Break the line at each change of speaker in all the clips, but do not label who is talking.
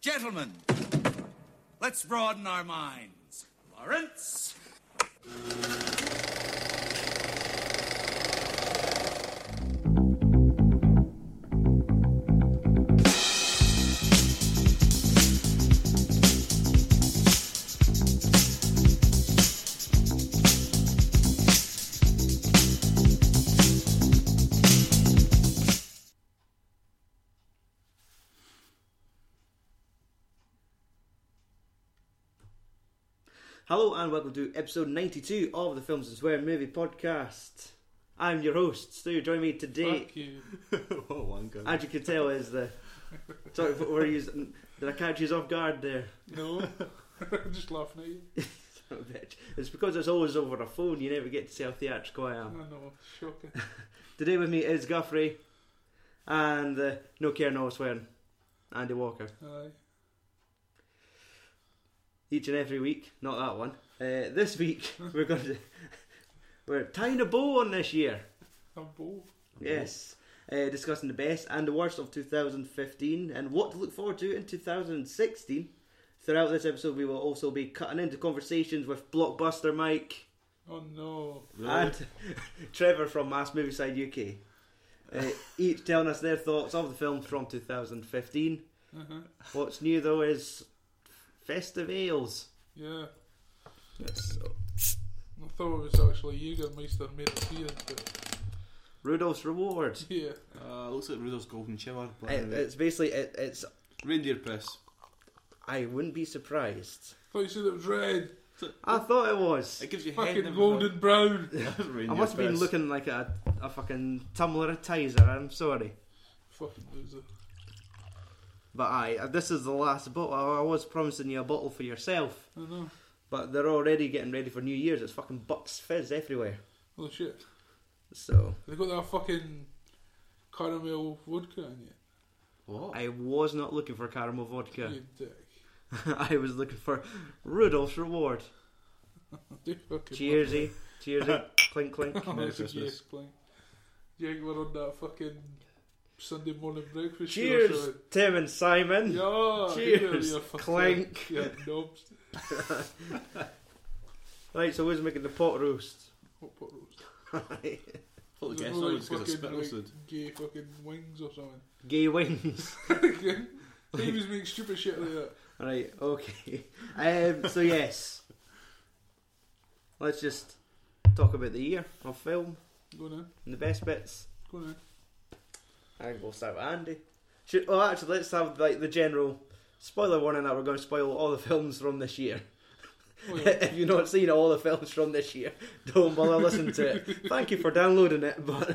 Gentlemen, let's broaden our minds. Lawrence.
Hello and welcome to episode 92 of the Films and Swear Movie Podcast. I'm your host, Stu. Join me today,
Fuck you.
What one gun?
as you can tell, is the. Sorry, for- we're using. Did I catch you off guard there?
No. I'm just laughing at you.
Son of a bitch. It's because it's always over a phone, you never get to see how theatrical I
I
am.
know. Shocking.
Today with me is Guthrie and uh, No Care No Swearing, Andy Walker.
Aye.
Each and every week, not that one. Uh, this week, we're going to. We're tying a bow on this year.
I'm bold.
Yes. Uh, discussing the best and the worst of 2015 and what to look forward to in 2016. Throughout this episode, we will also be cutting into conversations with Blockbuster Mike
Oh no.
and Trevor from Mass Movie Side UK, uh, each telling us their thoughts of the films from 2015.
Uh-huh.
What's new though is festive ales.
Yeah.
Yes.
I thought it was actually Jägermeister made a beer, but
Rudolph's Reward.
yeah.
Uh, looks like Rudolph's golden shower. black
It,
and red.
it's basically it, it's.
Reindeer press.
I wouldn't be surprised.
thought you said it was red.
I thought it was.
It gives you head
Fucking
and
golden brown.
everything. Reindeer
I must have been
press.
looking like a, a fucking Tumblr Tizer, I'm sorry.
Fucking loser.
But aye, this is the last bottle. I I was promising you a bottle for yourself,
I know.
but they're already getting ready for New Year's. It's fucking Bucks Fizz everywhere.
Holy shit.
So,
They got that fucking caramel vodka in it.
What?
I was not looking for caramel vodka.
You dick.
I was looking for Rudolph's Reward.
Do fucking
Cheersy, cheersy, clink, clink.
Oh,
Merry
it's a
Christmas.
yes, Clank. Yeah, we're on that fucking Sunday morning breakfast. show,
Cheers,
so-
Tim and Simon.
Yeah,
Cheers,
you're fucking-
Clank.
Yeah, knobs.
Right, so who's making the pot roast?
Hot pot roast.
Thought the
There's
guest
no,
audience
like,
got a spit
fucking, like,
roasted.
Gay fucking wings or something.
Gay wings.
they always make stupid shit like that.
Right, okay. Um, so, yes. Let's just talk about the year of film
Go on, in,
and the best bits.
go on. in.
I think we'll start with Andy. Should, well, actually, let's have like the general spoiler warning that we're going to spoil all the films from this year.
Oh, yeah.
if you've not seen all the films from this year, don't bother listening to it. Thank you for downloading it, but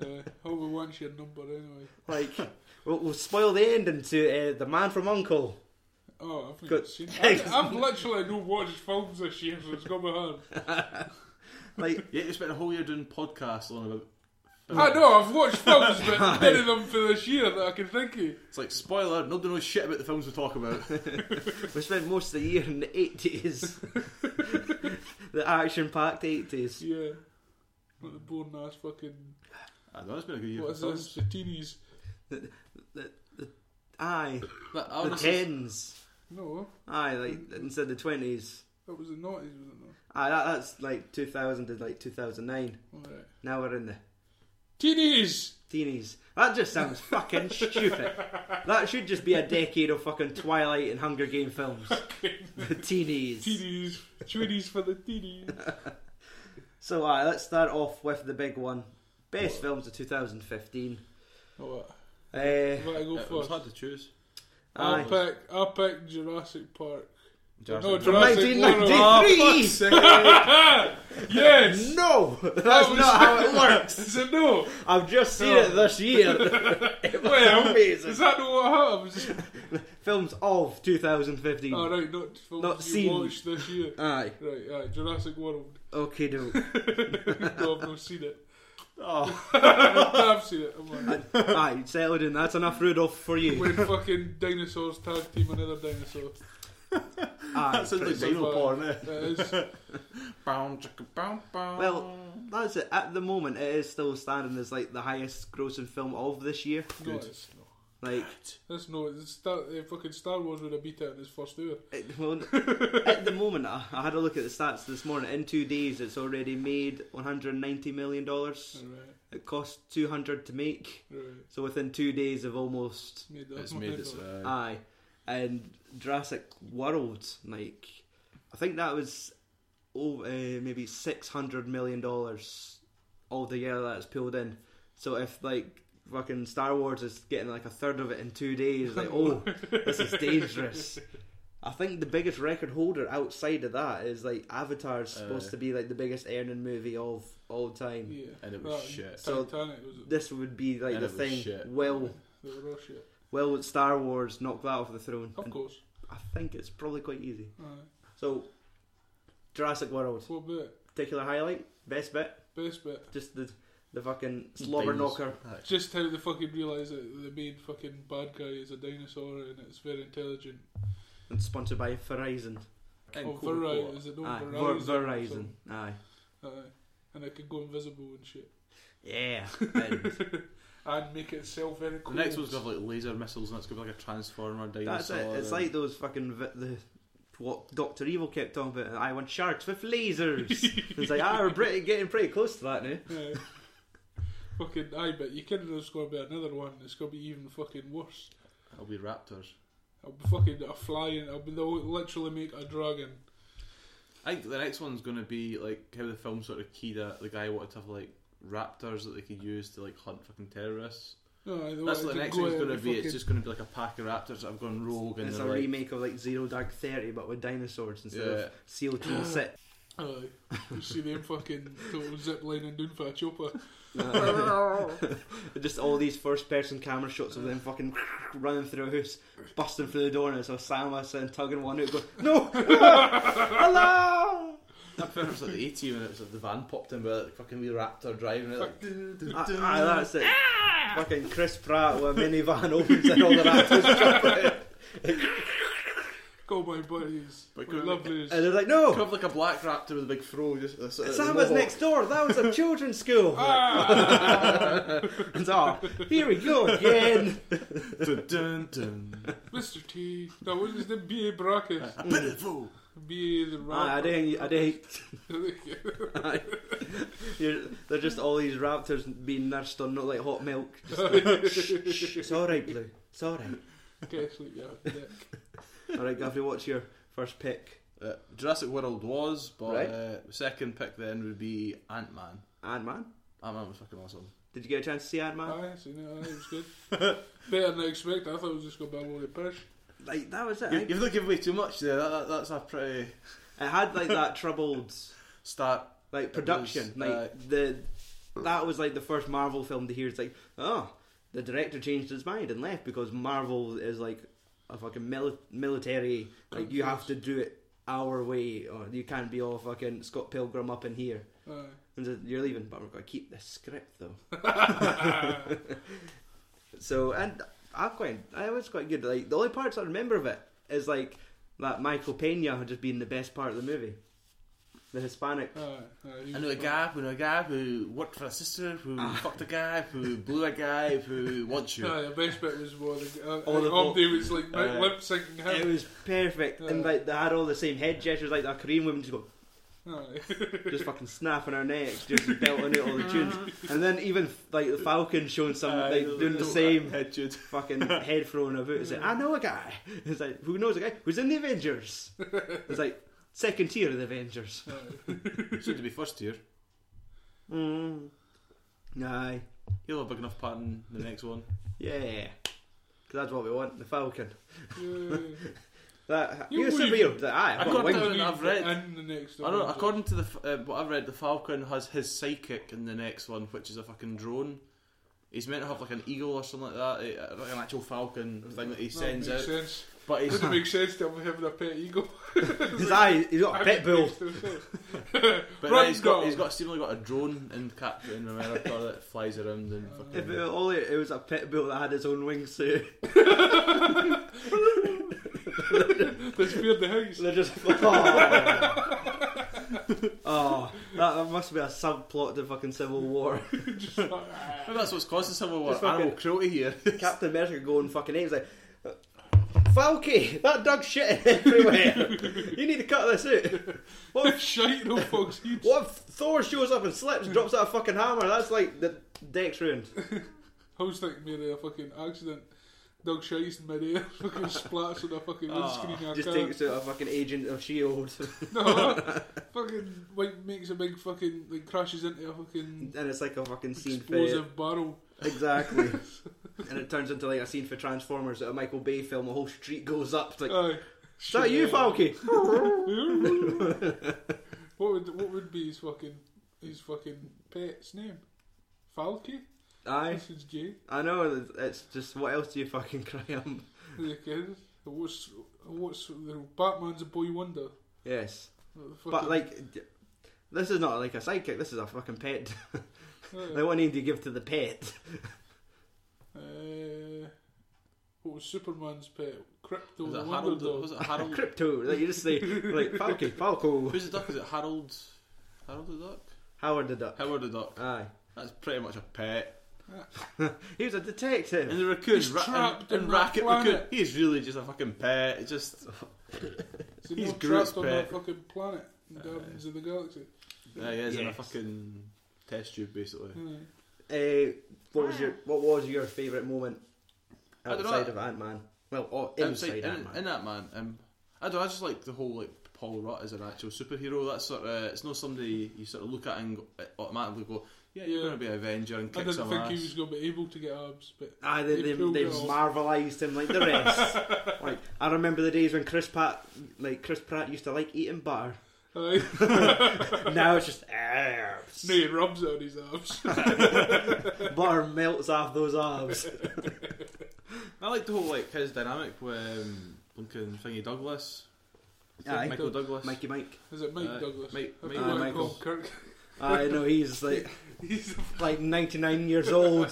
uh, however, wants your number anyway.
like, we'll, we'll spoil the ending to uh, The Man from Uncle.
Oh, I've
Good.
not seen. I, I've literally no watched films this year, so it's gonna be hard.
Like,
Yeah, you spent a whole year doing podcasts on about.
I know Ah, I've watched films, but none of them for this year that I can think of.
It's like spoiler. Nobody knows shit about the films we talk about.
We spent most of the year in the 80s. the action packed 80s.
Yeah, not the boring ass fucking
I know it's been a good year.
what
for
is this?
films.
The teenies.
Aye,
But I
the
honestly-
10s.
No,
Aye, like instead of the 20s.
that was the noughties, wasn't it?
Aye, that, that's like 2000 to like 2009.
Alright.
Now we're in the
Teenies!
teenies. That just sounds fucking stupid. That should just be a decade of fucking Twilight and Hunger Game films. the teenies.
Teenies. Tweenies for the teenies.
So aye, let's start off with the big one. Best films of 2015.
Alright.
Uh,
Right, I go
Yeah, it was
first.
hard to choose.
I'll
aye.
pick, I'll pick Jurassic Park. No,
Jurassic-
Jurassic World.
Oh,
1993!
fuck's sake.
Ah! Yes!
No, that's
was-
not how it works.
Is it no?
I've just seen it this year. it was
Well,
amazing.
is that not what happens?
Films of 2015.
Alright, not films
Not
you
seen.
watched this year.
Aye.
Right, aye, Jurassic World.
Okay, do.
no, I've not seen it.
Ah,
Oh,
I've seen it. I'm like,
Aye, settled in. That's enough Rudolph for you.
when fucking dinosaurs tag team another dinosaur. Uh,
Aye.
that sounds like
pretty
dino
much.
porn, eh?
That is.
Bow, chicka, bow, bow.
Well, that's it. At the moment, it is still standing as like the highest grossing film of this year.
No,
Good.
it's not.
Like,
That's no. It's Star, eh, fucking Star Wars would have beat it in his first hour.
it- well, at the moment, I, I had a look at the stats this morning. In two days, it's already made 190 million dollars.
Right,
It cost 200 to make.
right.
So within two days of almost
Made that
It's made
up.
its uh,
Aye, and Jurassic World, like, I think that was oh, uh, maybe six hundred million dollars altogether that's pulled in. So if like fucking Star Wars is getting like a third of it in two days, like, oh, this is dangerous. I think the biggest record holder outside of that is like Avatar's supposed
Uh.
to be like the biggest earning movie of all time.
Yeah.
and it was
Well,
shit.
So-
Titanic was it?
This would be like
And
the
it was
thing.
shit.
Well,
They were all shit.
well, Star Wars knocked that off the throne.
Of
And
course.
I think it's probably quite easy.
Aye.
So, Jurassic World,
What about it?
particular highlight, best bit,
Best bit.
just the the fucking slobber
Beans.
knocker.
Aye.
Just how they fucking realise that the main fucking bad guy is a dinosaur and it's very intelligent.
And sponsored by Verizon.
And
oh,
Coca-Cola.
Verizon. Is it not
Aye, Ver-
Verizon?
Verizon. Aye.
Aye. And it could go invisible and shit.
Yeah. And
and make itself very
The
cool.
next one's gonna have like laser missiles and it's gonna be like a transformer dinosaur.
that's it. It's
and-
like those fucking vi- the what Doctor Evil kept talking about. I want sharks with lasers. it's like ah, we're pretty, getting pretty close to that now.
Aye. fucking aye, but you kidding? There's gonna be another one. It's gonna be even fucking worse.
It'll be raptors.
I'll be fucking a flying. I'll be they'll literally make a dragon.
I think the next one's gonna be like how the film sort of keyed at the guy wanted to have like raptors that they could use to like hunt fucking terrorists.
No, aye, they
That's
want to
what the next
go
one's
out
going to
and
be.
fucking-
It's just going to be like a pack of raptors that have gone rogue and
It's a
they're like,
remake of like Zero Dark Thirty, but with dinosaurs instead of
Yeah.
SEAL Team Six.
Aye. uh, You see them fucking total zip lining down for a chopper.
Just all these first person camera shots of them fucking running through a house, busting through the door, and it's Osama sitting tugging one out, going, No! Hello!
I prefer it's like the 80 when it's like the van popped in with like, fucking wee raptor driving it. Like,
Ah, ah, that's it. fucking Chris Pratt with a minivan opens and all the raptors jump out.
Go my buddies.
But
We're
could-
lovelies.
And they're like, No!
Could have like a black raptor with a big fro. Just, uh, sort of the
Osama's
mohawk.
next door, that was a children's school!
Ah!
and ah, here we go again!
Dun, dun, dun.
Mr. T. That was his name, B.A. Brackett.
Pitiful.
B.A. the rapper.
Ah, I didn't, I didn't Aye. You're, they're just all these raptors being nursed on not like hot milk. Just- shh, shh, it's all right, Blue. It's all right.
Okay, sleep, yeah. dick.
All right, Gaffney, what's your first pick?
Uh, Jurassic World was, but
Right.
uh, second pick then would be Ant Man.
Ant Man.
Ant Man was fucking awesome.
Did you get a chance to see Ant Man?
Aye, seen it. Aye, it was good. Better than I expected. I thought it was just going to be a load of pish.
Like that was it.
You, you've not given away too much there. That, that, that's a pretty
It had like that troubled
start.
like production.
was,
like the that was like the first Marvel film to hear. It's like oh, the director changed his mind and left because Marvel is like a fucking mili- military. Like you have to do it our way, or you can't be all fucking Scott Pilgrim up in here.
Aye.
And so you're leaving, but we're going to keep this script though. so, and I quite, I was quite good. Like the only parts I remember of it is like that Michael Pena just being the best part of the movie, the Hispanic.
Aye. Aye. he
I
was
know a
fun.
guy who knew a guy who worked for a sister who
Ah.
fucked a guy who blew a guy who wants you.
Aye, the best bit was what the uh,
All the bo-
Rob David's like
Aye.
lip syncing
It
him.
was perfect, and like they had all the same head gestures, like that Korean woman just go,
Aye.
just fucking snapping her necks, just belting out all the tunes, and then even like the Falcon showing some
Uh,
like doing the same
Head dude.
fucking head thrown about. It's like, I know a guy. It's like, who knows a guy who's in the Avengers? It's like, second tier of the Avengers.
Soon to be first tier.
Mm. Aye.
He'll have a big enough part in the next one.
Yeah. Because that's what we want, the Falcon.
Yay.
That,
You
you
would-
revealed that I,
I
got a
got
wing.
down- I've read-
And the next
I don't,
Avenger.
according to the f- uh, what I've read, the Falcon has his psychic in the next one, which is a fucking drone. He's meant to have like an eagle or something like that, eh, like an actual falcon thing that he
No, it
sends out.
makes sense.
But
It
he's
doesn't make sense to him having a pet ego.
His eye, he's got a
I
pit bull.
mean, it's themselves.
but
Run,
then he's got
dog.
he's got seemingly got a drone in Captain America that flies around and
If
fucking.
it, all it, it was a pit bull that had his own wingsuit,
They speared the house.
they're just. Oh. Oh, that, that must be a subplot to fucking Civil War.
Just like, ah.
Maybe that's what's causing civil war.
Just fucking-
Animal cruelty here.
Captain America going fucking ape. He's like, Falke, that dug shit everywhere. you need to cut this out. What if,
Shite no folks. You
what if Thor shows up and slips, drops that fucking hammer? That's like the deck's ruined.
host like made a fucking accident. Dog shites in midair, fucking splats on the fucking windscreen. of a
Ah, Just
car.
takes out a fucking agent of Shield,
No, fucking like makes a big fucking like crashes into a fucking
and it's like a fucking scene for
explosive barrel.
exactly, and it turns into like a scene for Transformers, a Michael Bay film. The whole street goes up. It's like,
Aye.
is that you, Falke?
Mm-hmm. what would what would be his fucking his fucking pet's name? Falky?
Aye,
This is gay.
I know. It's just what else do you fucking cry on?
The kid. What's what's the Batman's a boy wonder.
Yes. But
Fucking-
like, d- this is not like a sidekick. This is a fucking pet.
Aye.
like, what name do you give to the pet?
Uh, what was Superman's pet? Crypto
Was
the
it
Wonder
Harold?
Dog.
Was it Harold?
Crypto. Like you just say like Falco, Falco,
Who's the duck? Is it Harold? Harold the duck?
Howard the Duck.
Howard the duck.
Aye.
That's pretty much a pet.
He was a detective.
And the raccoon,
He's
ra-
trapped
and,
in
and
that
racket
planet.
raccoon. He's really just a fucking pet. It's just
So
He's
he's
Groot's
trapped on that
pet.
fucking planet in Guardians of the Galaxy.
yeah, he is in a
Yes.
fucking test tube basically.
Aye.
Uh, what was your What was your favourite moment
I don't know.
outside of Ant Man? Well, or
Outside-
inside
in,
Ant
in
Man.
that man. Um, I don't. know, I just like the whole like Paul Rudd as an actual superhero. That sort of. It's not somebody you sort of look at and go, automatically go, yeah, you're
Yeah.
going to be an Avenger and
I
kick
didn't
some
think
ass. Ah.
he was going to be able to get abs, but
Aye, they, they,
They
they
pulled it off.
marvelised him like the rest. like I remember the days when Chris Pratt, like Chris Pratt, used to like eating butter.
Aye.
Now it's just abs.
no, he rubs it on his abs.
Butter melts off those abs.
I like the whole like his dynamic with um, Lincoln Thingy Douglas,
Aye.
Michael Douglas.
Mikey Mike.
Is it Mike
Uh,
Douglas?
Mike-
I
Mike-
don't
Aye,
wanna call
Michael.
Kirk.
I know he's like
He's
like 99 years old.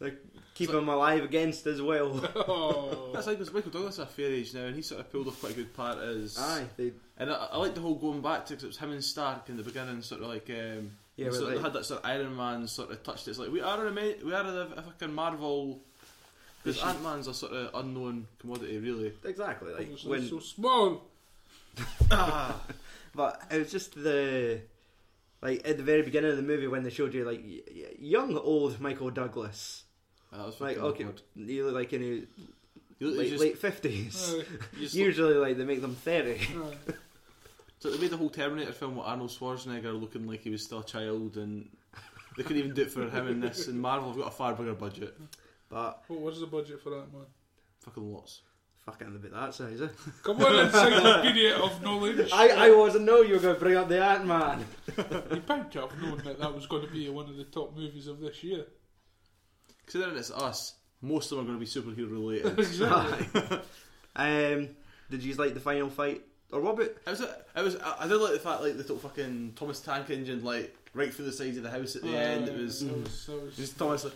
Like keep him alive against his will.
oh,
That's like 'cause Michael Douglas is a fair age now, and he sort of pulled off quite a good part as.
Aye, they
And I, I like the whole going back to because it was him and Stark in the beginning, sort of like um,
Yeah,
yeah,
but
sort of
like-
had that sort of Iron Man sort of touched. It. It's like we are an ama- we are a, a fucking Marvel. Because
This is-
Ant Man's a sort of unknown commodity, really.
exactly like
Obviously
when
so small.
Ah.
But it was just the like at the very beginning of the movie when they showed you like y- y- young old Michael Douglas.
Uh, that was
Like
fucking
okay,
awkward.
you look like in his
You look- you
late
just- Uh,
late fifties.
Aye.
you just look-
Usually, like they make them thirty.
Aye.
So they made the whole Terminator film with Arnold Schwarzenegger looking like he was still a child, and they couldn't even do it for him in this. And Marvel have got a far bigger budget.
But
What was the budget for that man?
Fucking lots.
fucking the bit that size. eh?
Come on, encyclopedia of knowledge.
I I wasn't know you were going to bring up the Ant Man.
You bound to have known that that was going to be one of the top movies of this year.
Considering it's us, most of them are going to be superhero related.
Exactly.
um, did you like the final fight or what about?
I was, I was, I I did like the fact like the little fucking Thomas Tank Engine like right through the sides of the house at the
Uh,
end. It was
That was, that was-
just Thomas like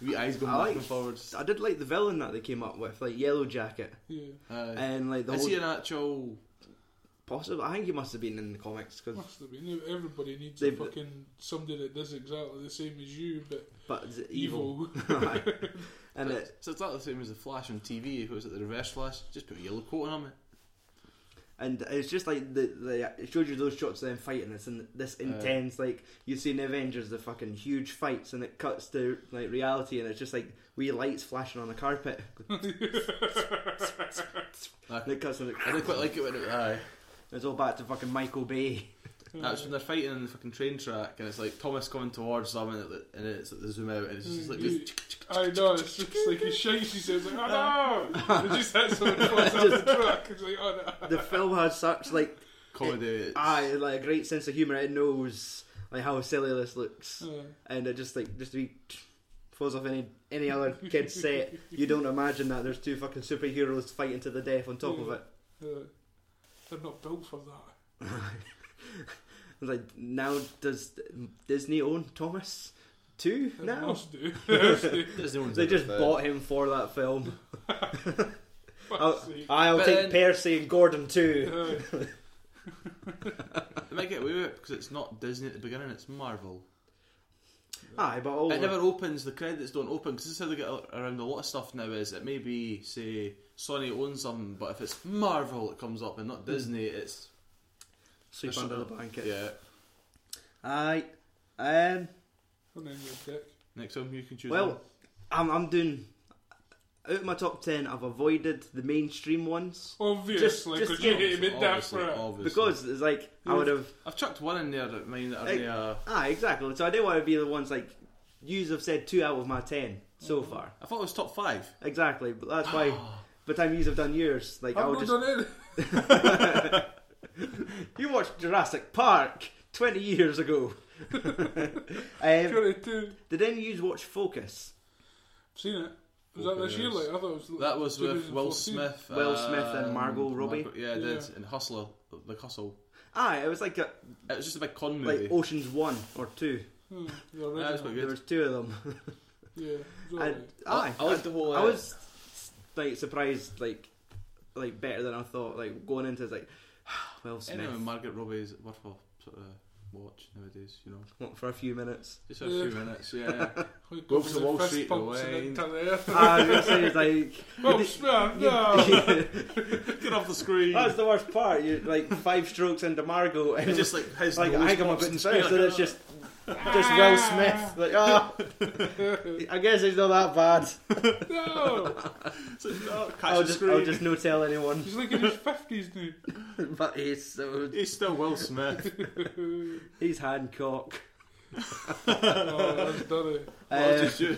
wee eyes going
I
back
like-
and forwards.
I did like the villain that they came up with, like Yellow Jacket,
yeah.
Uh,
and like the
is
whole
he an actual?
possible. I think he must have been in the comics because,
Must have been. Everybody needs a
They've-
fucking somebody that does exactly the same as you, but
but it's evil,
evil.
and it
So it's not the same as the Flash on TV. If it was at the Reverse Flash, just put a yellow coat on him.
And it's just like the, the it showed you those shots of them fighting this and this intense like you see in Avengers the fucking huge fights and it cuts to like reality and it's just like wee lights flashing on the carpet and it cuts and it,
I did quite like it when it. Aye.
it's all back to fucking Michael Bay.
That's when they're fighting on the fucking train track, and it's like Thomas coming towards them, and, it, and it's like, they zoom out, and it's just like
You-
Mm.
this,
I know, it's just like he shakes himself, it's like, oh no! It just hits him and falls off the truck. It's like, oh no.
The film has such like
comedy.
aye like a great sense of humor. It knows like how silly this looks
Uh,
and it just like just wee falls off any any other kid's set. You don't imagine that there's two fucking superheroes fighting to the death on top of
Yeah.
it.
uh, they're not built for that.
I was like, now does Disney own Thomas too?
They
Now
must do. They must do.
they just bought him for that film. I'll,
Fuck's sake.
I'll
But
take
then-
Percy and Gordon too.
Uh,
They might get away with it because it's not Disney at the beginning, it's Marvel.
Aye, but all
It never opens. The credits don't open because this is how they get a- around a lot of stuff now. Is it maybe say Sony owns something, but if it's Marvel, it comes up and not
Hmm.
Disney. It's
sleep under the blanket.
yeah.
Aye. Um,
And then you're dick.
Next one you can choose. one.
well, I'm, I'm doing. Out of my top 10, I've avoided the mainstream ones.
Obviously,
just
because you
give-
hate him in death
obviously,
for it.
obviously.
Because it's like, I would have.
I've chucked one in there that mine that are
Hey.
near, uh,
Aye, exactly. So I didn't want to be the ones like. Yous have said two out of my 10 so
Mm-hmm.
far.
I thought it was top five.
Exactly. But that's why. By the time yous have done yours, like
I've
I'll
not
just
done anything.
You watched Jurassic Park 20 years ago. um,
Curry too.
did any of you watch Focus?
I've seen it. Was that this year? Like I thought it was.
That was with
2014.
Will Smith. um,
Will Smith and Margot Robbie?
yeah, it did.
Yeah.
And Hustler, the Hustle.
Ah, it was like a,
It was just a big con movie.
like Ocean's One or two.
Hmm, the
Yeah,
original.
it was quite
There
good.
was two of them.
Yeah, it was
I,
alright.
aye,
I liked the whole.
I
uh,
was like surprised, like like better than I thought. Like going into it, like Will Smith
Anyway, Margaret Robbie is worth a sort of watch nowadays. You know,
for a few minutes.
just a few minutes. Yeah.
Like,
Go for
the
Wall
fist
Street,
bumps and
Wayne.
then turn the earth.
Ah, I was gonna say, it's like
Will Smith, no.
Get off the screen.
that's the worst part. You like five strokes into Margot, and
It's just like his
like
nose
I think I'm a
pops
bit
in
impressed
the
that
screen, like,
it's just just Will Smith. Like, ah, I guess it's not that bad.
No,
it's like, no, catch
I'll
the
just,
screen.
I'll just no tell anyone.
he's like in his fifties now.
But he's so
He's still Will Smith.
he's Hancock.
Oh, that's dirty.
Well, it's
Uh,
just you.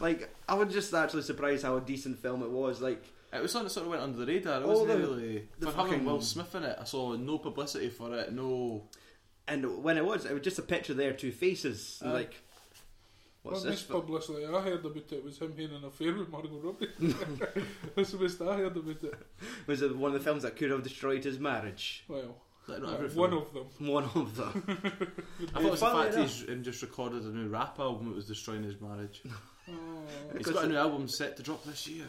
like I was just actually surprised how decent film it was. Like
It was something that sort of went under the radar. It
All
wasn't
Oh, the-
really.
the
for having
fucking-
Will Smith in it, I saw no publicity for it. No.
and when it was, it was just a picture there, two faces. and,
Aye.
like what's
Well,
this?
this
for?
publicity, I heard about it was him having an affair with Margot Robbie. That's the best I heard about it.
was it one of the films that could have destroyed his marriage?
Well,
Like, not
uh,
every
one
film.
of them.
One of them.
I thought it was the
Funnily
fact
enough-
he's um, just recorded a new rap album that was destroying his marriage.
Oh,
He's
Because
got a
it-
new album set to drop this year.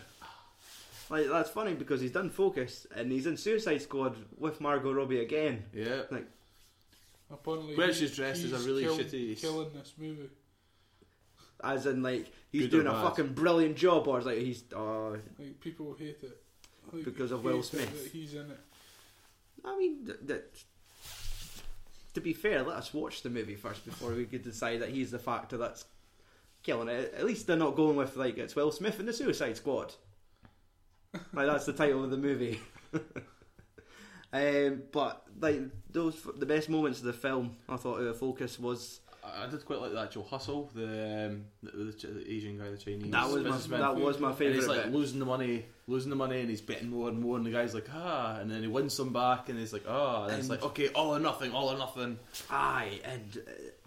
like that's funny because he's done Focus and he's in Suicide Squad with Margot Robbie again.
Yeah.
Like
apparently,
Where
he's-
she's dressed as a
he's
really
killed-
shitty-
Killing this movie.
as in like he's
Good or
doing a
bad?
fucking brilliant job, or it's like he's oh
Like people hate it. Like,
Because of Will
hate it
Smith.
that he's in it.
I mean, th- that. To be fair, let us watch the movie first before we could decide that he's the factor that's killing it. At least they're not going with like it's Will Smith and the Suicide Squad. like that's the title of the movie. um, but like those, the best moments of the film, I thought out of focus was
I I did quite like the actual hustle. The um, the, the, Ch- the Asian guy, the Chinese.
that was my
businessman.
that was my
and he's
favorite
like
bit.
losing the money, losing the money, and he's betting more and more, and the guy's like, ah, and then he wins some back, and he's like, ah, and it's like, okay, all or nothing, all or nothing.
Aye, and,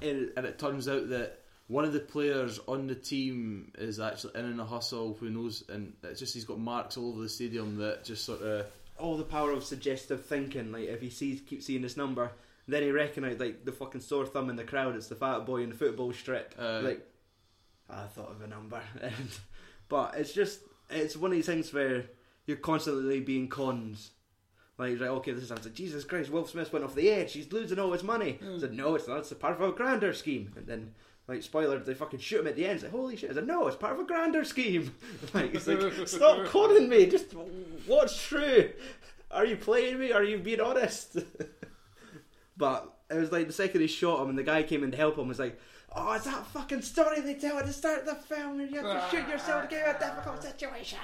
uh, and
And it turns out that one of the players on the team is actually in in a hustle who knows, and it's just he's got marks all over the stadium that just sort of
all the power of suggestive thinking. Like if he sees, keeps seeing this number, then he recognised like the fucking sore thumb in the crowd. It's the fat boy in the football strip.
Uh,
like I thought of a number, and, but it's just it's one of these things where you're constantly being cons. Like, he's like, okay, this sounds like Jesus Christ. Will Smith went off the edge. He's losing all his money. I said, no, it's not. It's a part of a grander scheme. And then, like, spoiler, they fucking shoot him at the end. It's like, holy shit. I said, no, it's part of a grander scheme. Like, it's like, stop conning me. Just w- what's true? Are you playing me? Are you being honest? but it was like the second he shot him, and the guy came in to help him. Was like, oh, it's that fucking story they tell at the start of the film, and you have to shoot yourself to get out of a difficult situation.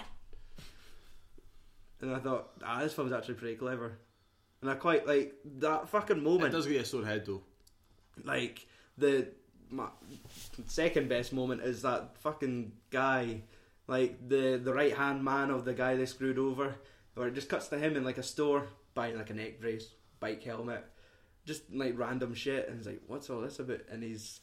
And I thought, ah, this film's actually pretty clever. And I quite like that fucking
it
moment.
does get you a sore head though.
Like the my second best moment is that fucking guy, like the the right hand man of the guy they screwed over, or it just cuts to him in like a store buying like a neck brace, bike helmet, just like random shit, and he's like, "What's all this about?" And he's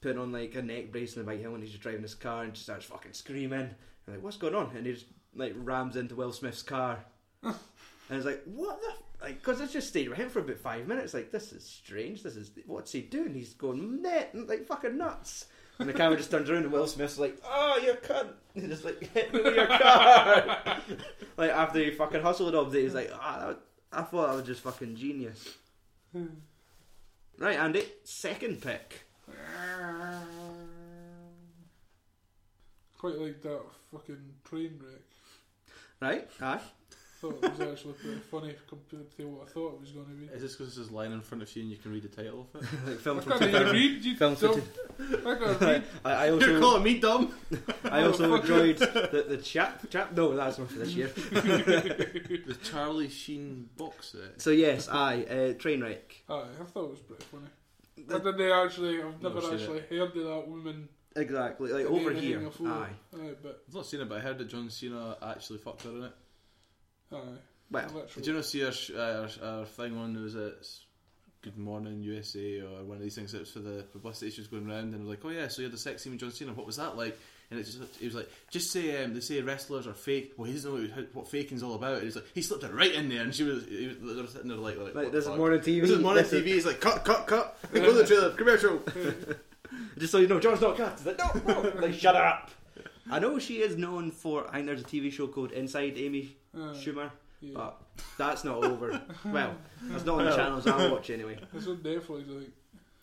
putting on like a neck brace and a bike helmet. And he's just driving his car and just starts fucking screaming. And like, "What's going on?" And he just like rams into Will Smith's car. And it's like, what the? F-? Like, because I just stayed with him for about five minutes. Like, this is strange. This is what's he doing? He's going net like fucking nuts. And the camera just turns around, and Will Smith's like, "Oh, you cunt!" And just like hit me with your car. like after he fucking hustled all day, he's like, "Ah, that, I thought that was just fucking genius." Right, Andy, second pick.
Quite like that fucking train wreck.
Right, Ash.
Thought it was actually pretty funny compared to what I thought it was going to be.
Is this because this is lying in front of you and you can read the title of it?
Like film
I
from
can't even
2000.
read. You
Film for
dumb. I can't read.
I, I
You're
also,
calling me dumb?
I also enjoyed the, the chap. Chap? No, that's one for this year.
the Charlie Sheen box set.
So yes, I uh, Trainwreck.
Aye, I thought it was pretty funny. I didn't actually. I've
Never
never
seen
actually heard of that woman.
Exactly, like
doing
over
anything
here.
before.
Aye.
Aye, but
I've not seen it, but I heard that John Cena actually fucked her in it.
aye.
Well,
literally.
Did you not see her, sh- uh, her, her thing on? It was a Good Morning USA or one of these things that was for the publicity she was going round and was like, oh yeah, so you had the sex scene with John Cena. What was that like? And it just it was like, just say um, they say wrestlers are fake. Well, he doesn't know what, what faking's all about. And he's like, he slipped it right in there, and she was, he was they were sitting there like, like,
like this
what the
is
fuck?
morning TV.
This is morning
this
TV. He's like, cut, cut, cut. Go to the trailer commercial.
Just so you know, John's not cut. He's like, no, no. like, shut up. I know she is known for. I think there's a TV show called Inside Amy
Uh,
Aye,
Schumer,
yeah.
but that's not over. well, that's not on the channels I watch anyway.
It's on Netflix. I think.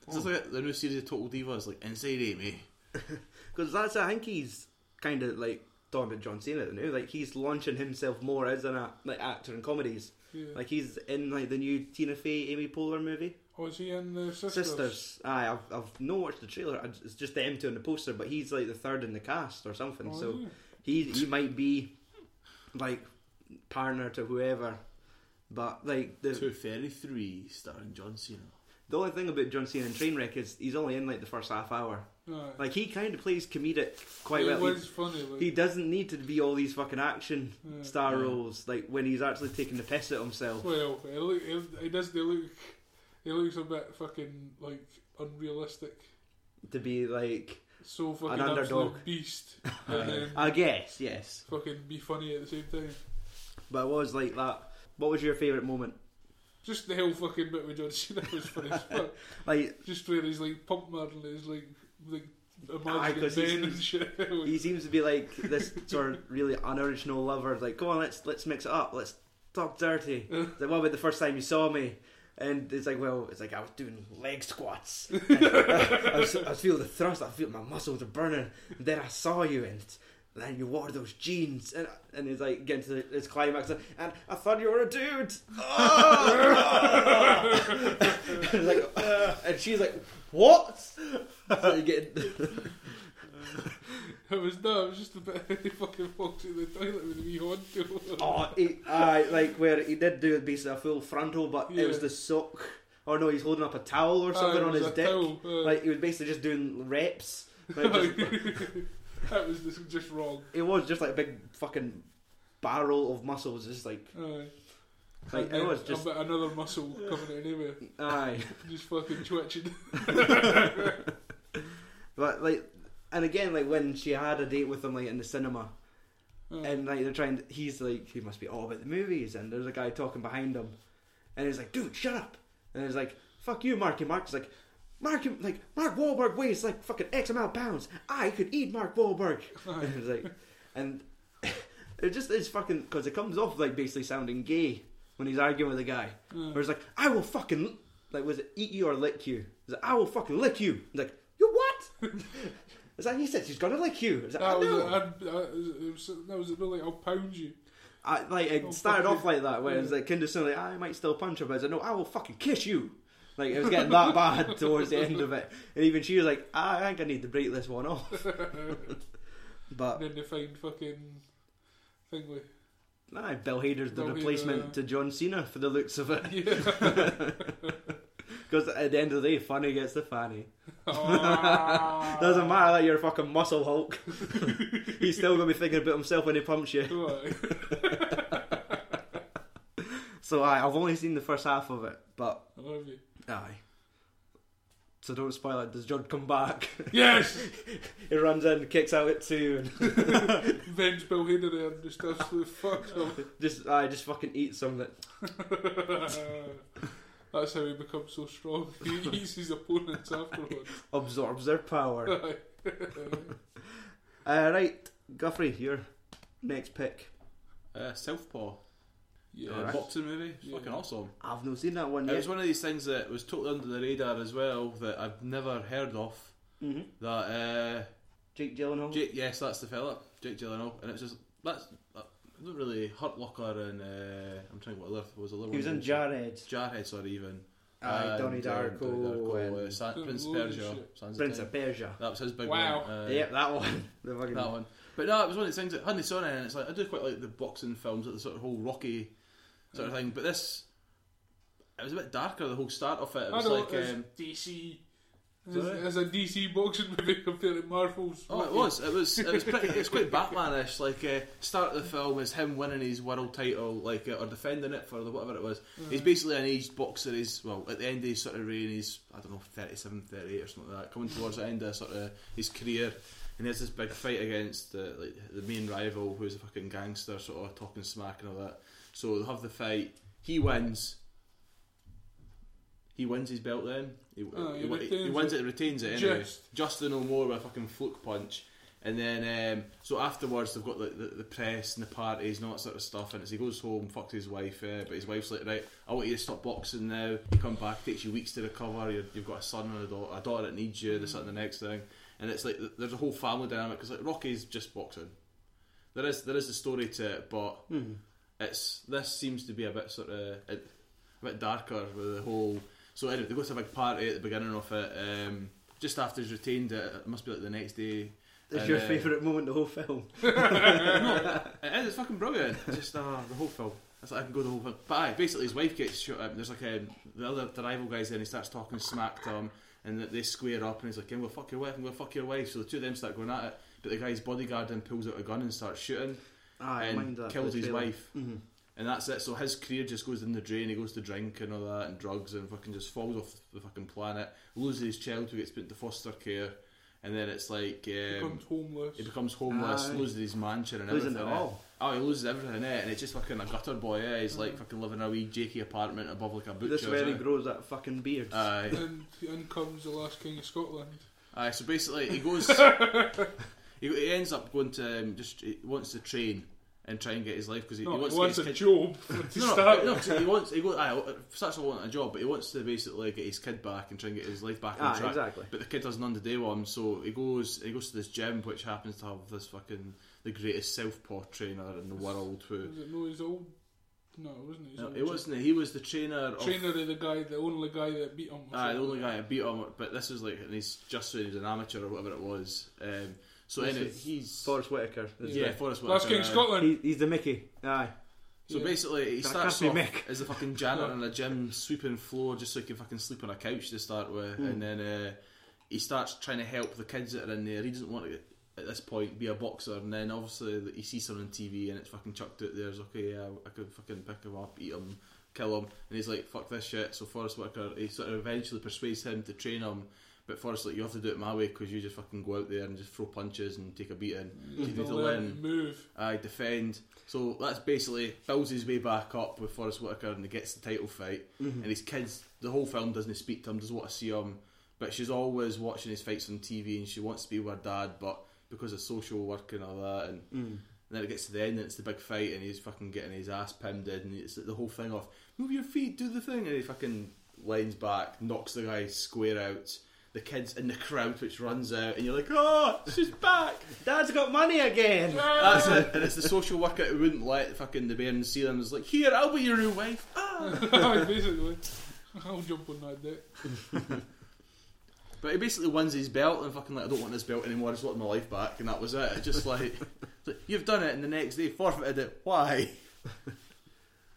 It's just like the new series of Total Divas, like Inside Amy.
Because that's I think he's kind of like talking about John Cena now. Like he's launching himself more as an act, like actor in comedies.
Yeah.
Like he's in like the new Tina Fey, Amy Poehler movie.
oh, is he in the sisters?
Sisters. Aye, I've, I've not watched the trailer. I- It's just the empty on the poster, but he's like the third in the cast or something.
Oh,
so
yeah.
he he might be like partner to whoever. But like the
Two Fairy Three, starring John Cena.
the only thing about John Cena in Trainwreck is he's only in like the first half hour.
Aye.
Like he kind of plays comedic quite
it
well. He-
was funny. Like,
He doesn't need to be all these fucking action
Yeah.
star roles, like when he's actually taking the piss at himself.
well, he, look, he, he does. He look. He looks a bit fucking like unrealistic.
To be like,
So fucking
underdog.
absolute beast, and then
I guess, yes.
fucking be funny at the same time.
But it was like that. What was your favourite moment?
Just the whole fucking bit with John Cena was funny as fuck.
Like,
Just where he's like pump mad and he's like like
Aye,
imagining
'cause
men
he's-
and shit.
he seems to be like this sort of really unoriginal lover. Like, come on, let's let's mix it up. Let's talk dirty. It's like, what about the first time you saw me? And it's like, well, it's like I was doing leg squats. And I, was, I was feeling the thrust. I feel my muscles are burning. And then I saw you, and then you wore those jeans. And and it's like getting to the, its climax. And I thought you were a dude. Oh! and, like, "Ugh." and she's like, what? So you get-
it was no, it was just a bit he fucking walks in the toilet with a wee horn to.
Oh, he, aye, like where he did do basically a full frontal, but it was
Yeah.
the sock. Or no, he's holding up a towel or something
Aye, it
on
was uh,
his
a
dick.
towel, aye.
Like he was basically just doing reps. Like, just,
that was just, just wrong.
it was just like a big fucking barrel of muscles, just like
Aye.
like it was just
a bit another muscle coming in anyway,
aye.
just fucking twitching.
But like, and again, like when she had a date with him, like in the cinema, and like they're trying. To, he's like, he must be all about the movies, and there's a guy talking behind him, and he's like, dude, shut up, and he's like, fuck you, Marky Mark's like. Mark him like Mark Wahlberg weighs like fucking X amount of pounds. I could eat Mark Wahlberg. and it's like, and it just is fucking because it comes off like basically sounding gay when he's arguing with the guy. Where it's like, I will fucking like was it eat you or lick you? He's like, I will fucking lick you. He's like, you what? It's like he said she's gonna lick you. It's like, I
That was,
know.
I, I, it was, that was a bit like I'll pound you.
I, like it
Oh,
started
fuck
off
you.
like that, where it's like kind of something like I might still punch her, but it's like, no, I will fucking kiss you. Like it was getting that bad towards the end of it, and even she was like, I think I need to break this one off. but
Uh, And then they find fucking thingy.
aye, Bill Hader's the
Bill Hader,
replacement
yeah.
to John Cena for the looks of it,
Yeah.
because at the end of the day, funny gets the fanny.
Ah.
Doesn't matter that you're a fucking muscle Hulk. He's still gonna be thinking about himself when he pumps you.
Right.
So aye, I've only seen the first half of it, but
I love you.
aye. So don't spoil it. Does John come back?
Yes!
He runs in, kicks out at two, and
Vince Bill Hader there and just absolutely fucked up.
just I just fucking eat something.
That's how he becomes so strong. He eats his opponents afterwards.
Absorbs their power. Uh,
Right.
All right, Guffrey, your next pick.
Uh, Southpaw.
Yeah.
uh, boxing movie. It's
Yeah.
fucking awesome.
I've not seen that one
It
yet.
was one of these things that was totally under the radar as well that I've never heard of.
Mhm.
That uh,
Jake Gyllenhaal.
Jake, yes, that's the fella, Jake Gyllenhaal, and it's just that's that, it wasn't really Hurt Locker and uh, I'm trying to what other was the other
he was
one?
in Jarhead.
Jarhead, sorry, even
Aye,
And,
Donnie
um,
Darko
Darko, uh,
and-
San,
Good
Prince of
lord,
Persia,
shit.
Sands
Prince
Time.
of Persia.
That was his big
Wow.
one. Uh,
yep, that one. The fucking
that one. But no, it was one of those things that hadn't saw it, and it's like I do quite like the boxing films, like the sort of whole Rocky sort of thing. But this, it was a bit darker. The whole start of it, it
I
was
know
like.
it's
Um,
DC.
Sorry?
It's, it's a DC boxing movie compared to Marvel's.
Oh, it
fucking-
was. It was. It was pretty. It was quite Batmanish. Like uh, start of the film is him winning his world title, like uh, or defending it for the whatever it was. He's basically an aged boxer. He's well at the end of his sort of reign. He's I don't know 37, 38 or something like that. Coming towards the end of sort of his career, and he has this big fight against uh, like the main rival, who's a fucking gangster, sort of talking smack and all that. So they have the fight. He wins. He wins his belt then. He,
Oh, he
he, he,
retains
wins
it.
it, retains it anyway.
Just.
Justin O'More with a fucking fluke punch. And then, um, so afterwards, they've got the, the, the press and the parties and all that sort of stuff. And as he goes home, fucks his wife, uh, but his wife's like, right, I want you to stop boxing now. You come back, takes you weeks to recover. You're, you've got a son and a daughter, a daughter that needs you, this, that, and the next thing. And it's like, th- there's a whole family dynamic because, like, Rocky's just boxing. There is there is a story to it, but it's this seems to be a bit sort of a, a bit darker with the whole. So anyway, they go to a big party at the beginning of it. Um, just after he's retained it, it must be like the next day.
That's
And,
your
uh,
favourite moment in the whole film.
It is. It's fucking brilliant. Just uh, the whole film. It's like I can go the whole film. But aye, basically his wife gets shot up. There's like a the other the rival guys there and he starts talking smack to him, and that they square up and he's like, "I'm gonna fuck your wife. I'm gonna fuck your wife." So the two of them start going at it. But the guy's bodyguard then pulls out a gun and starts shooting
Aye, Ah, mind
and
that. Mm-hmm.
kills
the
his
trailer.
wife. And that's it. So his career just goes in the drain. He goes to drink and all that and drugs and fucking just falls off the fucking planet. Loses his child who gets put into foster care. And then it's like um,
Becomes homeless.
he becomes homeless,
Aye.
loses his mansion and
Losing it
everything.
all. Mm-hmm.
eh? Oh, he loses everything in it, and it's just fucking a gutter boy. Yeah, he's like fucking living in a wee jakey apartment above like a butcher's.
This is where he
eh?
grows that fucking beard.
Aye.
and in comes the last king of Scotland.
Aye, so basically he goes. he, he ends up going to um, just he wants to train and try and get his life because he,
No, he
he wants to get
wants
his
a
kid-
job to
No,
start.
no, no 'cause he wants he go, aye, uh, starts off wanting a job, but he wants to basically get his kid back and try and get his life back on
Aye,
track.
exactly.
But the kid doesn't on the day one, so he goes he goes to this gym which happens to have this fucking the greatest self pot trainer in the world who
Was it no? He's old. No, it wasn't. He's
no,
old.
it wasn't he was the trainer of
Trainer of the guy, the only guy that beat him. or
aye, the
something.
only guy that beat him but this is like and he's just when he was an amateur or whatever it was. Um, so
This
anyway
is
he's
Forrest Whitaker. is
yeah,
it?
Forrest
Last
Whitaker,
king of
aye.
Scotland.
He, he's the Mickey. Aye.
So
Yeah.
basically, he
Can I
starts
cast
off
my mic?
as a fucking janitor in a gym, sweeping floor just so he can fucking sleep on a couch to start with, and then uh, he starts trying to help the kids that are in there. He doesn't want to, at this point, be a boxer, and then obviously he sees something on TV and it's fucking chucked out there. He's like, okay, yeah, I could fucking pick him up, eat him, kill him, and he's like, fuck this shit. So Forrest Whitaker, he sort of eventually persuades him to train him. But Forrest, like, you have to do it my way because you just fucking go out there and just throw punches and take a beating. You
He's
need to
the learn
learn
and move.
I defend. So that's basically builds his way back up with Forrest Whitaker and he gets the title fight. And his kids, the whole film doesn't speak to him, doesn't want to see him. But she's always watching his fights on TV and she wants to be with her dad, but because of social work and all that. And, and then it gets to the end and it's the big fight and he's fucking getting his ass pinned in. And it's the whole thing of move your feet, do the thing. And he fucking leans back, knocks the guy square out. The kids in the crowd, which runs out, and you're like, oh, she's back!
Dad's got money again.
That's it. And it's the social worker who wouldn't let fucking the bairns see them. It's like, here, I'll be your new wife. Ah.
Basically, I'll jump on that deck.
But he basically wins his belt and fucking like, I don't want this belt anymore. I just want my life back. And that was it. It's just like, it's like, you've done it, and the next day forfeited it. Why?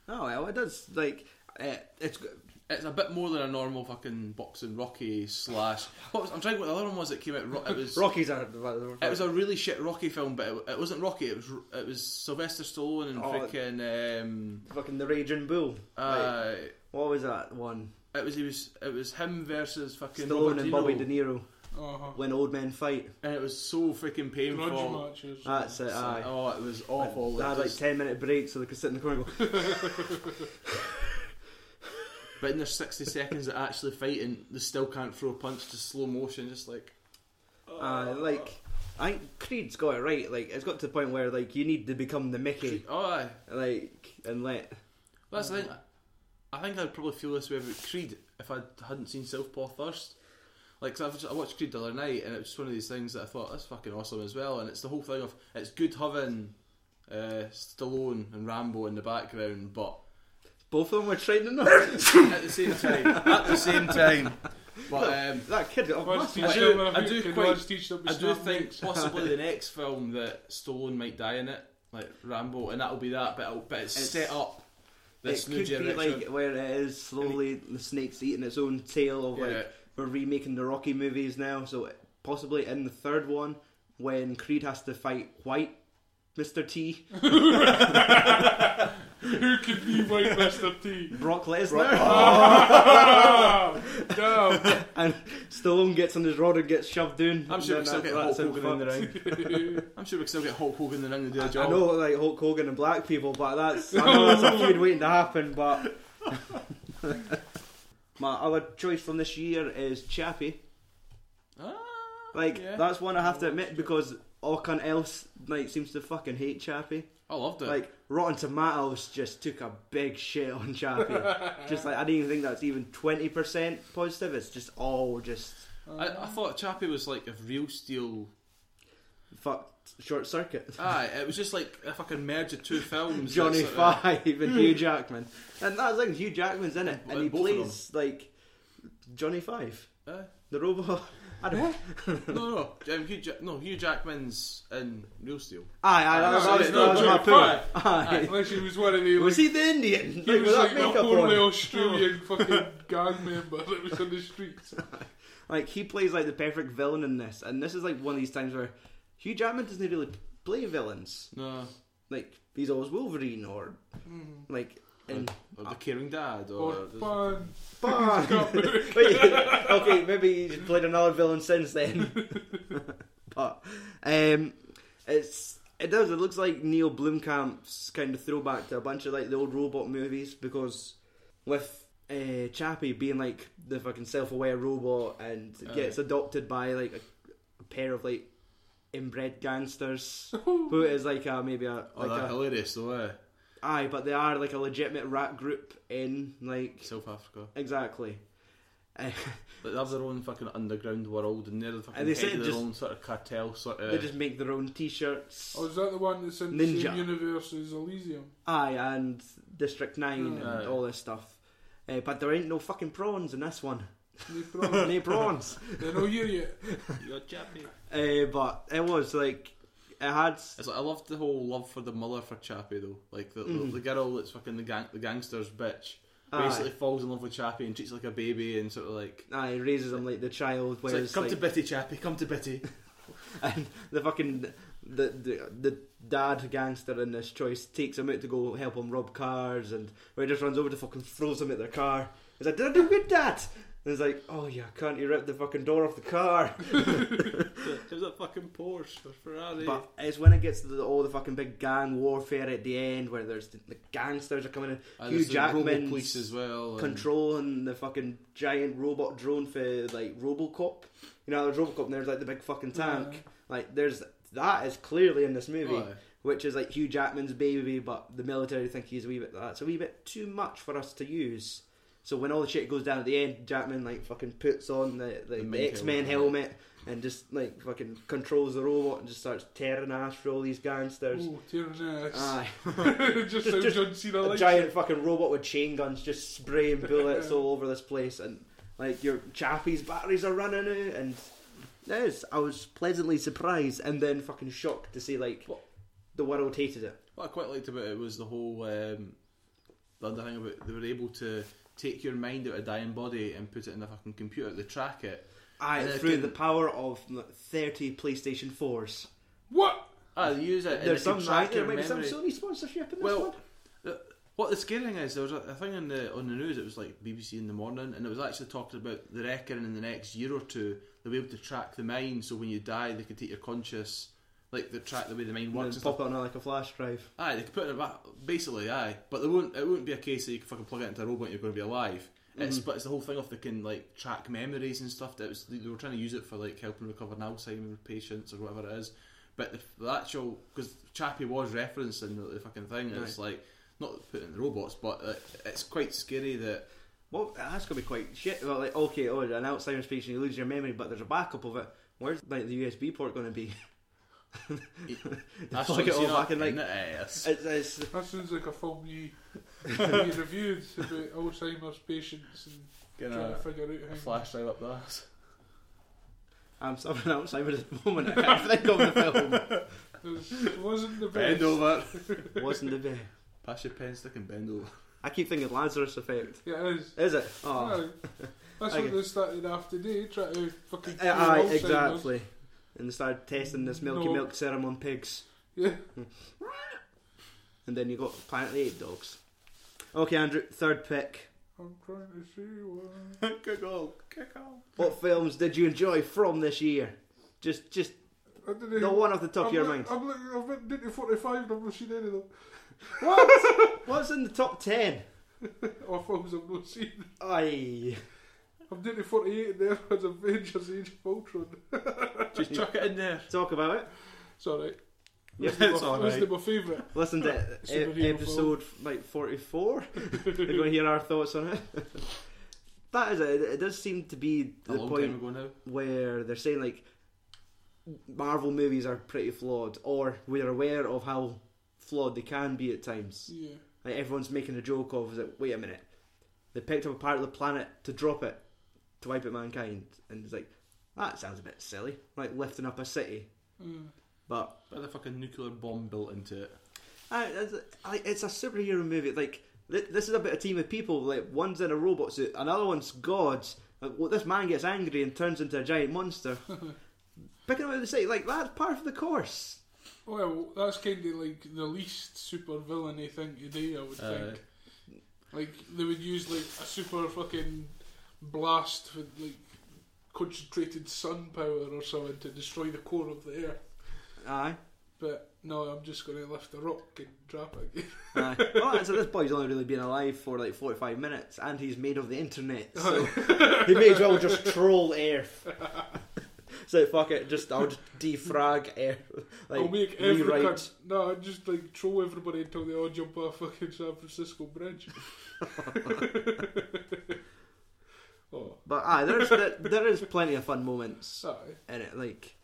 Oh well, it does. Like uh, it's g-
It's a bit more than a normal fucking boxing Rocky slash. What was, I'm trying to think what the other one was that came out. Ro- It was.
Rockies are.
It was a really shit Rocky film, but it, it wasn't Rocky. It was it was Sylvester Stallone and
Oh, it-
freaking um,
fucking the raging bull. Like,
uh,
what was that one?
it was he was it was him versus fucking
Stallone
Robert
and
De
Bobby
Niro.
De Niro
Uh-huh.
when old men fight.
and it was so freaking
Grudge
painful.
matches.
That's it.
So-
Aye.
oh, it was awful.
They
It
had like
just-
ten minute breaks so they could sit in the corner. and go,
but in their sixty seconds of actually fighting, they still can't throw a punch. Just slow motion, just like
Aye, like I think Creed's got it right. Like it's got to the point where like you need to become the Mickey,
oh, aye.
like and let
But that's the thing. I think I'd probably feel this way about Creed if I hadn't seen Southpaw first. Like, 'cause I've just- I watched Creed the other night, and it was just one of these things that I thought that's fucking awesome as well. And it's the whole thing of it's good having uh, Stallone and Rambo in the background, but
Both of them were training them.
at the same time, at the same time. But um,
that kid oh, got
Well,
massive.
I
I
do-
do,
well, I
I
think
do
they
quite-
always teach them to
I do
snap
think
necks.
possibly the next film that Stallone might die in it, like Rambo, and that'll be that. But it'll, but it's,
It's-
set up
It
this new
could be
generation.
like where it is slowly the snake's eating its own tail of
Yeah.
like we're remaking the Rocky movies now, so possibly in the third one when Creed has to fight White Mr. T,
Who could be White Mr. T?
Brock Lesnar,
Ah, damn.
and Stallone gets on his rod and gets shoved down.
I'm sure we
and
still
then
get
that-
Hulk
that's him
Hogan in the
fucked.
ring. I'm sure we still get Hulk Hogan in the ring to do a job.
I know like Hulk Hogan and black people, but that's I know that's a feud waiting to happen. But my other choice from this year is Chappie.
Ah,
Like
yeah.
that's one I have to admit because all cunt else like seems to fucking hate Chappie.
I loved it.
Like Rotten Tomatoes just took a big shit on Chappie. just like I didn't even think that's even twenty percent positive. It's just all just
I, I thought Chappie was like if Real Steel.
fucked short circuit.
Aye, it was just like if I could merge the two films.
Johnny
that's sort of-
Five and Hugh Jackman, and that's like Hugh Jackman's in it, and he
And both of
plays like Johnny Five,
Aye.
the robot. I don't.
Eh? no, no, um, Hugh Jack- no, Hugh Jackman's in Real Steel.
Aye, aye, that was,
Aye,
that was,
it's
that
not
was
Johnny
my point.
Five.
Aye.
Unless he was one of the.
Was
like,
he the Indian?
he
Like,
was
with that
like the
makeup
only
on.
Australian fucking gang member that was on the streets.
Like he plays like the perfect villain in this, and this is like one of these times where Hugh Jackman doesn't really play villains.
No,
Like he's always Wolverine or like. And,
or the caring dad, or,
Or fun.
Fuck. Wait, okay, maybe he's played another villain since then. but um, it's it does. It looks like Neil Blomkamp's kind of throwback to a bunch of like the old robot movies because with uh, Chappie being like the fucking self-aware robot and gets adopted by like a, a pair of like inbred gangsters who is like a maybe a
oh,
like
that
a
hilarious though. Eh?
aye, but they are like a legitimate rat group in like
South Africa.
exactly. Eh,
Like, they have their own fucking underground world, and they're the fucking
And they
head
said
of their
just-
own sort of cartel sort of.
They just make their own T-shirts.
Oh, is that the one that's in the
Ninja.
same universe as Elysium?
Aye, and District Nine and
Mm, Aye.
all this stuff. Eh, but there ain't no fucking prawns in this one.
No problem.
no prawns.
They're no year yet.
You're Chappie.
Eh, but it was like it had.
It's like, I loved the whole love for the mother for Chappie though. Like the, the, the girl that's fucking the gang, the gangster's bitch,
Mm. Aye.
basically falls in love with Chappie and treats her like a baby and sort of like.
Aye, raises them like the child.
It's like,
Whereas
come
like,
to Betty, Chappie. Come to Betty.
and the fucking the, the the dad gangster in this choice takes him out to go help him rob cars, and where he just runs over to fucking throws him at their car. He's like, "Did I do good, Dad?" And he's like, "Oh yeah, can't you rip the fucking door off the car?"
it was a fucking Porsche or Ferrari.
But it's when it gets to the, all the fucking big gang warfare at the end, where there's the, the gangsters are coming in,
and
Hugh
Uh, there's the Robo police
Jackman's
as well. and-
controlling the fucking giant robot drone for like RoboCop. You know, there's RoboCop, and there's like the big fucking tank. Like, there's that is clearly in this movie,
Aye.
which is like Hugh Jackman's baby, but the military think he's a wee bit that's a wee bit too much for us to use. So when all the shit goes down at the end, Jackman like fucking puts on the, the,
main
the X Men
helmet,
helmet and just like fucking controls the robot and just starts tearing ass for all these gangsters.
Oh, tearing ass.
Aye.
it just sounds
Ah. just
John Cena
a
like.
giant fucking robot with chain guns just spraying bullets all over this place and like your Chappie's batteries are running out and it is. I was pleasantly surprised and then fucking shocked to see like
What?
the world hated it.
What I quite liked about it was the whole um, the other thing about they were able to take your mind out of a dying body and put it in a fucking computer. They track it.
Aye,
And it
through
can-
the power of like, 30 PlayStation 4s.
What?
Ah, they use it. And
There's
they
some,
can track
there
your
might be some
memory.
Sony sponsorship in this
Well,
one.
th- what the scary thing is, there was a, a thing on the on the news. It was like BBC in the morning, and it was actually talking about the reckon in the next year or two they'll be able to track the mind. So when you die, they can take your conscious, like they track the way the mind works.
And
and
then
stuff.
pop it on like a flash drive.
Aye, they could put it in a back, basically, aye. But there won't, it won't be a case that you can fucking plug it into a robot and you're going to be alive. It's, but it's the whole thing of they can, like, track memories and stuff. That was, they were trying to use it for, like, helping recover an Alzheimer's patients or whatever it is. But the, the actual, because Chappie was referenced in the, the fucking thing, it's like, not put in the robots, but uh, it's quite scary that
Well, that's gonna be quite shit. Well, like okay, oh, an Alzheimer's patient, you lose your memory, but there's a backup of it. Where's like the USB port gonna be?
that's
Plug it all back in, like-
the ass.
It's, it's
That sounds like a film you, you reviewed about Alzheimer's patients and
Get
trying to
a,
figure out
a
how.
flashlight up the ass.
I'm suffering Alzheimer's at the moment. I can't think of the
It wasn't the best.
Bend over.
film. Wasn't the best.
Pass your pen stick and bend over.
I keep thinking Lazarus Effect.
Yeah, it is.
Is it? Oh,
Aye. That's
Okay.
what they started off today, trying to fucking.
aye,
cure Alzheimer's.
exactly. And they started testing this milky
No.
milk serum on pigs,
Yeah.
and then you got Planet of the Eight Dogs. Okay, Andrew, third pick.
I'm trying to see what.
kick on, kick on.
What films did you enjoy from this year? Just, just
I didn't
the
even-
one off the top
I'm
of your
look-
mind.
I'm looking, I've been down to 45 and I've not seen any of them.
What? What's in the top ten?
Or films I've not seen.
Aye.
I'm down to 48 and there was Avengers Age of Ultron.
Just chuck it in there.
Talk about it.
It's alright.
Yes,
It
it's all right.
wasn't my favourite.
Listen to e-
Superhero
episode like forty-four. They're going to hear our thoughts on it. that is it. It does seem to be
A
the
long time
point
ago now.
where they're saying like Marvel movies are pretty flawed, or we're aware of how flawed they can be at times.
Yeah.
Like everyone's making a joke of is that wait a minute, they picked up a part of the planet to drop it to wipe out mankind, and it's like that sounds a bit silly, like lifting up a city.
Mm.
But
But the fucking nuclear bomb built into it.
I, I, I- it's a superhero movie. Like th- this is about a team of people. Like one's in a robot suit, another one's gods. Like, well, this man gets angry and turns into a giant monster. Picking up the city, like that's part of the course.
Well, that's kind of like the least super villainy thing today, I would
Aye.
think. Like, they would use like a super fucking blast with like concentrated sun power or something to destroy the core of the earth.
Aye,
But no, I'm just going to lift a rock and drop it again.
aye. well, so this boy's only really been alive for like forty-five minutes, and he's made of the internet, so
Oh.
he may as well just troll Earth. so fuck it, just I'll just defrag Earth, like
I'll make every
rewrite.
cunt- No, I just like throw everybody until they all jump off fucking San Francisco Bridge. oh,
But aye, there's there, there is plenty of fun moments.
sorry.
in it. Like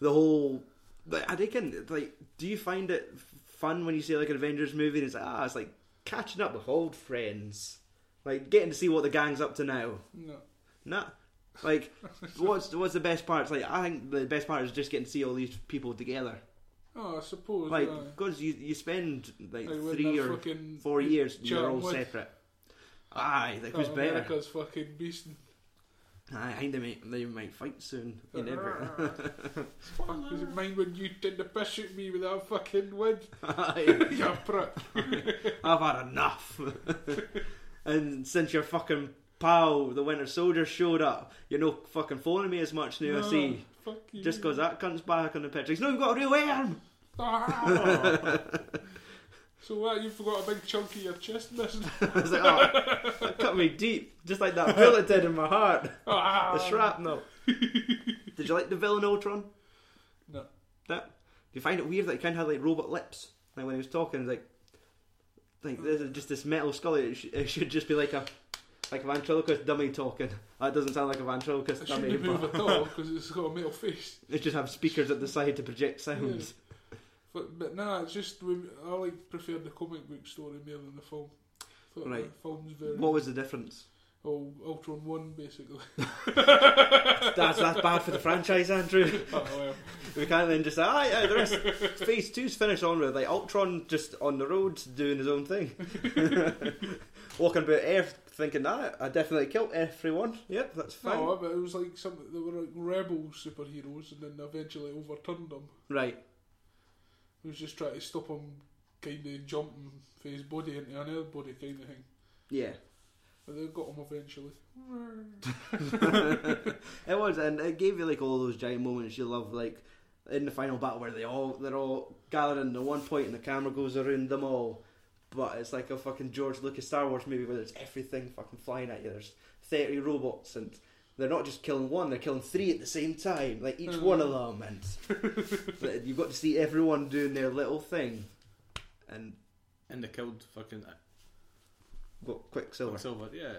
the whole, like, I reckon, like, do you find it f- fun when you see like an Avengers movie? And it's like, ah, it's like catching up with old friends, like getting to see what the gang's up to now.
No.
Nah, like, what's what's the best part? It's like I think the best part is just getting to see all these people together.
Oh, I suppose.
Like,
aye.
because you you spend like
Like, when
three
they're
or
fucking
four years, and you're
chatting
all
with-
separate. Aye, like who's
oh,
better?
America's fucking beasting.
Aye, I think they might they might fight soon. You never.
Fuck, does it mind when you tend to piss at me with that fucking word?
Aye.
you prick.
I've had enough. and since your fucking pal, the Winter Soldier, showed up, you're no fucking phoning me as much now, I
No,
see.
Fuck you.
Just because that cunt's back on the picture. He's not even got a real arm!
Ah. so what, you've got a big chunk of your chest missing?
I was like, oh, that cut me deep. Just like that bullet did in my heart.
Ah.
The shrapnel. did you like the villain Ultron?
No.
That? Do you find it weird that he kind of had like robot lips? Like when he was talking, like, like this is just this metal skull. It, sh- it should just be like a like a ventriloquist dummy talking. That doesn't sound like a ventriloquist
It
dummy.
shouldn't move
But
at all because it's got a metal face.
it just have speakers at the side to project sounds.
But, but nah, it's just we, I like prefer the comic book story more than the film. Thought
Right.
The film's very
What was the difference?
oh Ultron One basically.
That's that's bad for the franchise, Andrew.
oh, well.
We can't then just say, ah, yeah, the rest. Phase two's finished on with like Ultron just on the road doing his own thing, walking about Earth, thinking that I definitely killed everyone. Yep, that's fine.
No, but it was like some they were like rebel superheroes, and then eventually overturned them.
Right.
It was just trying to stop him, kind of jumping for his body into another body kind of thing.
Yeah.
But they got him eventually.
it was, and it gave you like all those giant moments you love, like in the final battle where they all they're all gathered in the one point and the camera goes around them all. But it's like a fucking George Lucas Star Wars movie where there's everything fucking flying at you. There's thirty robots and they're not just killing one; they're killing three at the same time, like each one of them. And you've got to see everyone doing their little thing. And
and they killed fucking uh,
What Quicksilver?
Quicksilver. Yeah,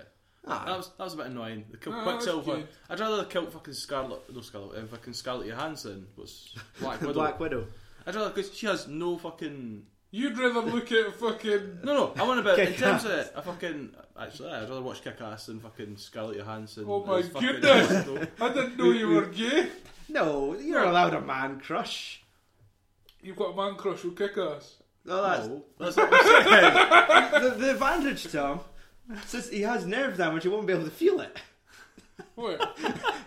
Ah.
that was that was a bit annoying. They killed
No, that's
Quicksilver.
Ah, good.
I'd rather they killed fucking Scarlet, no Scarlet, um, fucking Scarlett Johansson. Was Black Widow?
Black Widow.
I'd rather because she has no fucking.
You'd rather look at fucking.
No, no, I want about in
Kick-Ass.
terms of a fucking. Actually, I'd rather watch Kick Ass than fucking Scarlett Johansson.
Oh my
as fucking
goodness.
Black Widow.
I didn't know you were gay.
No, you're allowed a man crush.
You've got a man crush who kick ass.
Well, that's
No, that's not what I'm saying.
the, the advantage to him. Since he has nerve damage, he won't be able to feel it.
Wait.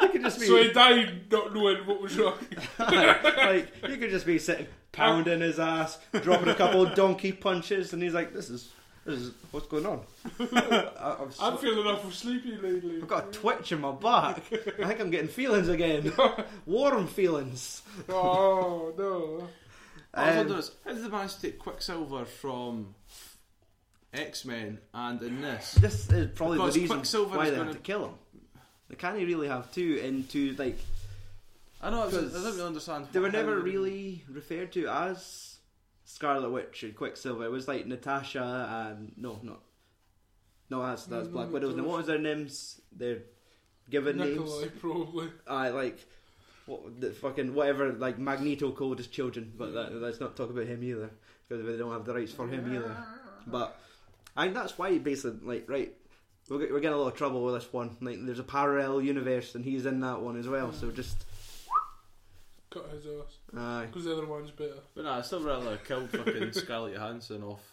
He could just be
so he died not knowing what was wrong.
like, you could just be sitting pounding his ass, dropping a couple of donkey punches, and he's like, "This is, this is what's going on." I, I've,
I'm
sw-
feeling awful sleepy lately.
I've got a twitch in my back. I think I'm getting feelings again, warm feelings.
Oh no.
All I
Um,
wonder is, how did they manage to take Quicksilver from X Men and in this?
This is probably
Because
the reason
Quicksilver
why
is
they had
gonna-
to kill him. They can't really have two in two like
I know, I don't
'Cause
really understand.
They were
how
never
they-
really referred to as Scarlet Witch and Quicksilver. It was like Natasha and no, not no, that's that's
Mm,
Black Widow. Now, what was their names? Their given
Nikolai
names.
probably.
I like what the fucking whatever like Magneto called his children, but that, let's not talk about him either because they don't have the rights for him either. But I think that's why he basically like right. We're, get- we're getting a lot of trouble with this one. Like, there's a parallel universe, and he's in that one as well. So just, uh,
Cut his ass.
aye.
Because the other one's better.
But nah, I still rather killed fucking Scarlett Johansson off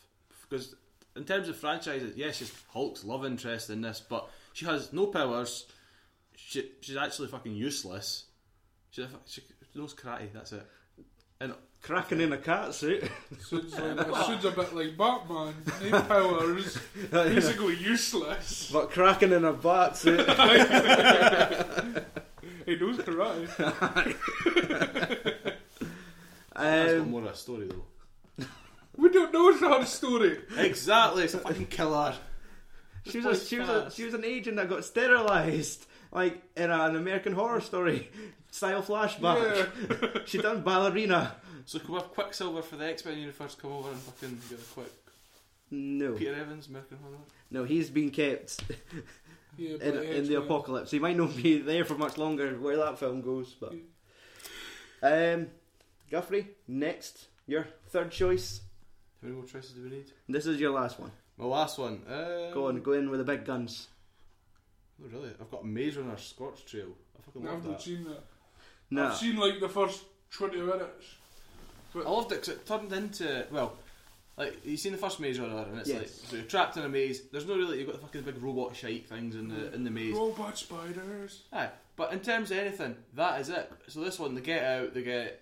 because in terms of franchises, yes, she's Hulk's love interest in this, but she has no powers. She, she's actually fucking useless. She's a, fu- she knows karate. That's it. And
cracking in a cat suit.
Sounds like that. Sounds a bit like Batman. No powers. Basically useless.
Uh, But cracking in a eh? bat suit.
He knows karate.
that's got
um,
more of a story though.
We don't know her story.
Exactly, it's a fucking killer.
she was a, she was a, she was an agent that got sterilized, like in a- an American Horror Story style flashback. she done ballerina.
So can we have Quicksilver for the X Men universe come over and fucking get a quick
No,
Peter Evans, American Horror?
no, he's been kept
Yeah, but
in, in the
X-Men.
apocalypse. He might not be there for much longer where that film goes. But um, Guffrey, next, your third choice.
How many more choices do we need?
This is your last one.
My last one. Um,
Go on, go in with the big guns.
Not really. I've got Maze Runner Scorch Trail. I fucking
I've
love
not
that.
seen that.
No,
I've seen like the first 20 minutes.
I loved it because it turned into well, like you've seen the first Maze Runner, and it's
Yes.
like so you're trapped in a maze. There's no really you've got the fucking big robot shite things in the in the maze.
Robot spiders.
Aye, but in terms of anything, that is it. So this one, they get out, they get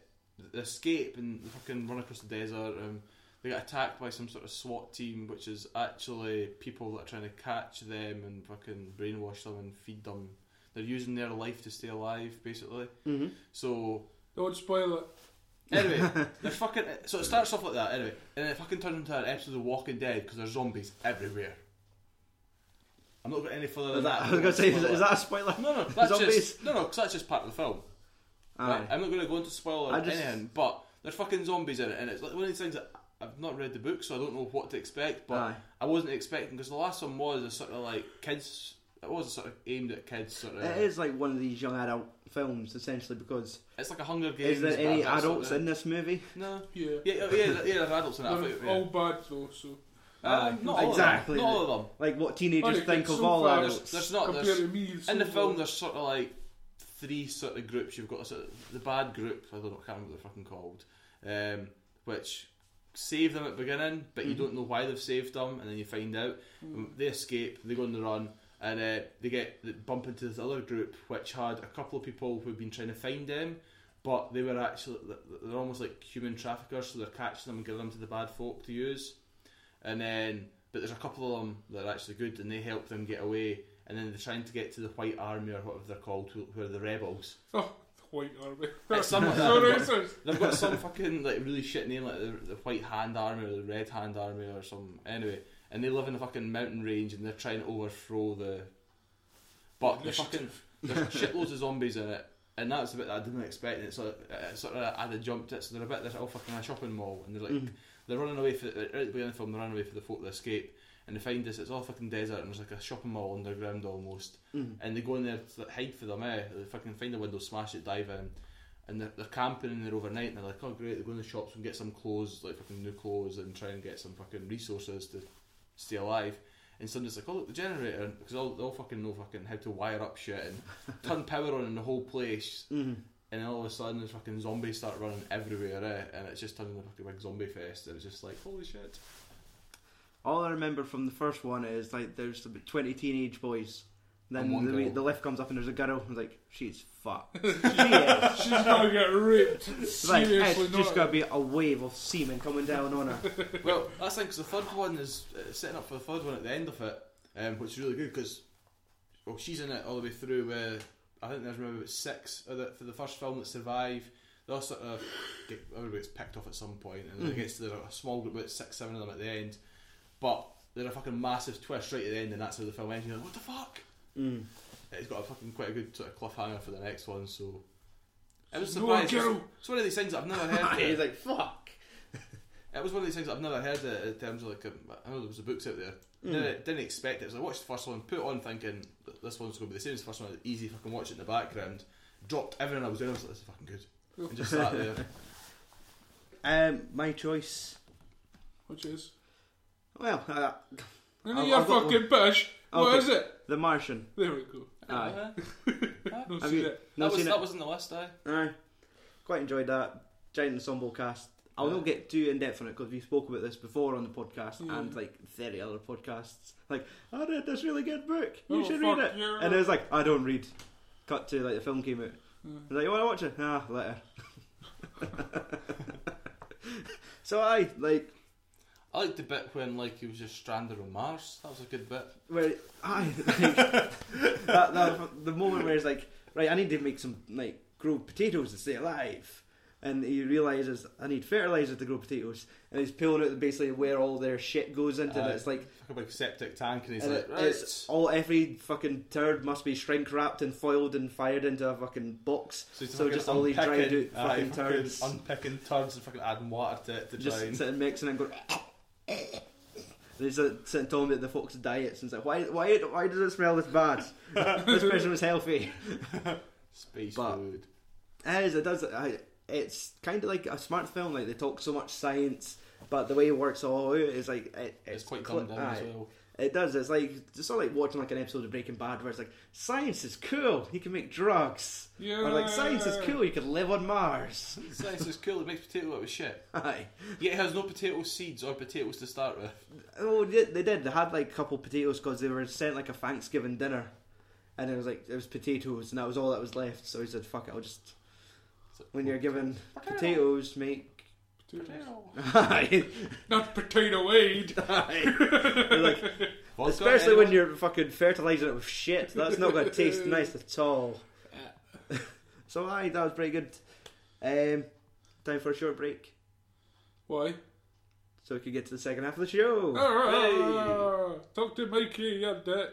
they escape, and they fucking run across the desert. Um, they get attacked by some sort of SWAT team, which is actually people that are trying to catch them and fucking brainwash them and feed them. They're using their life to stay alive, basically.
hmm
So
Don't spoil it.
Anyway, the fucking so it starts off like that. Anyway, and then it fucking turns into an episode of Walking Dead because there's zombies everywhere. I'm not going any further than that.
I was gonna say, is, is that a spoiler?
no, no, that's
Zombies.
just no, no, 'cause that's just part of the film. Right? I'm not going to go into spoiler
I
or
just-
anything, but there's fucking zombies in it, and it's like one of these things that I've not read the book, so I don't know what to expect. But
Aye.
I wasn't expecting because the last one was a sort of like kids. It was sort of aimed at kids, sort of.
It is like one of these young adult films, essentially, because
It's like a Hunger Games.
is there
but
any
that sort
adults
of-
in this movie?
No.
Yeah.
Yeah, yeah, yeah, yeah, there's adults in it. I
They're
thought- yeah.
all bad though, so.
Um, not
Exactly.
All of them. Not all of them.
Like what teenagers
Honestly,
think of
so
all
far,
adults.
There's not.
compared
There's,
to me. so
in the film,
far.
there's sort of like three sort of groups. You've got sort of the bad group. I don't know. I can't remember what they're fucking called. Um, which save them at the beginning, but you don't know why they've saved them, and then you find out.
Mm.
Um, They escape. They go on the run. And uh, they get they bump into this other group, which had a couple of people who've been trying to find them, but they were actually they're almost like human traffickers, so they're catching them and giving them to the bad folk to use. and then but there's a couple of them that are actually good and they help them get away and then they're trying to get to the white army or whatever they're called who, who are the rebels
Oh, the White Army.
It's somewhat
so
that.
racist.
they've got some fucking like really shit name like the, the white hand army or the red hand army or some anyway and they live in a fucking mountain range and they're trying to overthrow the but the fucking there's shitloads of zombies in it and that's a
Mm,
bit that I didn't expect and it's sort of, uh, sort of I had jumped it so they're a bit they're all fucking in a shopping mall and they're like They're running away for right at the beginning of the film. They're running away for the folk to escape, and they find this. It's all fucking desert, and there's like a shopping mall underground almost.
mm.
And they go in there to like, hide for them. Eh, they fucking find a window, smash it, dive in, and they're, they're camping in there overnight. And they're like, oh great, they go in the shops and get some clothes, like fucking new clothes, and try and get some fucking resources to stay alive. And somebody's like, oh look, the generator, because all they all fucking know fucking how to wire up shit and turn power on in the whole place. And then all of a sudden, there's fucking zombies start running everywhere, eh? and it's just turned into a fucking big zombie fest, and it's just like, holy shit.
All I remember from the first one is like there's about twenty teenage boys.
And
Then
one
the,
girl.
the lift comes up and there's a girl. who's like, she's fucked.
She's gonna get ripped.
It's like,
Seriously,
it's just
not.
gonna be a wave of semen coming down on her.
well, that's the thing, 'cause the third one is uh, setting up for the third one at the end of it, um, which is really good because well, she's in it all the way through. Uh, I think there's maybe about six of the, for the first film that survive. They all sort of get, everybody gets picked off at some point, and
Hmm.
then it gets to the, a small group, about six, seven of them at the end. But there's a fucking massive twist right at the end, and that's how the film ends. You're like, what the fuck?
Hmm.
Mm.
It's got a fucking quite a good sort of cliffhanger for the next one, so. I was
No one
surprised. it's,
girl.
it's one of these things that I've never heard. of.
He's like, fuck.
It was one of these things I've never heard of in terms of like um, I know there was a books out there. Didn't, didn't expect it. So I watched the first one, put it on thinking "Th- this one's going to be the same as the first one. Easy fucking watch it in the background. Dropped everything I was doing. I was like, this is fucking good. And just sat there.
Um, my choice.
Which is.
Well, uh,
Oh, None
I've-
of your
I've got
fucking bitch. What
Okay.
is it?
The Martian.
There we go.
Aye.
No
Have
see
you
that.
not
Uh-huh. that, Uh, was,
seen it?
that was in the list, aye.
Aye. Quite enjoyed that. Giant ensemble cast. I'll not get too in depth on it because we spoke about this before on the podcast
Yeah.
and like 30 other podcasts. Like, I read this really good book. You
Oh,
should read
fuck
it.
yeah.
And it was like, I don't read. Cut to like the film came out. I was like, you want to watch it? Ah, later. so I like
I liked the bit when like he was just stranded on Mars. That was a good bit.
where I like, that, that the moment where he's like, right, I need to make some like grow potatoes to stay alive, and he realizes I need fertilizer to grow potatoes, and he's peeling out basically where all their shit goes into. and
Aye.
it's like
Like a big septic tank, and he's
and it-
like, right.
it's all every fucking turd must be shrink wrapped and foiled and fired into a fucking box. So,
he's fucking
just all these dried
unpicking-
out fucking
aye, fucking
turds,
unpicking turds and fucking adding water to it to
just
try and.
sitting mixing and going. "Ah, eh, There's a sitting telling me about the folks' diets and it's like, why, why, why does it smell this bad? this person was healthy.
Space
But-
food.
It is. It does. I, it's kind of like a smart film. Like they talk so much science, but the way it works all out is like it,
It's, quite
cl-
dumbed down as
aye.
well.
It does. It's like it's sort of like watching like an episode of Breaking Bad where it's like science is cool. You can make drugs. Or like science is
Yeah.
cool. You can live on Mars.
Science is cool. It makes potato out of shit.
Aye.
Yeah, it has no potato seeds or potatoes to start with.
Oh, they they did. They had like a couple potatoes because they were sent like a Thanksgiving dinner, and it was like it was potatoes, and that was all that was left. So he said, "Fuck it, I'll just." When you're given potatoes, make. Aye.
Not potato aid.
They're like, Especially when you're fucking fertilising it with shit. That's not going to taste nice at all. so, aye, that was pretty good. Um, time for a short break
Why?
so we could get to the second half of the show.
Ah, Talk to Mikey and that.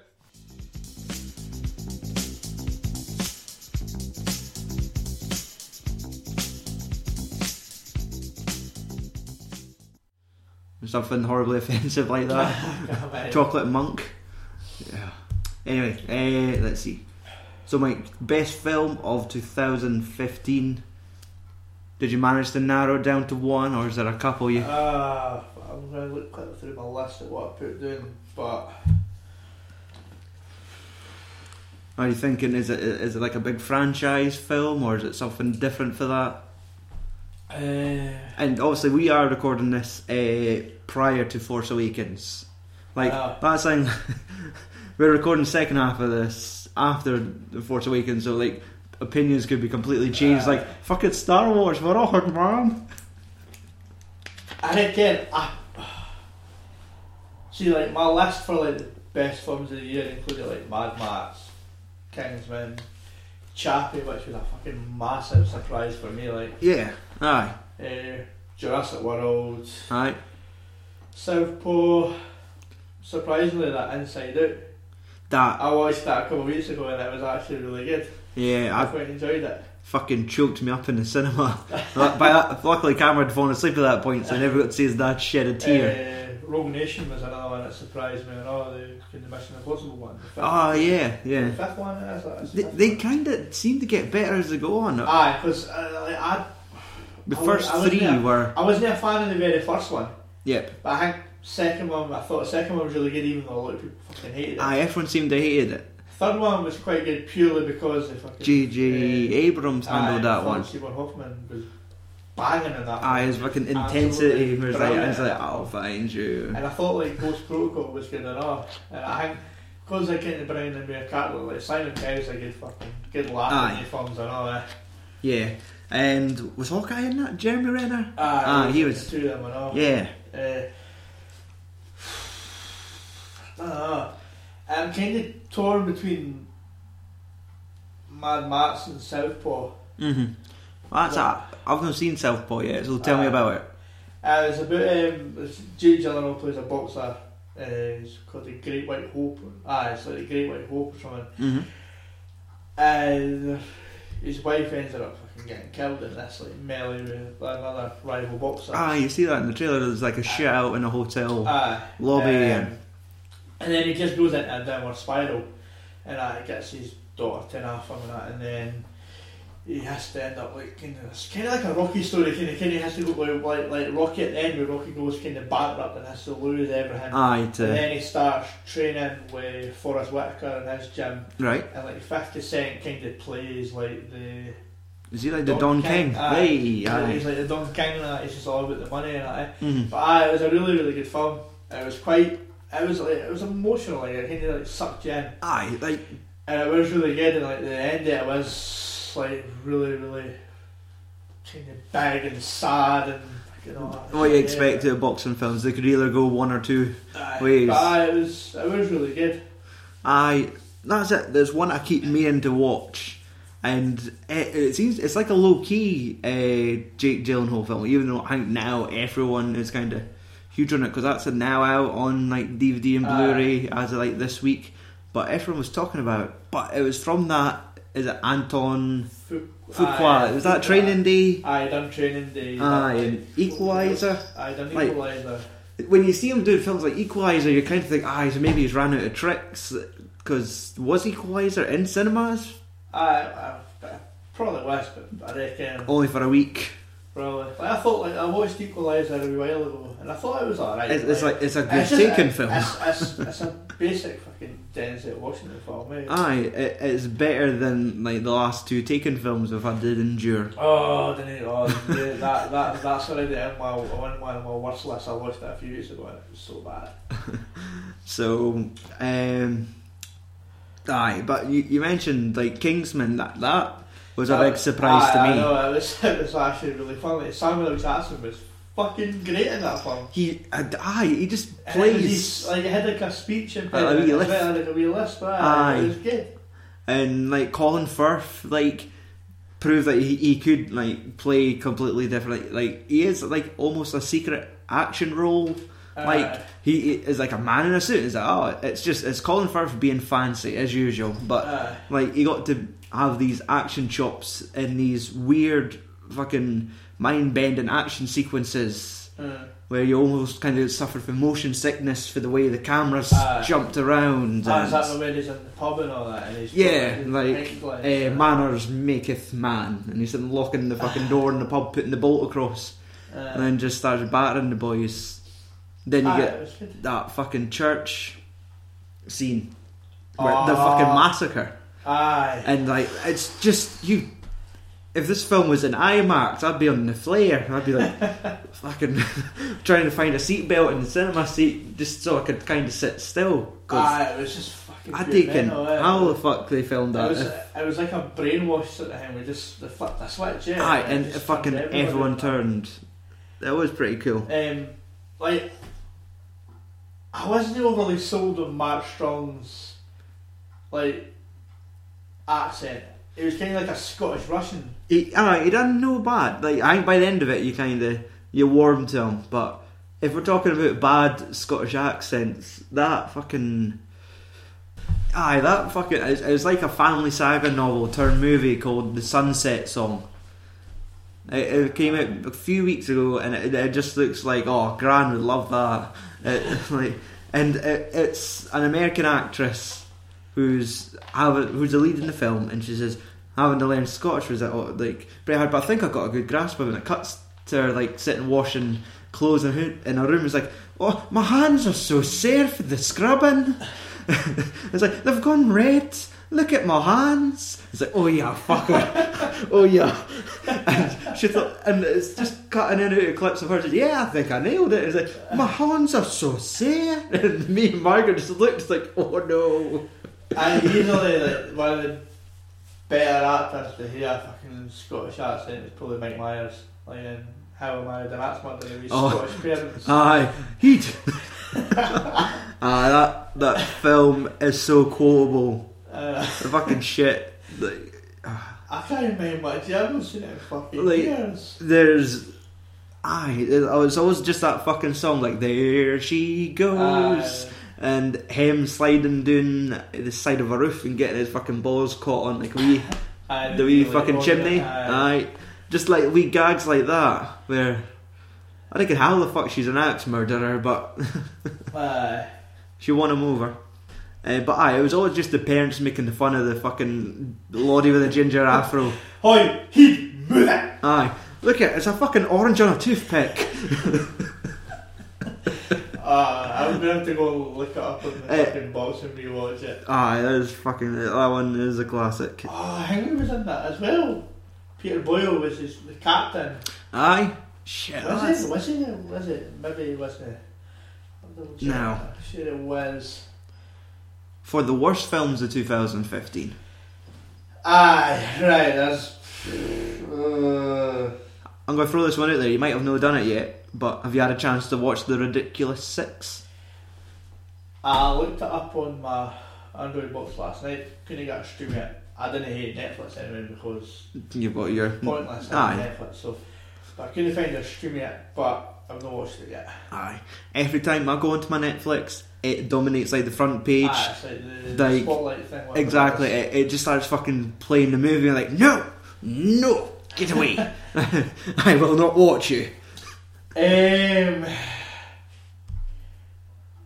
Something horribly offensive like that. Chocolate monk. Yeah. Anyway, uh, let's see. So, Mike, best film of 2015. Did you manage to narrow it down to one, or is there a couple you.
Uh, I'm going to look quick through my list at what I put down, but
Are you thinking is it is it like a big franchise film or is it something different for that?
uh,
And obviously we are recording this uh, prior to Force Awakens. Like
Ah.
that's saying we're recording the second half of this after the Force Awakens, so like opinions could be completely changed.
Ah.
like fucking Star Wars, we're on, man.
and again, I see like my list for like the best films of the year included like Mad Max, Kingsman, Chappie, which was a fucking massive surprise for me, like
Yeah. Aye.
uh, Jurassic World,
Aye.
Southpaw. Surprisingly, that Inside Out.
That.
I watched that a couple of weeks ago and it was actually really good.
Yeah.
I
I,
quite enjoyed it.
fucking choked me up in the cinema. But that, luckily, Cameron had fallen asleep at that point, so I never got to see his dad shed a tear.
Uh, Rogue Nation was another one that surprised me. Oh, the, the Mission Impossible one. The fifth
Ah,
one.
yeah, yeah.
The fifth one, is that? It's the
They,
fifth
they
one.
kind of seem to get better as they go on.
Aye, because uh, like, I,
The
I was-
first
I was
three
there.
were.
I wasn't a fan of the very first one,
Yep.
but I think second one, I thought the second one was really good, even though a lot of people fucking hated it.
Aye, everyone seemed to hated it.
Third one was quite good purely because they fucking.
J.J.
uh,
Abrams handled
aye,
that one.
Philip Seymour Hoffman was banging in that.
Aye,
one.
his fucking
Absolutely
intensity was like,
brilliant.
it's like, I'll find you.
And I thought like Ghost Protocol was good enough, and I think because they kind of bring in Mayor Carter, like Simon Cowell's a good fucking good laugh in
Aye.
the films and all that.
Yeah. And was Hawkeye in that? Jeremy Renner? Aye, he
there
was-
two of them and all.
Yeah.
Uh, I don't know. I'm kind of torn between Mad Max and Southpaw.
Mm-hmm. Well, that's
Yeah.
a, I've not seen Southpaw yet, so tell me
Aye.
about it.
Uh, it's about um, it's Jay Gyllenhaal plays a boxer. Uh, it's called the Great White Hope. Ah, it's like the Great White Hope or something.
hmm
And his wife ended up fucking getting killed in this like melee with another rival boxer.
Ah, you see that in the trailer. There's like a shootout in a hotel
Aye.
lobby,
Um,
and
and then he just goes into a downward spiral, and uh, he gets his daughter taken off him and that, and then he has to end up like kind of it's kind of like a Rocky story. Kind of kind of has to go like, like like Rocky at the end, where Rocky goes kind of bankrupt and has to lose everything.
aye,
and
to,
then he starts training with Forrest Whitaker in his gym,
right?
and like Fifty Cent kind of plays like the
Is he like the Don
Don
King?
King, aye.
Hey, aye.
he's like the Don King and that. It's just all about the money and that. eh?
Mhm.
But aye, it was a really, really good film. It was quite. It was like it was emotional. Like it kind of like sucked you in,
Aye, like
and it was really good. And like the end, it was like really, really kind of big and sad and. You know,
what you expect out of boxing films. They could either go one or two.
Aye,
ways.
but aye, it was it was really good.
Aye, that's it. There's one I keep meaning to watch, and it, it seems it's like a low key uh, Jake Gyllenhaal film. Even though I think now everyone is kind of huge on it because that's now out on like DVD and
Aye.
Blu-ray as of like this week. But everyone was talking about. It. But it was from that. Is it Anton
Fu-
Fuqua?
aye,
It was that Training Day.
Aye, done training
Aye,
day. done-
and Equalizer.
Aye, done
Like-
equalizer.
when you see him doing films like Equalizer, you kind of think, ah, so maybe he's ran out of tricks. Because was Equalizer in cinemas
aye, I, I probably was, but I reckon.
only for a week?
Probably. Like, I thought, like, I watched Equalizer a wee while ago, and I thought it was alright.
It's, it's like it's a good
it's just-
taken
it's-
film.
It's, it's, it's a basic fucking Denzel Washington film, mate.
Aye, it, it's better than like the last two Taken films we've had to endure.
Oh, didn't it? Oh, yeah, that, that, that's already in my, on one of my worst lists. I watched it a few years ago, and it was so bad.
So, um, aye, but you, you mentioned like Kingsman. That that was a
That-
big surprise
aye,
to
Uh, I
me.
know, it was, it was actually really funny. Samuel L. Jackson was fucking great in that film.
He, aye, he just
And it was
plays
his- Like, he had like a speech and
A- a wee lisp.
like a wee lisp, aye.
Aye.
It was good.
and like Colin Firth like proved that he, he could like play completely different like he is like almost a secret action role
Uh,
like
Aye.
he he is like a man in a suit it's like oh it's just it's Colin Firth being fancy as usual but
Aye.
like he got to have these action chops and these weird fucking mind bending action sequences
Mm.
where you almost kind of suffer from motion sickness for the way the cameras
Aye.
jumped around and-
Ah, Uh, is that the way he's in the pub and all that? And he's
yeah,
got,
like uh,
English.
manners maketh man, and he's sitting locking the fucking door in the pub, putting the bolt across,
Uh,
and then just starts battering the boys. Then you
ah,
get
it was good.
that fucking church scene, where the
Ah.
fucking massacre,
Aye.
and like it's just you. If this film was in IMAX, I'd be on the flare. I'd be like fucking trying to find a seatbelt in the cinema seat just so I could kind of sit still. Cause
Aye, it was just fucking.
I
pure
taken
mental, eh?
how the fuck they filmed
It
that.
was,
if-
it was like a brainwash sort of thing. We just they flipped a switch. Yeah,
Aye,
it
and
just
fucking
turned
everyone
everybody.
turned. That was pretty cool.
Um, like I wasn't overly sold on Mark Strong's like accent. It was kind of like a Scottish Russian.
He, aye, he done no bad. Like I think by the end of it, you kind of you warmed to him. But if we're talking about bad Scottish accents, that fucking Aye, that fucking. It's, it's like a family saga novel turned movie called The Sunset Song. It, it came out a few weeks ago, and it, it just looks like oh, Gran would love that. It, like, and it, it's an American actress who's having, who's the lead in the film, and she says having to learn Scottish was uh, like pretty hard. But I think I got a good grasp of it. And it cuts to her like sitting washing clothes in her, in her room. It's like, oh, my hands are so sore for the scrubbing. it's like they've gone red. Look at my hands. It's like, oh yeah, fuck off. oh yeah. And she thought, and it's just cutting in and out of clips of her. She's, yeah, I think I nailed it. It's like my hands are so sore, and me and Margaret just looked it's like, oh no.
And easily like one of the better actors to hear a fucking Scottish accent is probably Mike Myers. Like in How I Married an Axe Murderer with
Oh.
Scottish parents.
Aye, he'd. Aye, that that film is so quotable.
Uh,
The fucking shit. Like,
I can't remember much. I haven't seen it in fucking
Like-
years.
there's aye it- oh, it's always just that fucking song like there she goes
Aye.
and him sliding down the side of a roof and getting his fucking balls caught on like we
And
the wee
really
fucking
odd,
chimney
aye.
aye just like wee gags like that where I don't get how the fuck she's an axe murderer but
Aye.
she won him over uh, but aye it was always just the parents making the fun of the fucking lordy with the ginger afro
Hoi, he move it.
aye look at it, it's a fucking orange on a toothpick
Uh, I'm gonna have to go look it up on the
Eh.
fucking box and rewatch it.
Ah, that is fucking. That one is a classic.
Oh, Henry was in that as well. Peter Boyle was his, the captain.
Aye. Shit.
Was it? Was it? Was it? Maybe it wasn't. it. I'll double check.
No.
I'm sure it was.
For the worst films of 2015.
Aye, right, that's. Uh,
I'm going to throw this one out there. You might have not done it yet, but have you had a chance to watch The Ridiculous Six?
I looked it up on my Android box last night, couldn't get a stream it. I didn't hate Netflix anyway because
You've got your.
pointless
Hmm. Aye.
on Netflix, so. But I couldn't find a stream yet, but I've not watched it yet.
Aye. Every time I go onto my Netflix, it dominates like the front page.
Aye, Ah, it's like the, the
like,
spotlight thing. whatever it
Exactly.
is.
It, it just starts fucking playing the movie. and like, no, no, get away. I will not watch you.
Um,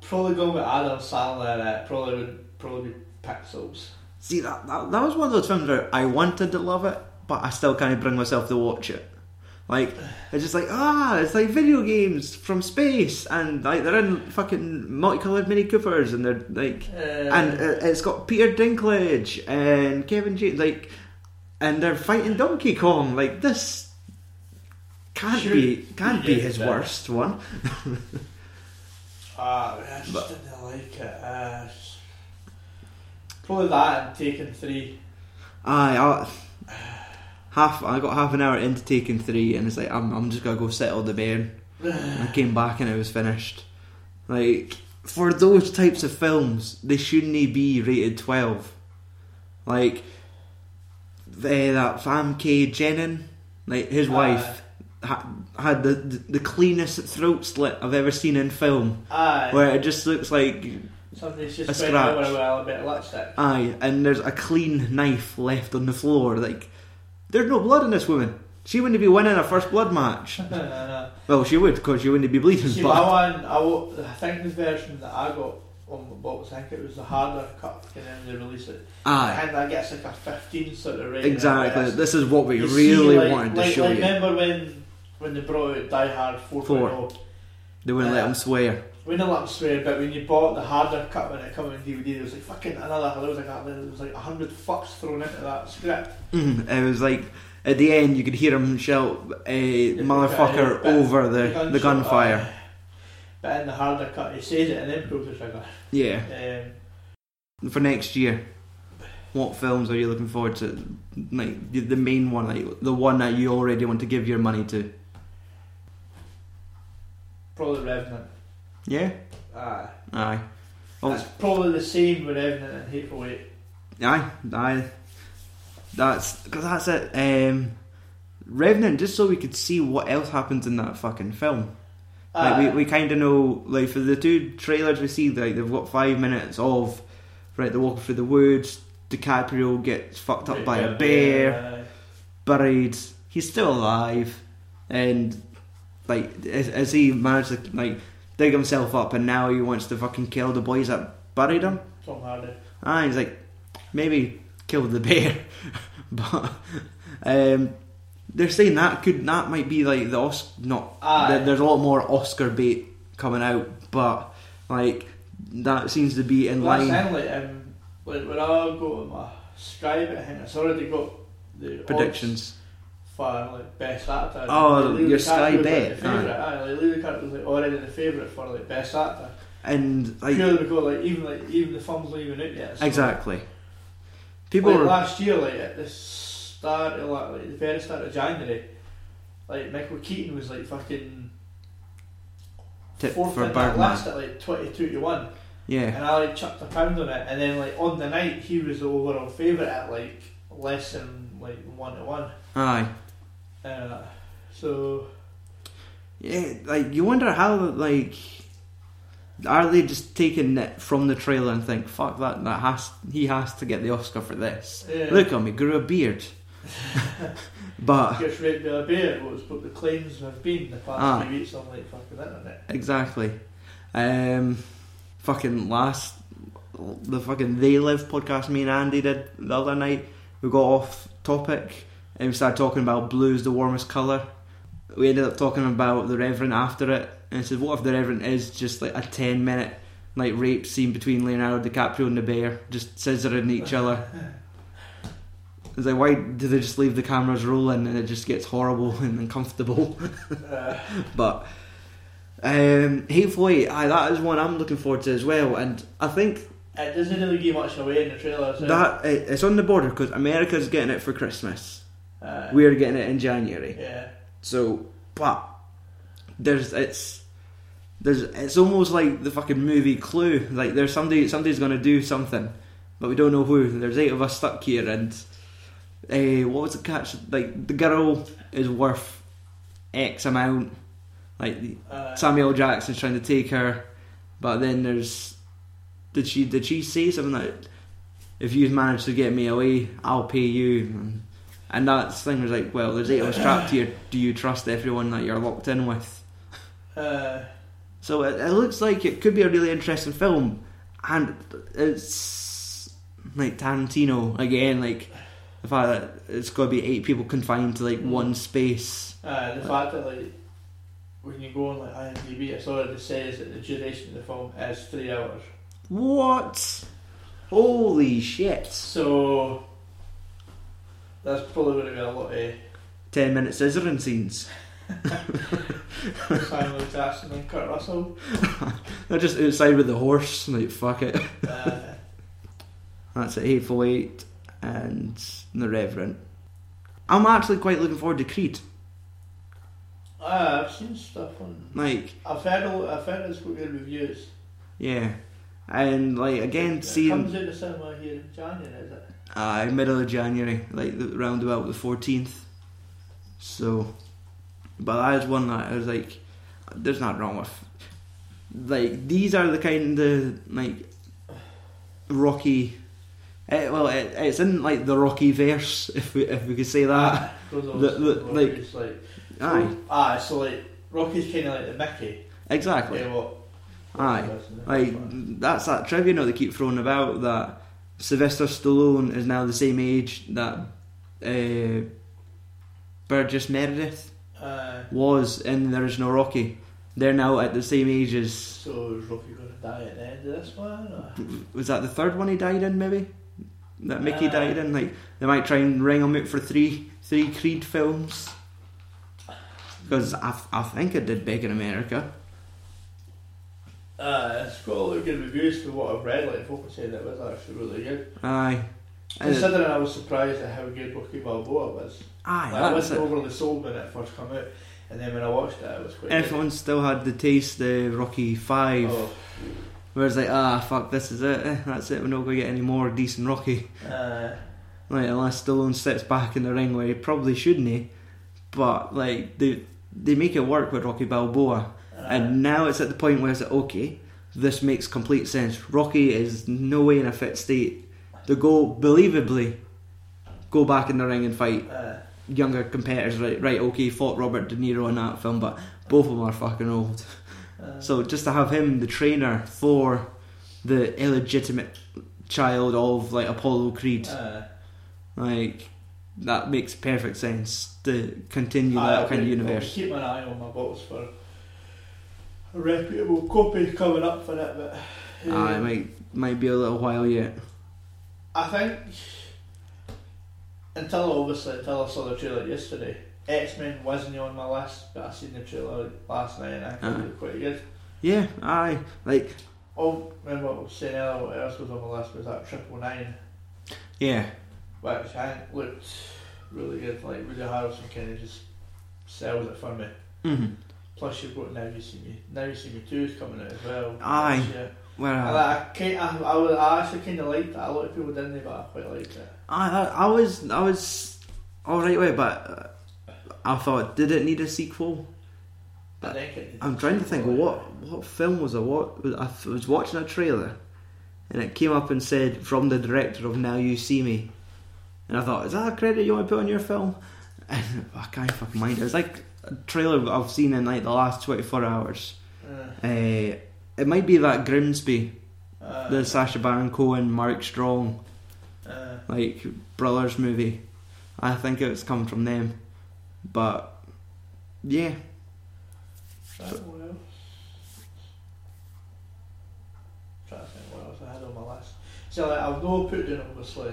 probably going with Adam Sandler. in it. Probably would probably be Pixels.
See that, that that was one of those films where I wanted to love it, but I still can't bring myself to watch it. Like it's just like ah, it's like video games from space, and like they're in fucking multicolored Mini Coopers, and they're like,
Uh,
and uh, it's got Peter Dinklage and Kevin James, like, and they're fighting Donkey Kong. Like this can't
Sure.
be can't be
Yeah,
his
that-
worst one.
Ah, I just didn't like it. Uh, probably that and Taken Three.
Aye, I, half I got half an hour into taking three, and it's like I'm I'm just gonna go settle the bairn. I came back and it was finished. Like for those types of films, they shouldn't e be rated twelve. Like the, that Fam K Jenin, like his
Aye.
wife, ha, had the, the the cleanest throat slit I've ever seen in film,
Aye,
where it just looks like
somebody's
a
just spent an hour
scratch.
well a bit of lipstick.
Aye, and there's a clean knife left on the floor. Like, there's no blood in this woman. She wouldn't be winning a first blood match.
No, no, no.
Well, she would, because she wouldn't be bleeding.
See, my
but
one, I, wa- I think the version that I got on the box, I think it was the harder cut, and then they released it.
aye,
And I guess like a 15 sort of rating.
exactly.
Whereas
This is what we
You see,
really
like-
wanted to
like-
show
like,
you.
Remember when when they brought out Die Hard 4.0?
They wouldn't let him swear.
We didn't let them swear, but when you bought the harder cut when it came on DVD, there was like fucking another. There was like a, there was like a hundred fucks thrown into that script.
Mm, it was like at the end you could hear him shout, "A motherfucker!"
but-
over the
gun
the
shot,
gunfire.
uh, But in the harder cut, he says it and then pulls the trigger.
Yeah.
Um,
For next year, what films are you looking forward to? Like the- the main one, like the one that you already want to give your money to.
probably Revenant.
Yeah.
Aye.
Aye. Oh.
That's probably the same with Revenant and Hateful Eight.
Aye, aye. That's because that's it. Um, Revenant, just so we could see what else happens in that fucking film.
Aye. Uh.
Like we, we kind of know, like for the two trailers we see, like they've got five minutes of Right, they're walking through the woods. DiCaprio gets fucked up by a
Yeah,
bear,
aye.
buried. He's still alive, and like as, as he managed to like dig himself up, and now he wants to fucking kill the boys that buried him.
uh, Tom Hardy.
Ah, he's like, maybe kill the bear. but um, they're saying that could that might be like the Oscar. Not
Aye.
there- there's a lot more Oscar bait coming out, but like that seems to be in
Last
line.
time, like, um, like when I go to my Sky bit, I think it's already got the odds
Predictions.
for like best actor.
Oh,
Like, Leo
your
DiCaprio's,
Sky
like,
bet,
the favourite, aye. like Leo DiCaprio's like already the favourite for like best actor.
And like
Purely because like even like even the film's not even out yet. so-
exactly, people
like,
are
last year, like at the start of like, like the very start of January, like Michael Keaton was like fucking
tipped
fourth
for
in that list
Birdman.
at like twenty two to one,
Yeah,
and I like chucked a pound on it, and then like on the night he was the overall favourite at like less than like one to one.
aye.
Uh, so
Yeah, like you wonder how like are they just taking it from the trailer and think fuck that that has he has to get the Oscar for this.
yeah,
Look at me, grew a beard. but
gets raped by a bear. What was what the claims have been the past
Ah.
few weeks on like fucking internet.
exactly, um, fucking last the fucking They Live podcast me and Andy did the other night. We got off topic and we started talking about blue's the warmest color. We ended up talking about the Reverend after it, and I said, "What if the Reverend is just like a ten minute like rape scene between Leonardo DiCaprio and the bear, just scissoring each other?" It's like, why do they just leave the cameras rolling and it just gets horrible and uncomfortable?
Uh,
But um, Hateful Eight, aye, that is one I'm looking forward to as well. And I think
it doesn't really give much away in the trailer. So,
that it- it's on the border because America's getting it for Christmas.
uh,
We're getting it in January.
yeah.
So, but there's it's there's it's almost like the fucking movie Clue. Like there's somebody somebody's gonna do something, but we don't know who. There's eight of us stuck here, and uh, what was the catch? Like the girl is worth X amount. Like the-
Uh,
Samuel Jackson's trying to take her, but then there's did she did she say something like if you manage to get me away, I'll pay you. And- And that thing was like, well, there's eight of us trapped here. Do you trust everyone that you're locked in with?
uh,
So it, it looks like it could be a really interesting film, and it's like Tarantino again, like the fact that it's got to be eight people confined to like one space.
Uh, the fact that like when you go on like IMDb, it's already says that the duration of the film is three hours.
What? Holy shit!
So that's probably going to be a lot of
10 minute scissoring scenes.
Samuel Jackson and Kurt Russell.
They're just outside with the horse, and like, fuck it.
Uh,
That's at 848 and The Reverend. I'm actually quite looking forward to Creed.
ah, I've seen stuff on.
Like,
I've heard a, I've heard it's got good reviews.
yeah. And, like, again,
It comes
seeing
out the cinema here in January, is it?
uh, middle of January, like, the, round about the 14th. So, but that is one that I was like, there's not wrong with. Like, these are the kind of, like, rocky. eh, well, it, it's in like the Rocky verse, if we if we could say that.
Those are
Ah, the-
also
the- like-
Rockies, like
Aye,
so- ah, so like Rocky's kind of like the Mickey.
exactly.
Yeah, what?
Aye, like that's that trivia note they keep throwing about that Sylvester Stallone is now the same age that uh, Burgess Meredith
Uh,
was in the original Rocky. They're now at the same age as
so is Rocky going to die at the end of this one? Or?
was that the third one he died in? Maybe that Mickey
Uh.
died in. Like they might try and ring him out for three three Creed films because I, I think it did big in America.
Uh, it's got a lot of good reviews for what I've read. Like folk were saying it was actually really good.
Aye. Uh,
Considering I was surprised at how good Rocky Balboa was.
aye,
Like, I
that's
wasn't
it.
overly sold when it first came out, and then when I watched it, it was quite. good.
Everyone still had the taste of Rocky Five,
Oh,
whereas like ah fuck this is it, eh, that's it. We're not going to get any more decent Rocky,
uh,
like unless Stallone steps back in the ring where he probably shouldn't. He, but like they they make it work with Rocky Balboa,
uh,
and now it's at the point where it's like okay, This makes complete sense. Rocky is no way in a fit state to go believably go back in the ring and fight
Uh,
younger competitors. Right, right, okay, he fought Robert De Niro in that film, but both of them are fucking old.
uh,
So just to have him, the trainer for the illegitimate child of like Apollo Creed,
uh,
like that makes perfect sense to continue
I-
that
I'll
kind of
keep-
universe.
I'll keep an eye on my bottles for a reputable copy coming up for it, but uh,
Ah, it might might be a little while yet.
I think until obviously until I saw the trailer yesterday, X Men wasn't on my list, but I seen the trailer last night and I
Ah.
thought it was quite good.
Yeah, aye. Like
Oh, remember what I was saying earlier? What else was on my list was that Triple Nine,
yeah,
which I think looked really good. Like Woody Harrelson kind of just sells it for me.
mm-hmm.
Plus, you've got Now You See Me, Now You See Me Two is coming out as well.
Aye.
Next year.
where
And
I,
I, kind, I, I, was- I actually kind of liked that. A lot of people didn't, but I quite liked it.
I I was I was all right with it, but uh, I thought did it need a sequel?
I think it
I'm trying to think what what film was I what I f- was watching a trailer, and it came up and said from the director of Now You See Me, and I thought is that a credit you want to put on your film? And I can't fucking mind. It was like a trailer I've seen in like the last 24 hours.
Uh,
Uh, it might be that Grimsby,
uh,
the Sasha Baron Cohen, Mark Strong,
Uh,
like brothers movie. I think it's come from them, but yeah,
Right, what else? Trying to think what else I had on my list. So like, I've no put down obviously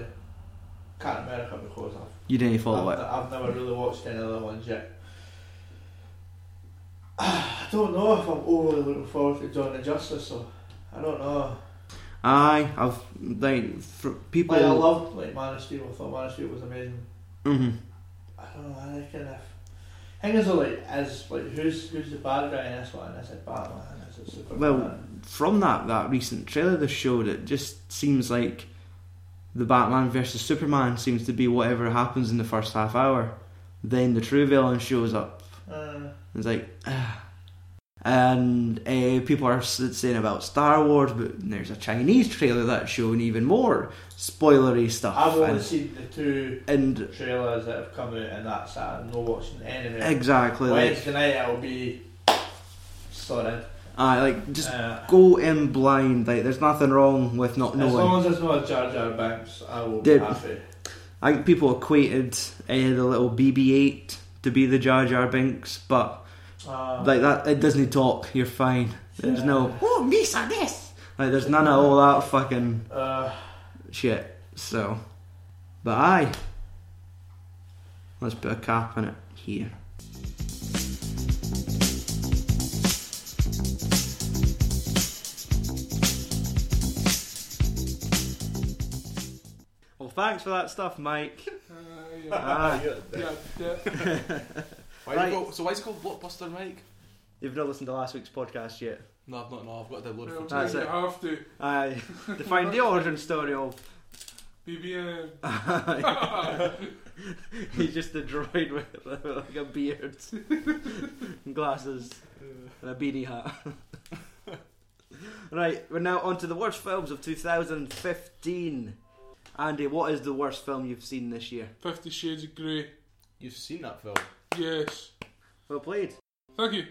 Captain America because I've,
you didn't follow
I've,
it.
I've never really watched any other ones yet. I don't know if I'm overly looking forward to Dawn of Justice so I don't know.
Aye, I've like fr- people.
Like I loved like Man of Steel, I thought Man of Steel was amazing.
hmm
I don't know, I reckon if thing is though, like as like who's who's the bad guy in this one? I said Batman, I said Superman.
Well, from that that recent trailer they showed, it just seems like the Batman versus Superman seems to be whatever happens in the first half hour. Then the true villain shows up.
uh,
It's like, ah. and uh, people are s- saying about Star Wars, but there's a Chinese trailer that's showing even more spoilery stuff.
I've only
and-
seen the two
and,
trailers that have come out and that's it. I'm not watching any more.
exactly, like,
Wednesday night it'll be sorted.
I like just
Uh,
go in blind. Like, there's nothing wrong with not
as
knowing.
long as there's not a Jar Jar Banks, I will
Dude.
be happy.
I think people equated uh, the little BB-8 to be the Jar Jar Binks, but
Uh,
like that, it doesn't talk. You're fine. There's no oh Misa this. Like there's none of all that fucking
uh,
shit. So, but aye, let's put a cap on it here. Well, thanks for that stuff, Mike.
Uh, yeah.
Aye.
yeah, yeah.
Why
Right.
is it called, so why is it called Blockbuster Mike?
You've not listened to last week's podcast yet.
No, I've not. No, I've got to download
Well,
it.
now
That's
you
it.
have to.
Aye. to find the origin story of.
BBM.
He's just a droid with like a beard, glasses, and a beanie hat. right, we're now on to the worst films of 2015. Andy, what is the worst film you've seen this year?
Fifty Shades of Grey.
You've seen that film.
Yes.
Well played.
Thank you.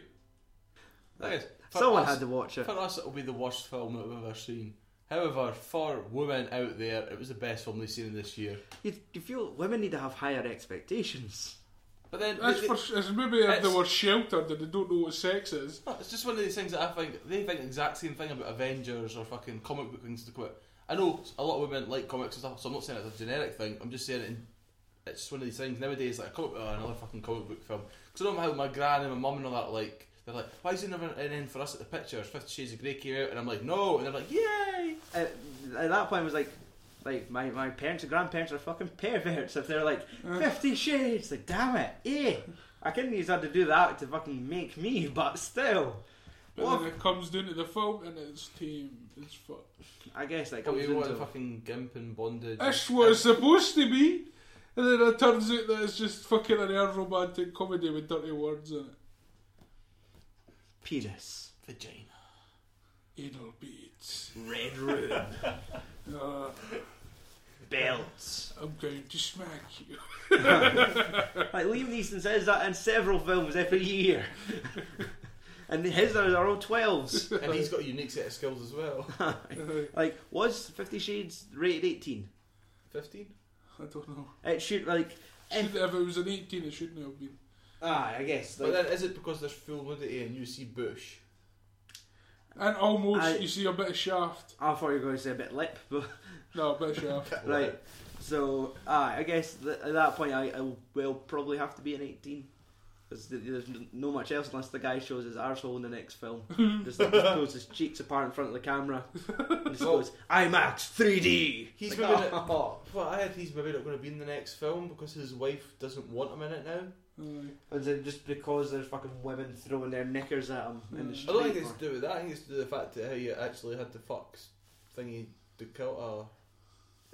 Yes. For
Someone
us-
had to watch it.
For us, it'll be the worst film that we've ever seen. However, for women out there, it was the best film they've seen this year.
You, you feel women need to have higher expectations.
But then,
That's
they-
for, it's maybe if they
It's-
were sheltered and they don't know what sex is.
No, it's just one of these things that I think they think the exact same thing about Avengers or fucking comic book things to quit. I know a lot of women like comics and stuff, so I'm not saying it's a generic thing. I'm just saying it, it's just one of these things nowadays. Like a comic, oh, another fucking comic book film. Because I don't know how my gran and my mum and all that like. They're like, why is there never an end for us at the pictures? Fifty Shades of Grey came out, and I'm like, no, and they're like, yay!
at, Uh, at that point, I was like, like my, my parents and grandparents are fucking perverts if they're like Fifty Shades. Like, damn it, eh? I couldn't use had to do that to fucking make me, but still,
But
What?
then it comes down to the film and it's tame as fuck.
I guess like
Oh,
comes
you want a
into
fucking gimp and bondage?
That's what it's supposed to be. And then it turns out that it's just fucking an air romantic comedy with dirty words in it.
penis.
vagina.
anal beads.
Red Room.
Uh,
Belts.
I'm going to smack you.
Like Liam Neeson says that in several films every year. and his are are all 12s.
and he's got a unique set of skills as well.
Uh,
Like, was Fifty Shades rated 18?
Fifteen.
I don't know.
It should, like,
Should, if it was an 18, it shouldn't have been.
ah, I guess.
But
Like,
then is it because there's full nudity and you see bush?
And almost
I-
you see a bit of shaft.
I thought you were going to say a bit lip, but.
No, a bit of shaft.
Right. So, ah, I guess th- at that point, I, I will probably have to be an 18. Because there's n- no much else unless the guy shows his arsehole in the next film. just, like, just pulls his cheeks apart in front of the camera. And just goes, IMAX 3D!
He's
Like,
maybe not,
"Oh."
well, I had he's maybe not going to be in the next film because his wife doesn't want him in it now.
Aye.
Is it just because there's fucking women throwing their knickers at him in the
Mm.
I
street?
don't think it's
or-
to do with that. I think it's to do with the fact that how you actually had to fuck thingy uh, Dakota.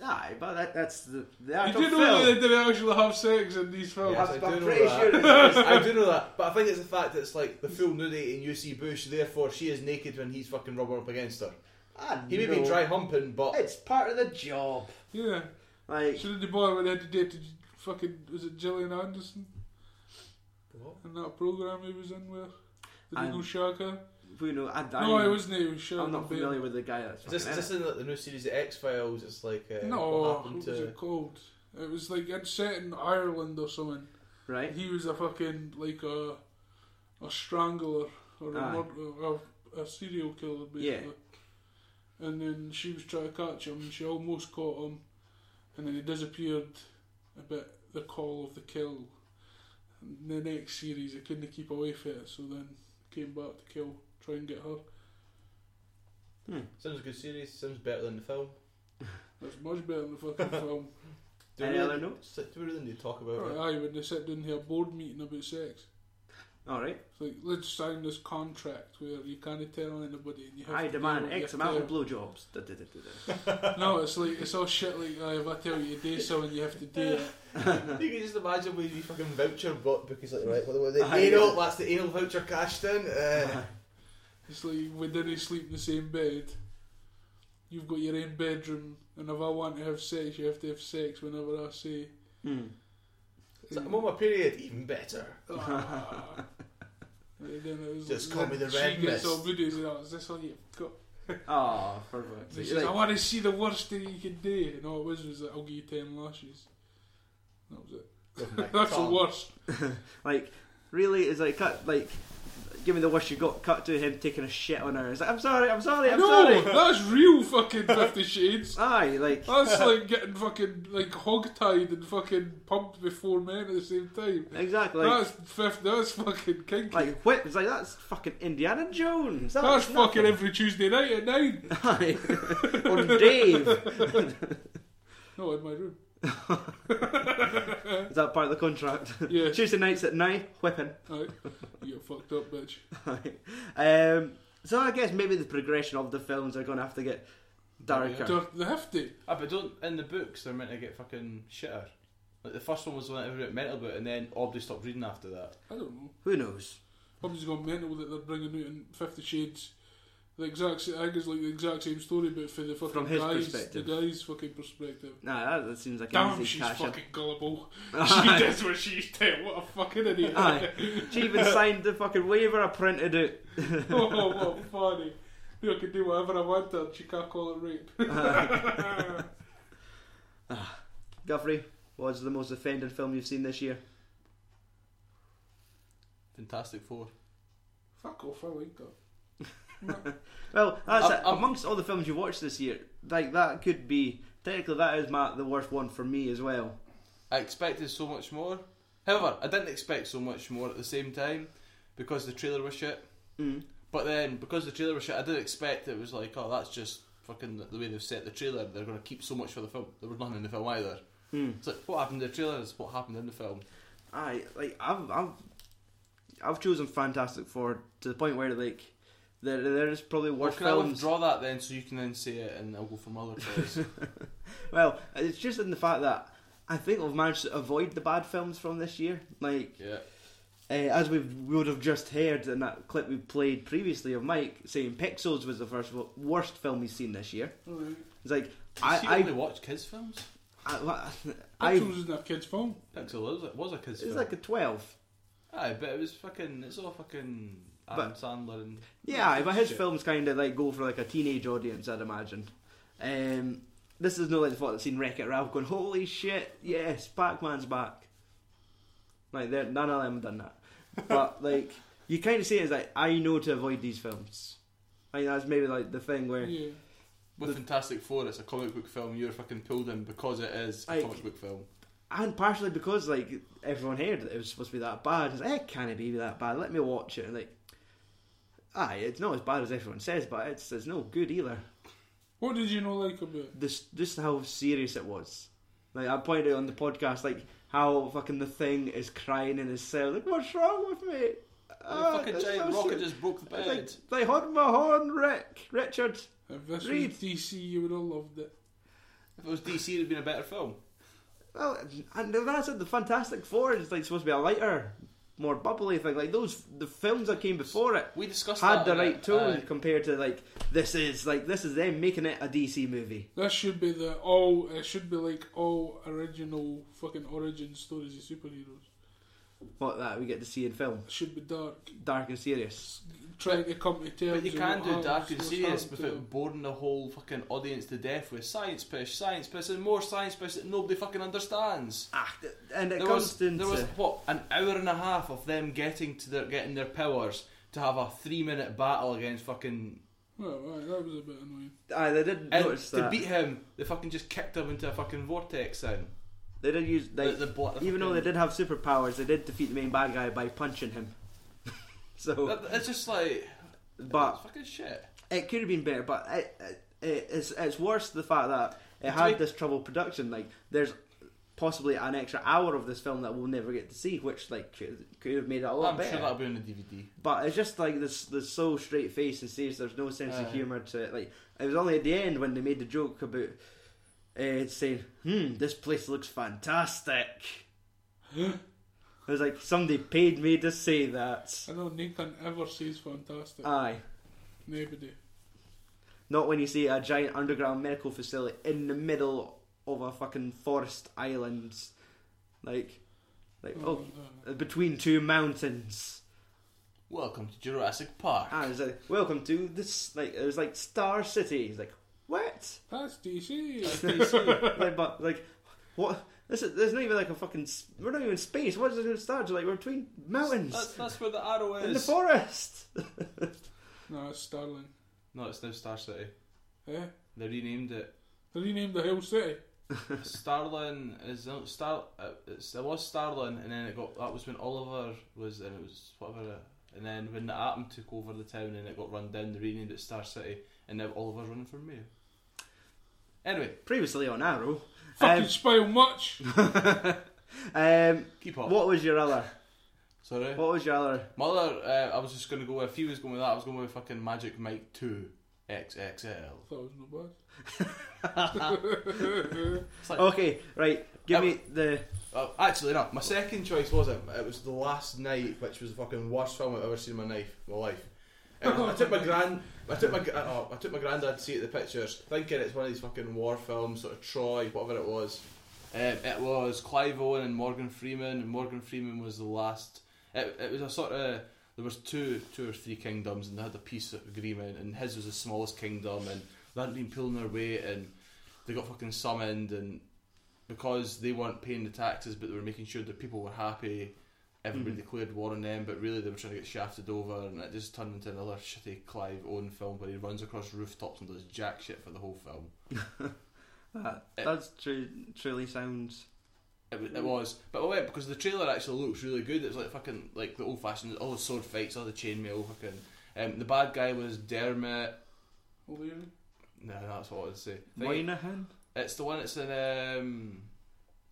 Aye, but that, that's the, the
you
actual
do know
film.
that they didn't actually have sex in these films.
Yes,
Oh, I'm-
I
I'm
do know
pretty
that.
sure it's-
I do know that, but I think it's the fact that it's like the full nudity in UC Bush, therefore she is naked when he's fucking rubbing up against her.
Ah,
He may be
no.
dry humping, but
It's part of the job.
Yeah.
Like,
Shouldn't they bother when they had to date to fucking. Was it Gillian Anderson
What?
in that programme he was in with? The
I'm-
Little Shaka?
you know, I, I,
No, it wasn't. It was uh, Shaka.
I'm not familiar with the guy that's
Is this, is
fucking
this in like, the new series of X Files? It's like uh, what
No, what
happened
was
to
it called? It was like it's set in Ireland or something.
it, right?
He was a fucking like a a strangler or a,
Aye.
murder, a, a serial killer basically. And then she was trying to catch him. and She almost caught him, and then he disappeared. A bit the call of the kill. And the next series, I couldn't keep away from it, so then came back to kill, try and get her.
Sounds a good series. Sounds better than the film.
That's much better than the fucking film.
Do we
Any
really-
other notes?
Do we really need to talk about it?
Aye, when they sit down here board meeting about sex.
All right.
It's like let's sign this contract where you can't tell anybody and you have
I
to do
demand
what you
X
have
amount
to
of blowjobs. Da, da, da, da, da.
do. No, it's like it's all shit like uh, if I tell you to do something you have to do it.
You can just imagine with your fucking voucher book because like right, what was it?
Aye.
Anal, that's the anal voucher cashed in. Uh,
It's like we didn't sleep in the same bed. You've got your own bedroom and if I want to have sex you have to have sex whenever I say
Hmm.
it's like, I'm on my period, even better.
"Ah." And then it was
Just
like,
call me the
then
red
she gets
mist.
all videos and I was this all you've got?
Oh, perfect.
And she
Like,
says, I want to see the worst thing you can do and all it was was like, I'll give you ten lashes. That was it.
With my
That's the
tongue.
worst.
like, really, it's like cut. Like, give me the worst you got. Cut to him taking a shit on her. It's like, I'm sorry, I'm sorry, I'm
no,
sorry.
that's real fucking Fifty Shades.
Aye, like,
That's like getting fucking like hogtied and fucking pumped before men at the same time.
exactly. Like,
that's fifth. That's fucking kinky.
like whip. It's like that's fucking Indiana Jones. That
that's
was
fucking
nothing.
every Tuesday night at nine.
Aye. on Dave.
No, in my room.
Is that part of the contract?
Yeah,
Tuesday nights at nine, whipping.
Aye. you get fucked up, bitch.
um, so I guess maybe the progression of the films are going to have to get darker.
Dur- The hefty.
Ah, but don't in the books they're meant to get fucking shitter. Like the first one was the one everybody got mental about, and then Aubrey stopped reading after that.
I don't know.
Who knows?
Probably just gone mental that they're bringing out in Fifty Shades. The exact same, I think it's like the exact same story, but for the fucking
From his
guys,
perspective.
the guy's fucking perspective.
Nah, that, that seems like an
Damn,
easy
she's
cash in.
fucking gullible. she does what she's told. What a fucking idiot.
Aye. She even signed the fucking waiver I printed it.
oh, what funny. You can do whatever I want to, she can't call it rape.
Guffrey, what's Ah, the most offended film you've seen this year?
Fantastic Four.
Fuck off, I like that.
Well, that's
Up-
it.
up-
amongst all the films you watched this year, like that could be technically that is my the worst one for me as well.
I expected so much more. However, I didn't expect so much more at the same time because the trailer was shit.
Mm.
But then because the trailer was shit, I did expect it was like, oh, that's just fucking the way they've set the trailer. They're going to keep so much for the film. There was nothing in the film either.
Mm.
It's like what happened in the trailer is what happened in the film.
Aye, like I've I've I've chosen Fantastic Four to the point where like there there is probably
Well,
worse
can I
films.
withdraw that then so you can then say it and I'll go for my other choice?
Well, it's just in the fact that I think I've managed to avoid the bad films from this year. Like
yeah.
uh, as we would have just heard in that clip we played previously of Mike saying Pixels was the first wo- worst film he's seen this year.
Alright.
It's like
I,
I,
only
I,
watch kids' films.
I, I,
Pixels isn't a kid's film.
Pixel was, was a kids'
it's
film.
like a twelve.
Aye, but it was fucking. It's all fucking Adam
But-
Sandler and
Yeah, aye, but his
Shit.
films kind of like go for like a teenage audience, I'd imagine. Um, this is no like the thought that's seen Wreck It Ralph going, "Holy shit, yes, Pac Man's back!" Like there, none of them done that. but like you kind of see it as like I know to avoid these films. I think that's maybe like the thing where
Yeah.
With Fantastic Four, it's a comic book film. You're fucking pulled in because it is a
Aye.
comic book film.
and partially because like everyone heard that it was supposed to be that bad, it's like, "Eh, it can't be that bad. Let me watch it and like, aye, it's not as bad as everyone says, but it's it's no good either.
What did you not like about it?
This just how serious it was. Like I pointed out on the podcast, like how fucking the thing is crying in his cell, like what's wrong with me? Ah,
the fucking
it's
giant
so
rocket
serious."
just broke the bed.
It's uh, like, like hold my horn, Rick, Richard.
If this
Read.
was DC, you would have loved it.
if it was DC, it'd been a better film.
Well, and that's it. The Fantastic Four is like supposed to be a lighter, more bubbly thing. Like those, the films that came before it
We discussed
had
that,
the
uh,
right tone
aye.
compared to like this is like this is them making it a DC movie.
This should be the all. It should be like all original fucking origin stories of superheroes.
What that we get to see in film,
It should be dark.
dark and serious.
Trying to come to terms.
But you
with
can
what
do
happens,
dark and
what's
serious
happened to
without boring the whole fucking audience to death with science push, science push, and more science push that nobody fucking understands.
Ah, th- and it
there
comes
was
into
there was what an hour and a half of them getting to their getting their powers to have a three minute battle against fucking
Well, right, that was a bit annoying.
aye, they did
and
notice
to
that
beat him they fucking just kicked him into a fucking vortex then
they did use like
the bla- the
even though they
fucking-
did have superpowers, they did defeat the main bad guy by punching him. so,
That- it's just like
but
it's fucking shit
it could have been better, but it, it, it's it's worse the fact that it
It's
had
like-
this trouble production. Like there's possibly an extra hour of this film that we'll never get to see, which like could, could have made it a lot
I'm
better.
sure that'll be on the DVD
but it's just like this this so straight face and serious. There's no sense
Aye.
of humor to it. Like it was only at the end when they made the joke about uh, saying, "Hmm, this place looks fantastic." it was like somebody paid me to say that.
I know Nathan ever says fantastic.
Aye.
Nobody.
Not when you see a giant underground medical facility in the middle of a fucking forest island, like, like oh, between two mountains.
welcome to Jurassic Park
And it's like, welcome to this. Like it was like Star City. It's like what?
That's DC.
DC.
like, but like what? This is there's not even like a fucking. s- We're not even in space. What is it in Star? Trek? Like we're between mountains
that's, that's where the arrow
in the
is
forest.
no, it's Starling.
no it's now Star City
Eh?
they renamed it
They renamed the whole city.
Um,
Starlin is no, Star. Uh, it's, it was Starlin, and then it got. That was when Oliver was, and it was whatever. it- And then when the Atom took over the town, and it got run down, they renamed it Star City, and now Oliver's running for mayor. Anyway,
Previously on Arrow.
Fucking
Um,
spoil much.
Um,
keep up.
what was your other?
Sorry,
What was your other?
my other. Uh, I was just gonna go with. If he was going with that, I was going with fucking Magic Mike Two XXL.
That was no bad.
It's like,
Okay, right. Give
Um,
me the.
oh, actually, no. My second choice wasn't. It was the last night, which was the fucking worst film I've ever seen in my life. My life. It was- I took my grand, I took my, gr- oh, I took my granddad to see it the pictures, thinking it's one of these fucking war films, sort of Troy, whatever it was. Um, it was Clive Owen and Morgan Freeman, and Morgan Freeman was the last. It, it was a sort of there was two, two or three kingdoms, and they had a peace agreement, and his was the smallest kingdom, and they hadn't been pulling their weight, and they got fucking summoned, and because they weren't paying the taxes, but they were making sure that people were happy. Everybody declared war on them, but really they were trying to get shafted over, and it just turned into another shitty Clive Owen film where he runs across rooftops and does jack shit for the whole film. Uh,
That that's true. Truly sounds.
It, wa- it was, but wait, because the trailer actually looks really good. It's like fucking like the old fashioned, all the sword fights, all the chainmail, fucking. Um, the bad guy was Dermot.
O'Leary.
No, that's what I would say. Think-
Moynihan.
It's the one that's in. Um,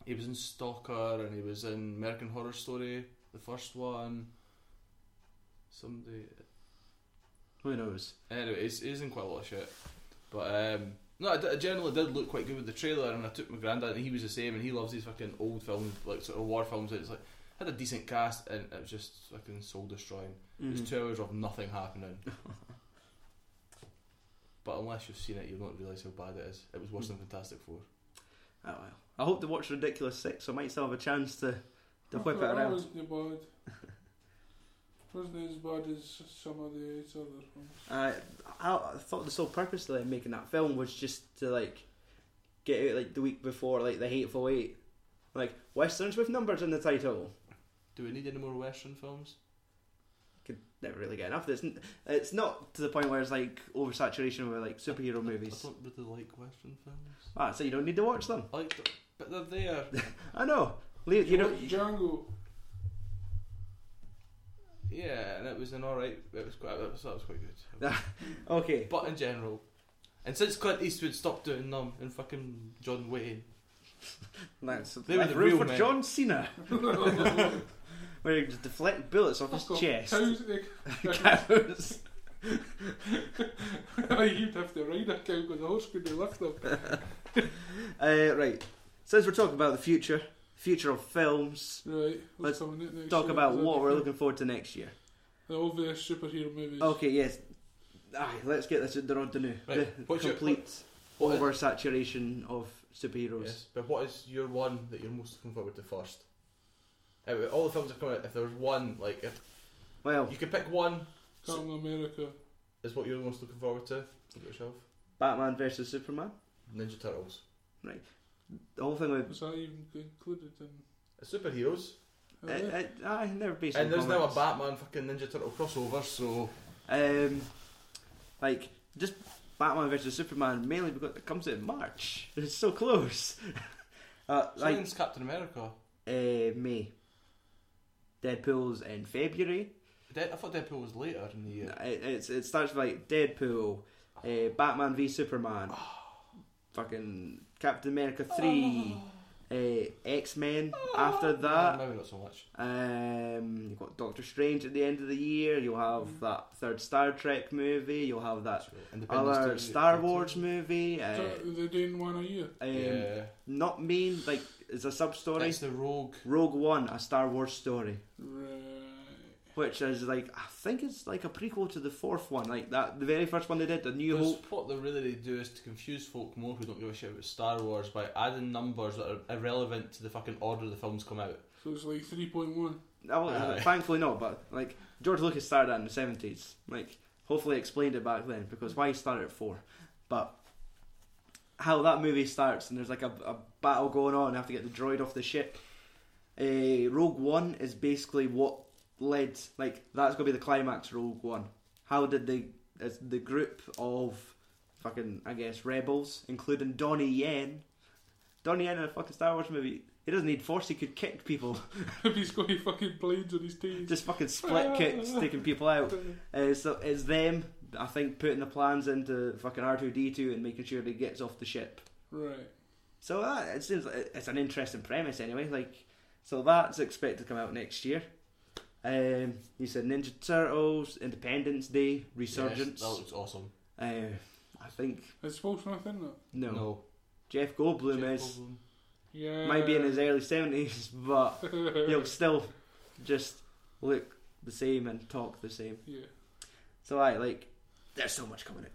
he was in Stalker and he was in American Horror Story, the first one. Somebody.
Who knows?
Anyway, he's, he's in quite a lot of shit. But um, no, it, d- it generally did look quite good with the trailer, and I took my granddad, and he was the same, and he loves these fucking old films, like sort of war films. That it's like had a decent cast, and it was just fucking soul destroying. It was
Mm.
two hours of nothing happening. but unless you've seen it, you'll not realise how bad it is. It was worse than Fantastic Four.
Oh, well. I hope to watch Ridiculous Six. so I might still have a chance to to whip it
That
around.
wasn't bad. wasn't as bad as some of the other ones.
I, I I thought the sole purpose of them making that film was just to like get out like the week before like the Hateful Eight, like westerns with numbers in the title.
Do we need any more Western films?
Could never really get enough. of this. it's not to the point where it's like oversaturation with like superhero movies.
I don't really like Western films.
Ah, so you don't need to watch them.
I like, the, but they're there.
I know. Leave, you know.
Like Django.
yeah, and it was an alright. It was quite. It was, that was quite good.
Okay.
But in general, and since Clint Eastwood stopped doing them and fucking John Wayne,
That's
They were
that's
the
room
real
for
men.
John Cena, where he just deflect bullets off his
Fuck off.
chest.
Cows, they-
Cows.
You'd have to ride a cow because the horse couldn't lift them.
Uh, right. Since we're talking about the future, future of films,
Right,
Let's
let's, talk about it next
talk
year,
about
'cause I
what
think
we're looking forward to next year.
The obvious superhero movies.
Okay, yes. Aye, let's get this at the rod new.
Right,
The
what's your-
complete
what-
oversaturation of superheroes.
Yes, but what is your one that you're most looking forward to first? Anyway, all the films that come out. If there was one, like if
Well,
you could pick one,
Captain America.
is what you're most looking forward to. Look at yourself.
Batman versus Superman.
Ninja Turtles.
The whole thing with.
Was that even included in?
It's superheroes,
in
Uh,
it?
uh, aye, never based on
Oh, and there's now a
comics.
Batman fucking Ninja Turtle crossover. So
Um, like just Batman versus Superman, mainly because it comes out in March. It's so close. uh,
so
like
when's Captain America.
uh, May. Deadpool's in February.
Dead, I thought Deadpool was later in the year.
It, it's, it starts with like Deadpool, uh, Batman v Superman, fucking Captain America 3, uh, X Men after
Uh,
that.
maybe not so much.
Um, you've got Doctor Strange at the end of the year, you'll have that third Star Trek movie, you'll have that
Independence
other
Day-
uh, Star Wars movie. Uh,
So they're doing one a year.
um,
Yeah,
Not mean, like, it's a sub story.
it's the Rogue.
Rogue One, a Star Wars story.
Right.
Which is like, I think it's like a prequel to the fourth one, like that, the very first one they did, The New
Because
Hope.
What they really need to do is to confuse folk more who don't give a shit about Star Wars by adding numbers that are irrelevant to the fucking order the films come out.
So it's like 3.1.
Oh,
Aye.
thankfully not, but like, George Lucas started that in the 70s. Like, hopefully explained it back then, because why start at four? But how that movie starts, and there's like a, a battle going on, I have to get the droid off the ship. Uh, Rogue One is basically what led, like, that's going to be the climax of Rogue One. How did the, as the group of fucking, I guess, rebels, including Donnie Yen, Donnie Yen in a fucking Star Wars movie, he doesn't need force, he could kick people.
If he's got any fucking blades on his teeth.
just fucking split kicks, taking people out. Uh, so it's them, I think, putting the plans into fucking R two D two and making sure he gets off the ship.
Right.
So that it seems like it's an interesting premise anyway. Like, so that's expected to come out next year. Um, you said Ninja Turtles, Independence Day, Resurgence.
Yes, that looks awesome.
uh, I think
It's Will Smith, isn't it?
no. Jeff Goldblum is
Jeff Goldblum.
Yeah.
might be in his early seventies, but he'll still just look the same and talk the same.
yeah.
So I like there's so much coming out.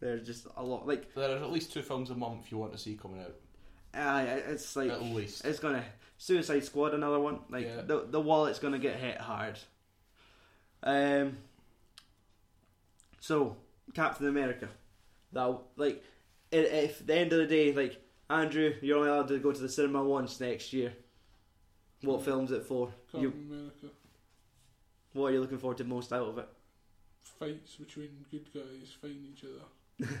There's just a lot like
There are at least two films a month you want to see coming out.
I it's like
at least.
it's gonna Suicide Squad another one like
Yeah.
the the wallet's gonna get hit hard. Um. So Captain America, that like i- if the end of the day like Andrew you're only allowed to go to the cinema once next year.
Mm-hmm.
What film's it for?
Captain
You
America.
what are you looking forward to most out of it?
Fights between good guys fighting each other.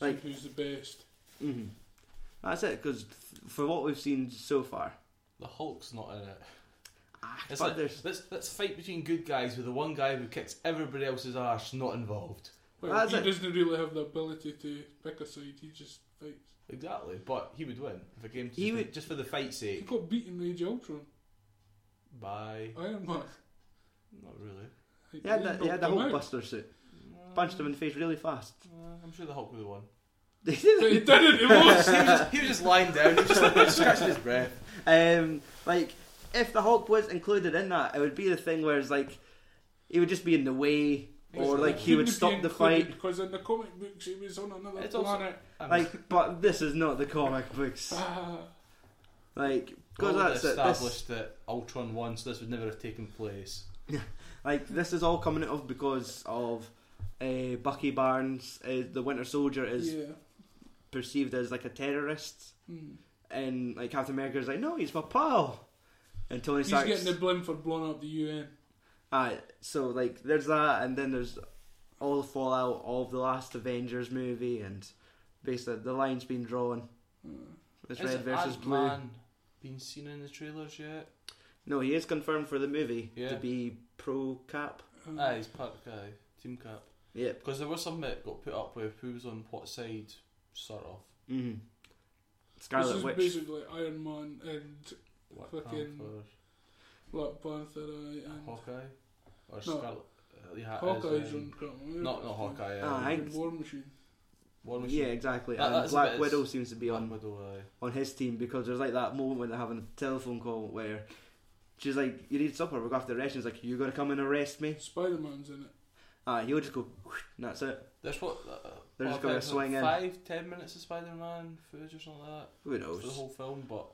Like-
See who's the best.
hmm
Mm-hmm.
That's it because for what we've seen so far.
The Hulk's not in it.
ah,
It's
but
like,
there's
let's, let's fight between good guys with the one guy who kicks everybody else's arse not involved.
Well,
That's
he
it.
doesn't really have the ability to pick a side. He just fights.
Exactly, but he would win if it came to
He
just,
would-
just for the fight's
He
sake.
got beaten Rage Ultron.
By
Iron Man.
not really.
Like,
Yeah,
he
that, yeah,
knocked
the
him
whole
out.
Buster suit. Punched him in the face really fast.
Uh, I'm sure the Hulk would have won.
They
But he
did
didn't. It was.
he was just lying down, he was just like, scratching his breath.
it. um, like if the Hulk was included in that, it would be the thing where it's like he would just be in the way, or
It's-
like
it
he would
couldn't
stop
be
the
included
fight.
because in the comic books he was on another
It's also-
planet.
Like, but this is not the comic books.
Ah,
Like, because
Well,
that's it. This,
established that Ultron won, so this would never have taken place.
like, this is all coming out of because of uh, Bucky Barnes, uh, the Winter Soldier, is
yeah.
perceived as like a terrorist,
Hmm.
and like Captain America is like, no, he's my pal. And Tony
He's
Stark's
getting the blame for blowing up the UN.
Uh, so like there's that, and then there's all the fallout of the last Avengers movie, and basically the line's been drawn.
Hmm.
It's red versus blue.
been seen in the trailers yet?
No, he is confirmed for the movie to
Yeah.
be pro Cap.
Um,
Aye, Ah, he's part of the guy, Team Cap.
Yep.
Because there was some that got put up with who was on what side, sort of.
hmm
this
Scarlet
is
Witch.
basically Iron Man and
Black
Fucking
Panther,
Black Panther aye, and
Hawkeye, or
No.
Scarlet. Uh, yeah, it
Hawkeye's
is, um,
on Captain
not
America.
not Hawkeye.
Ah,
um,
I-
And War Machine.
War Machine.
Yeah, exactly.
That-
and
that's a
Black
bit-
Widow seems to be
Black
on
Widow, aye.
on his team because there's like that moment when they're having a telephone call where she's like, "You need supper. We're going to arrest." you." He's like, "You're going to come and arrest me?"
Spider Man's in it.
Ah, he'll just go. And that's it.
There's what? Uh,
They're
what
just gonna
about
swing in.
Five, ten minutes of Spider-Man footage or something like
Who
that for the
knows?
whole film, but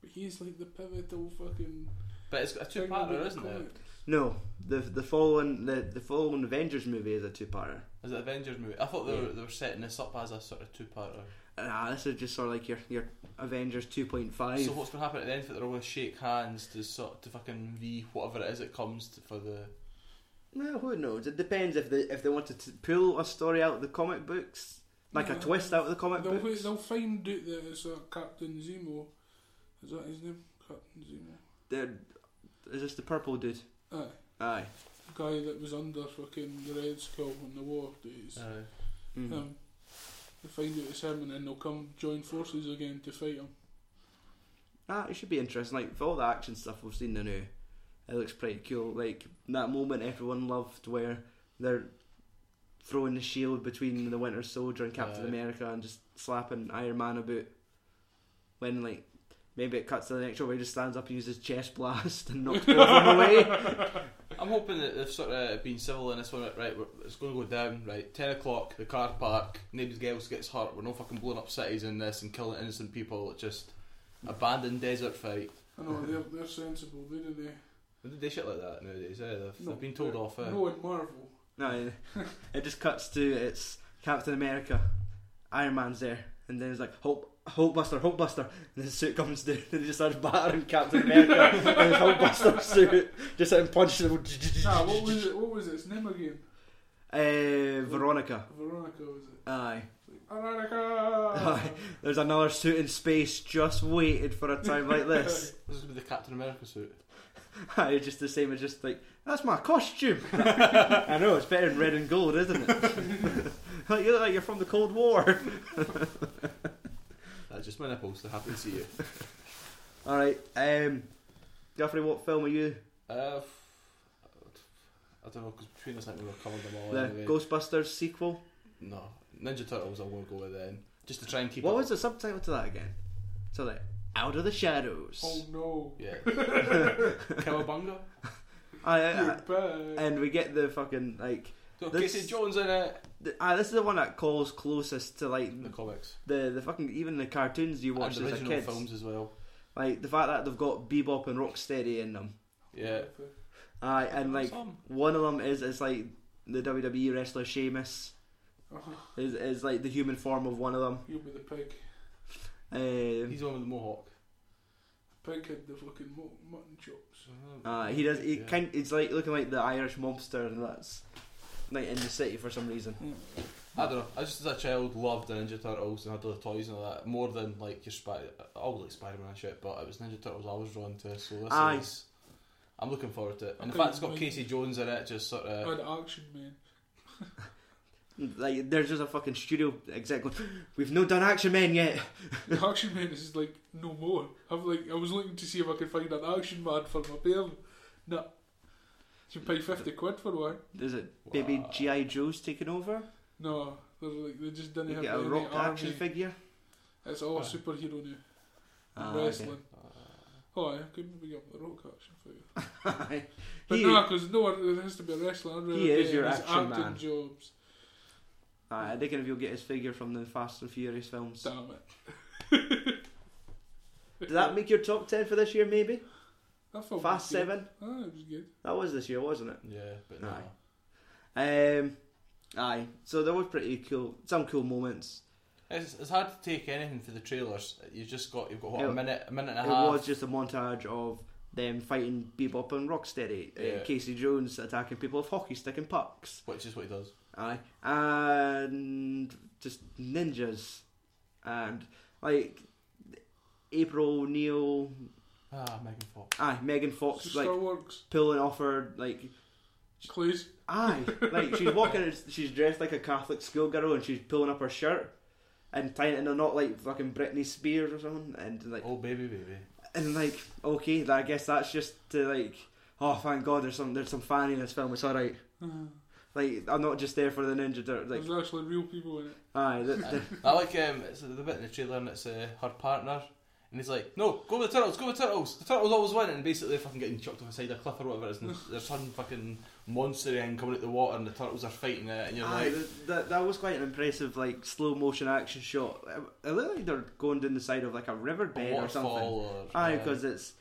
But he's like the pivotal fucking.
but it's got a
thing about
two-parter,
the
isn't it?
comics.
No, the the following the, the following Avengers movie is a two-parter.
Is it Avengers movie? I thought they, were,
Yeah.
they were setting this up as a sort of two-parter.
Ah, this is just sort of like your your Avengers two point five.
So what's going to happen at the end? That they're all going to shake hands to sort to fucking v whatever it is it comes to for the.
Well, who knows? It depends if they if they wanted to pull a story out of the comic books, like
No.
a twist out of the comic
They'll,
books.
they'll find out that it's uh, Captain Zemo. Is that his name? Captain Zemo.
They're- Is this the purple dude?
Aye.
Aye.
The guy that was under fucking the Red Skull in the war days.
Uh,
Mm.
Um, they find out it's him and then they'll come join forces again to fight him.
Ah, it should be interesting. Like for all the action stuff we've seen now, it looks pretty cool. Like that moment everyone loved where they're throwing the shield between the Winter Soldier and Captain
Aye.
America and just slapping Iron Man about. When like maybe it cuts to the next one where he just stands up and uses chest blast and knocks both of them away.
I'm hoping that they've sort of been civil in this one. Right, we're- it's going to go down. Right, ten o'clock, the car park. Nobody else gets hurt. We're not fucking blowing up cities in this and killing innocent people. It's just abandoned desert fight.
I know, they're, they're sensible, they do they?
They do shit like that nowadays. Eh? They've,
No,
they've been told
they're-
off. Eh?
No, in Marvel.
No, it just cuts to it's Captain America, Iron Man's there, and then it's like Hope. Hope Buster, Hope Buster, and his suit comes down, and he just starts battering Captain America in his Hope Buster suit, just starting punching him.
nah, what was it? What was it? Its name again?
Uh, Veronica,
Veronica, was it?
aye.
Veronica!
There's another suit in space just waited for a time like this.
This is with the Captain America suit.
Aye, just the same as just like that's my costume. I know it's better in red and gold, isn't it? like, you look like you're from the Cold War.
That's just my nipples. They're happy to see you.
All right, um, Jeffrey, what film are you?
Uh, I don't know because between us, I think we were covering them all
the
anyway.
Ghostbusters sequel.
No, Ninja Turtles. I won't go with then. Just to try and keep.
what
it-
was the subtitle to that again? So like, Out of the Shadows.
oh no.
Yeah. Cowabunga.
Aye, aye,
You're
aye.
bad.
uh, and we get the fucking like.
Got
This-
Casey Jones in it.
The, aye, this is the one that calls closest to like
The comics.
the the fucking even the cartoons you watched
and
as a
original
kid.
films as well.
Like the fact that they've got Bebop and Rocksteady in them.
Yeah.
Aye, and like
Some.
one of them is it's like the WWE wrestler Sheamus
Oh,
is is like the human form of one of them.
you'll be the pig.
Um,
He's on with the Mohawk.
Pig had the fucking mu- mutton chops.
Uh, he does. He
Yeah.
kind. It's like looking like the Irish mobster, and that's like in the city for some reason.
I don't know. I just as a child loved the Ninja Turtles and had all the toys and all that more than like your Spider. I always like Spider Man and shit, but it was Ninja Turtles I was drawn to. So this
Aye.
is. I'm looking forward to it, and the
Okay,
fact it's got
mine-
Casey Jones in it just sort
I
of.
had Action Man.
Like there's just a fucking studio exec going, "We've no done Action Men yet."
Action Man is like no more. I've like I was looking to see if I could find an Action Man for my bill. No, you pay fifty quid for one.
Is it maybe
Wow.
GI Joe's taking over?
No, they're like they just didn't
You
have
get a
any
rock
army.
action figure.
It's all
Aye.
superhero now.
Ah,
wrestling.
okay.
Uh,
Oh, I could maybe get the rock action for you.
Aye.
But
He-
no, because no one there has to be a wrestler. I'd rather
He is
get
your
his
action
acting
man.
jobs.
Aye, Ah, I reckon if you'll get his figure from the Fast and Furious films. Does
Damn it.
that make your top 10 for this year, maybe?
That film
Fast
was good.
7?
Ah, it was good.
That was this year, wasn't it?
Yeah, but no.
Aye. Um, aye, so there was pretty cool, some cool moments.
It's, it's hard to take anything for the trailers. You've just got you've got what,
It-
a minute, a minute and a
It
half.
was just a montage of them fighting Bebop and Rocksteady, uh,
Yeah.
Casey Jones attacking people with hockey stick and pucks,
Which is what he does.
aye, and just ninjas, and like April O'Neil,
Ah, Megan Fox.
aye, Megan Fox,
So
like
Star Wars,
pulling off her like
please.
Aye, like she's walking, and she's dressed like a Catholic schoolgirl, and she's pulling up her shirt and tying it in a knot like fucking Britney Spears or something, and like,
Oh, baby, baby.
and like, okay, I guess that's just to like, oh, thank God, there's some, there's some fanny in this film. It's all right.
Ah,
Like, I'm not just there for the ninja dirt. Like,
There's actually real people in it.
aye, th th-
I like um, it's the bit in the trailer and it's uh, her partner. And he's like, no, go with the turtles, go with the turtles. The turtles always win. And basically they're fucking getting chucked off the side of a cliff or whatever. it is, And there's some fucking monster and coming at the water and the turtles are fighting it. And you're
aye,
like,
th- that that was quite an impressive like slow motion action shot. It looked like they're going down the side of like a
a
riverbed or something.
waterfall or...
Aye, because it's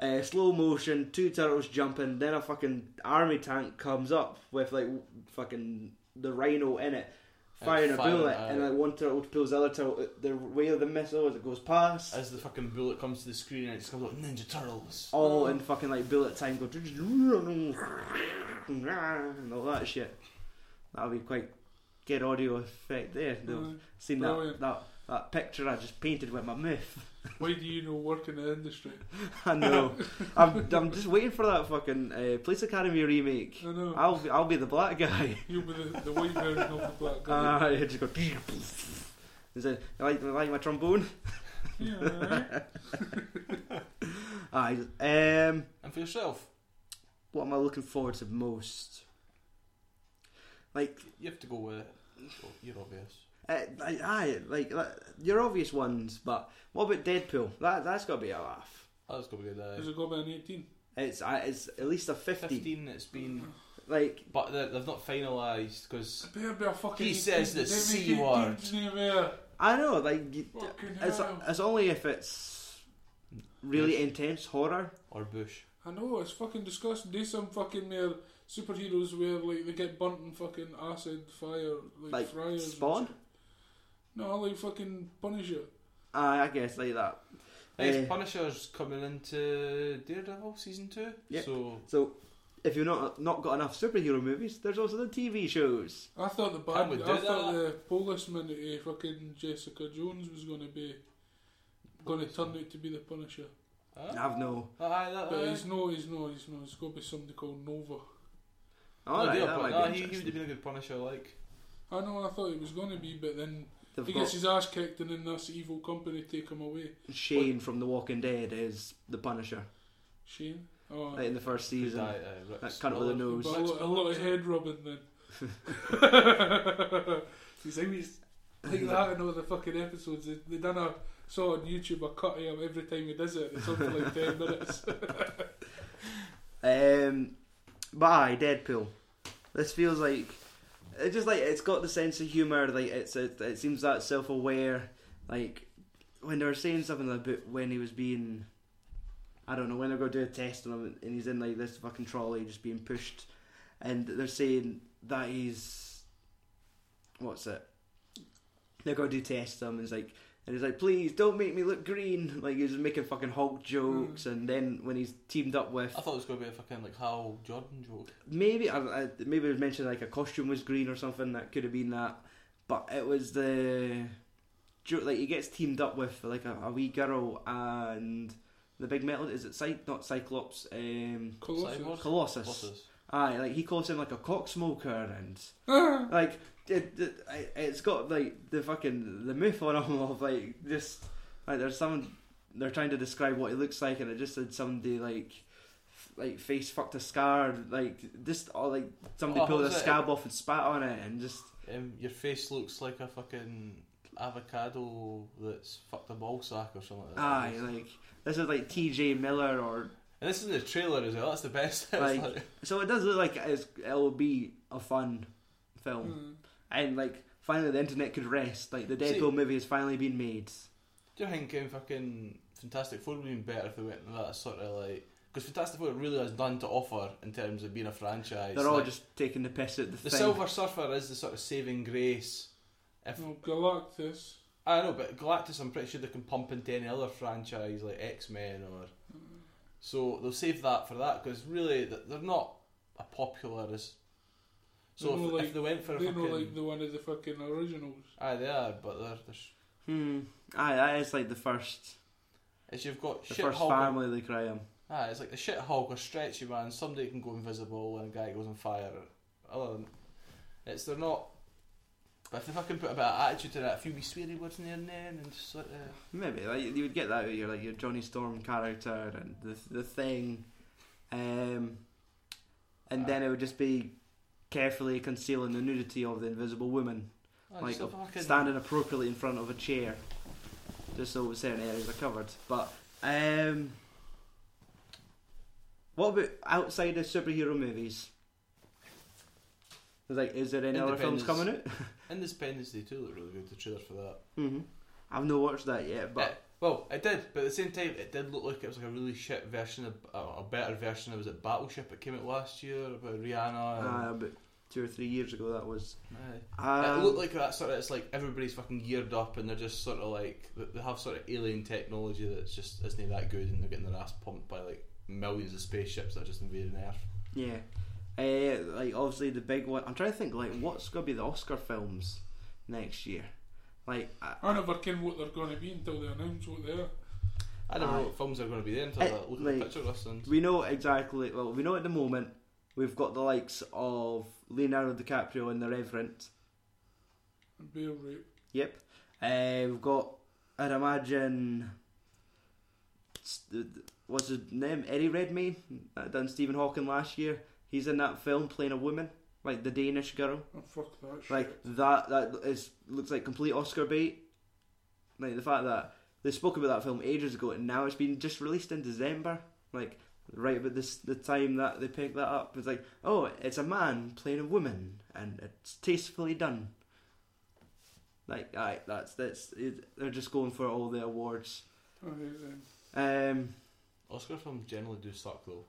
uh, slow motion, two turtles jumping, then a fucking army tank comes up with like w- fucking the rhino in it, firing a
firing
bullet,
out.
and like one turtle pulls the other turtle out the way of the missile as it goes past.
As the fucking bullet comes to the screen and it just comes like, Ninja Turtles.
all in fucking like bullet time, go and all that shit. That'll be quite good audio effect there. They'll
Aye.
seen
Mm-hmm. Brilliant.
that, that that picture I just painted with my myth.
Why do you know work in the industry?
I know. I'm, I'm just waiting for that fucking uh, Police Academy remake.
I know.
I'll be, I'll be the black guy.
You'll be the, the white version of the black guy.
Uh, I just go. Is it you like you like my trombone?
yeah, alright.
Aye. Um,
And for yourself,
what am I looking forward to most? Like,
you have to go with it. Oh, you're obvious.
uh, like, aye, like uh, your obvious ones, but what about Deadpool? That that's gotta be a laugh.
That's got to be good. Uh,
Has it got an 18?
It's uh, it's at least a 50.
15, it's been...
Like,
But they- they've not finalised because...
It better be a fucking
He
18.
says the
They make
C
18s
word.
Anywhere.
I know, like you-
Fucking
it's
hell.
it's only if it's really intense horror.
Or Bush.
I know, it's fucking disgusting. Do some fucking mere superheroes where like they get burnt in fucking acid fire, like,
like
fryers. and
Spawn.
shit. No, like fucking Punisher.
Aye, I guess like that.
Hey,
Eh.
Punisher's coming into Daredevil season two.
Yep.
So
So if you've not not got enough superhero movies, there's also the TV shows.
I thought the
Can
bad,
we
I
do
thought
that?
the policeman, eh, fucking Jessica Jones was going to be, going to turn out to be the Punisher.
I've no.
Aye, that,
But
aye.
he's no, he's no, he's no. It's going to be somebody called Nova.
All
no,
right,
deal,
that
but
might
no,
be
oh, he, he would have
interesting.
been a good Punisher, like.
I know, I thought it was going to be, but then
They've
he
got
gets his ass kicked, and then this evil company take him away.
Shane from The Walking Dead is the Punisher
Shane. Oh,
like, in the first season.
Aye, aye, Rick
That cunt with a
Smaller.
but
nose.
a, lot, a lot of head rubbing then.
He's always-
Like that in all the fucking episodes. They, they done a saw on YouTube a cut of him every time he does it. It's up for like ten minutes.
Um, but aye, Deadpool. This feels like it's just like it's got the sense of humor. Like it's it, it seems that self aware. Like when they were saying something about when he was being, I don't know, when they're going to do a test on him and he's in like this fucking trolley just being pushed, and they're saying that he's, what's it? They're going to do tests on him. And he's like. And he's like, please don't make me look green. Like he was making fucking Hulk jokes, and then when he's teamed up with,
Hmm. I thought it was going to be a fucking like Hal Jordan joke.
maybe I, I, maybe it was mentioned like a costume was green or something that could have been that, but it was the jo- like he gets teamed up with like a, a wee girl and the big metal is it Cy- not Cyclops um,
Colossus.
Cyborg?
Colossus.
Bosses.
Aye, like he calls him like a cock smoker and like it, it, I- it's got like the fucking the myth on him of like just like there's some they're trying to describe what he looks like and it just said somebody like f- like face fucked a scar like just or like somebody
Oh,
pulled a
was it-
scab off and spat on it and just
Um, your face looks like a fucking avocado that's fucked a ball sack or something like that.
Aye, like this is like T.J. Miller or
and this is in the trailer as well. That's the best. It's
Like-
like-
so. It does look like it's, it'll be a fun film,
Hmm.
Mm.
and like finally the internet could rest. Like the
See-
Deadpool movie has finally been made.
Do you think um, fucking Fantastic Four would have been better if they went with that sort of like? Because Fantastic Four really has none to offer in terms of being a franchise.
They're all
Like,
just taking the piss at the,
the
thing.
Silver Surfer is the sort of saving grace. If
No, Galactus.
I know, but Galactus, I'm pretty sure they can pump into any other franchise like X Men or. So they'll save that for that because really th- they're not a popular as. So
They're
if,
more
if they went for a
They know
fucking,
like the one of the fucking originals.
aye, they are, but they're, they're sh-
Hmm. Aye, that is like the first,
it's you've got
the
shit
first
Hulk and-
family they cry on.
Ah, it's like the shit Hulk or Stretchy Man. Somebody can go invisible and a guy goes on fire. Other than, it's they're not. But if they fucking put a bit of attitude to that, a few wee sweary words in there and then, and just like uh,
Maybe like you would get that with your like your Johnny Storm character and the the thing, um, and then it would just be carefully concealing the nudity of the Invisible Woman,
oh,
like
just a
uh,
fucking,
standing appropriately in front of a chair, just so certain areas are covered. But um, what about outside of superhero movies? Like, is there any other films
Independence.
coming out?
Independence Day too looked really good. The trailer for that,
hmm I've not watched that yet, but
Eh, well, it did. But at the same time, it did look like it was like a really shit version of uh, a better version of was it Battleship? It came out last year about Rihanna. And,
uh, about two or three years ago that was.
Aye.
Um,
it looked like that sort of. It's like everybody's fucking geared up, and they're just sort of like they- they have sort of alien technology that's just isn't that good, and they're getting their ass pumped by like millions of spaceships that are just invading Earth.
yeah, uh, like obviously the big one. I'm trying to think like what's gonna be the Oscar films next year. Like I,
I never ken what they're going to be until they announce what they are.
I don't
Aye.
know what films are going to be there until
Eh,
I look at
like-
the picture list and
we know exactly. Well, we know at the moment we've got the likes of Leonardo DiCaprio and The Reverend.
And bear rape.
Yep, uh, we've got. I'd imagine. s- th- th- What's his name? Eddie Redmayne, that done Stephen Hawking last year. He's in that film playing a woman, like the Danish girl.
Oh, fuck that shit.
like that that is looks like complete Oscar bait. Like the fact that they spoke about that film ages ago and now it's been just released in December. Like right about this the time that they picked that up, it's like oh, it's a man playing a woman and it's tastefully done. Like aye, that's that's it, they're just going for all the awards.
I hate them.
Um,
Oscar films generally do suck though.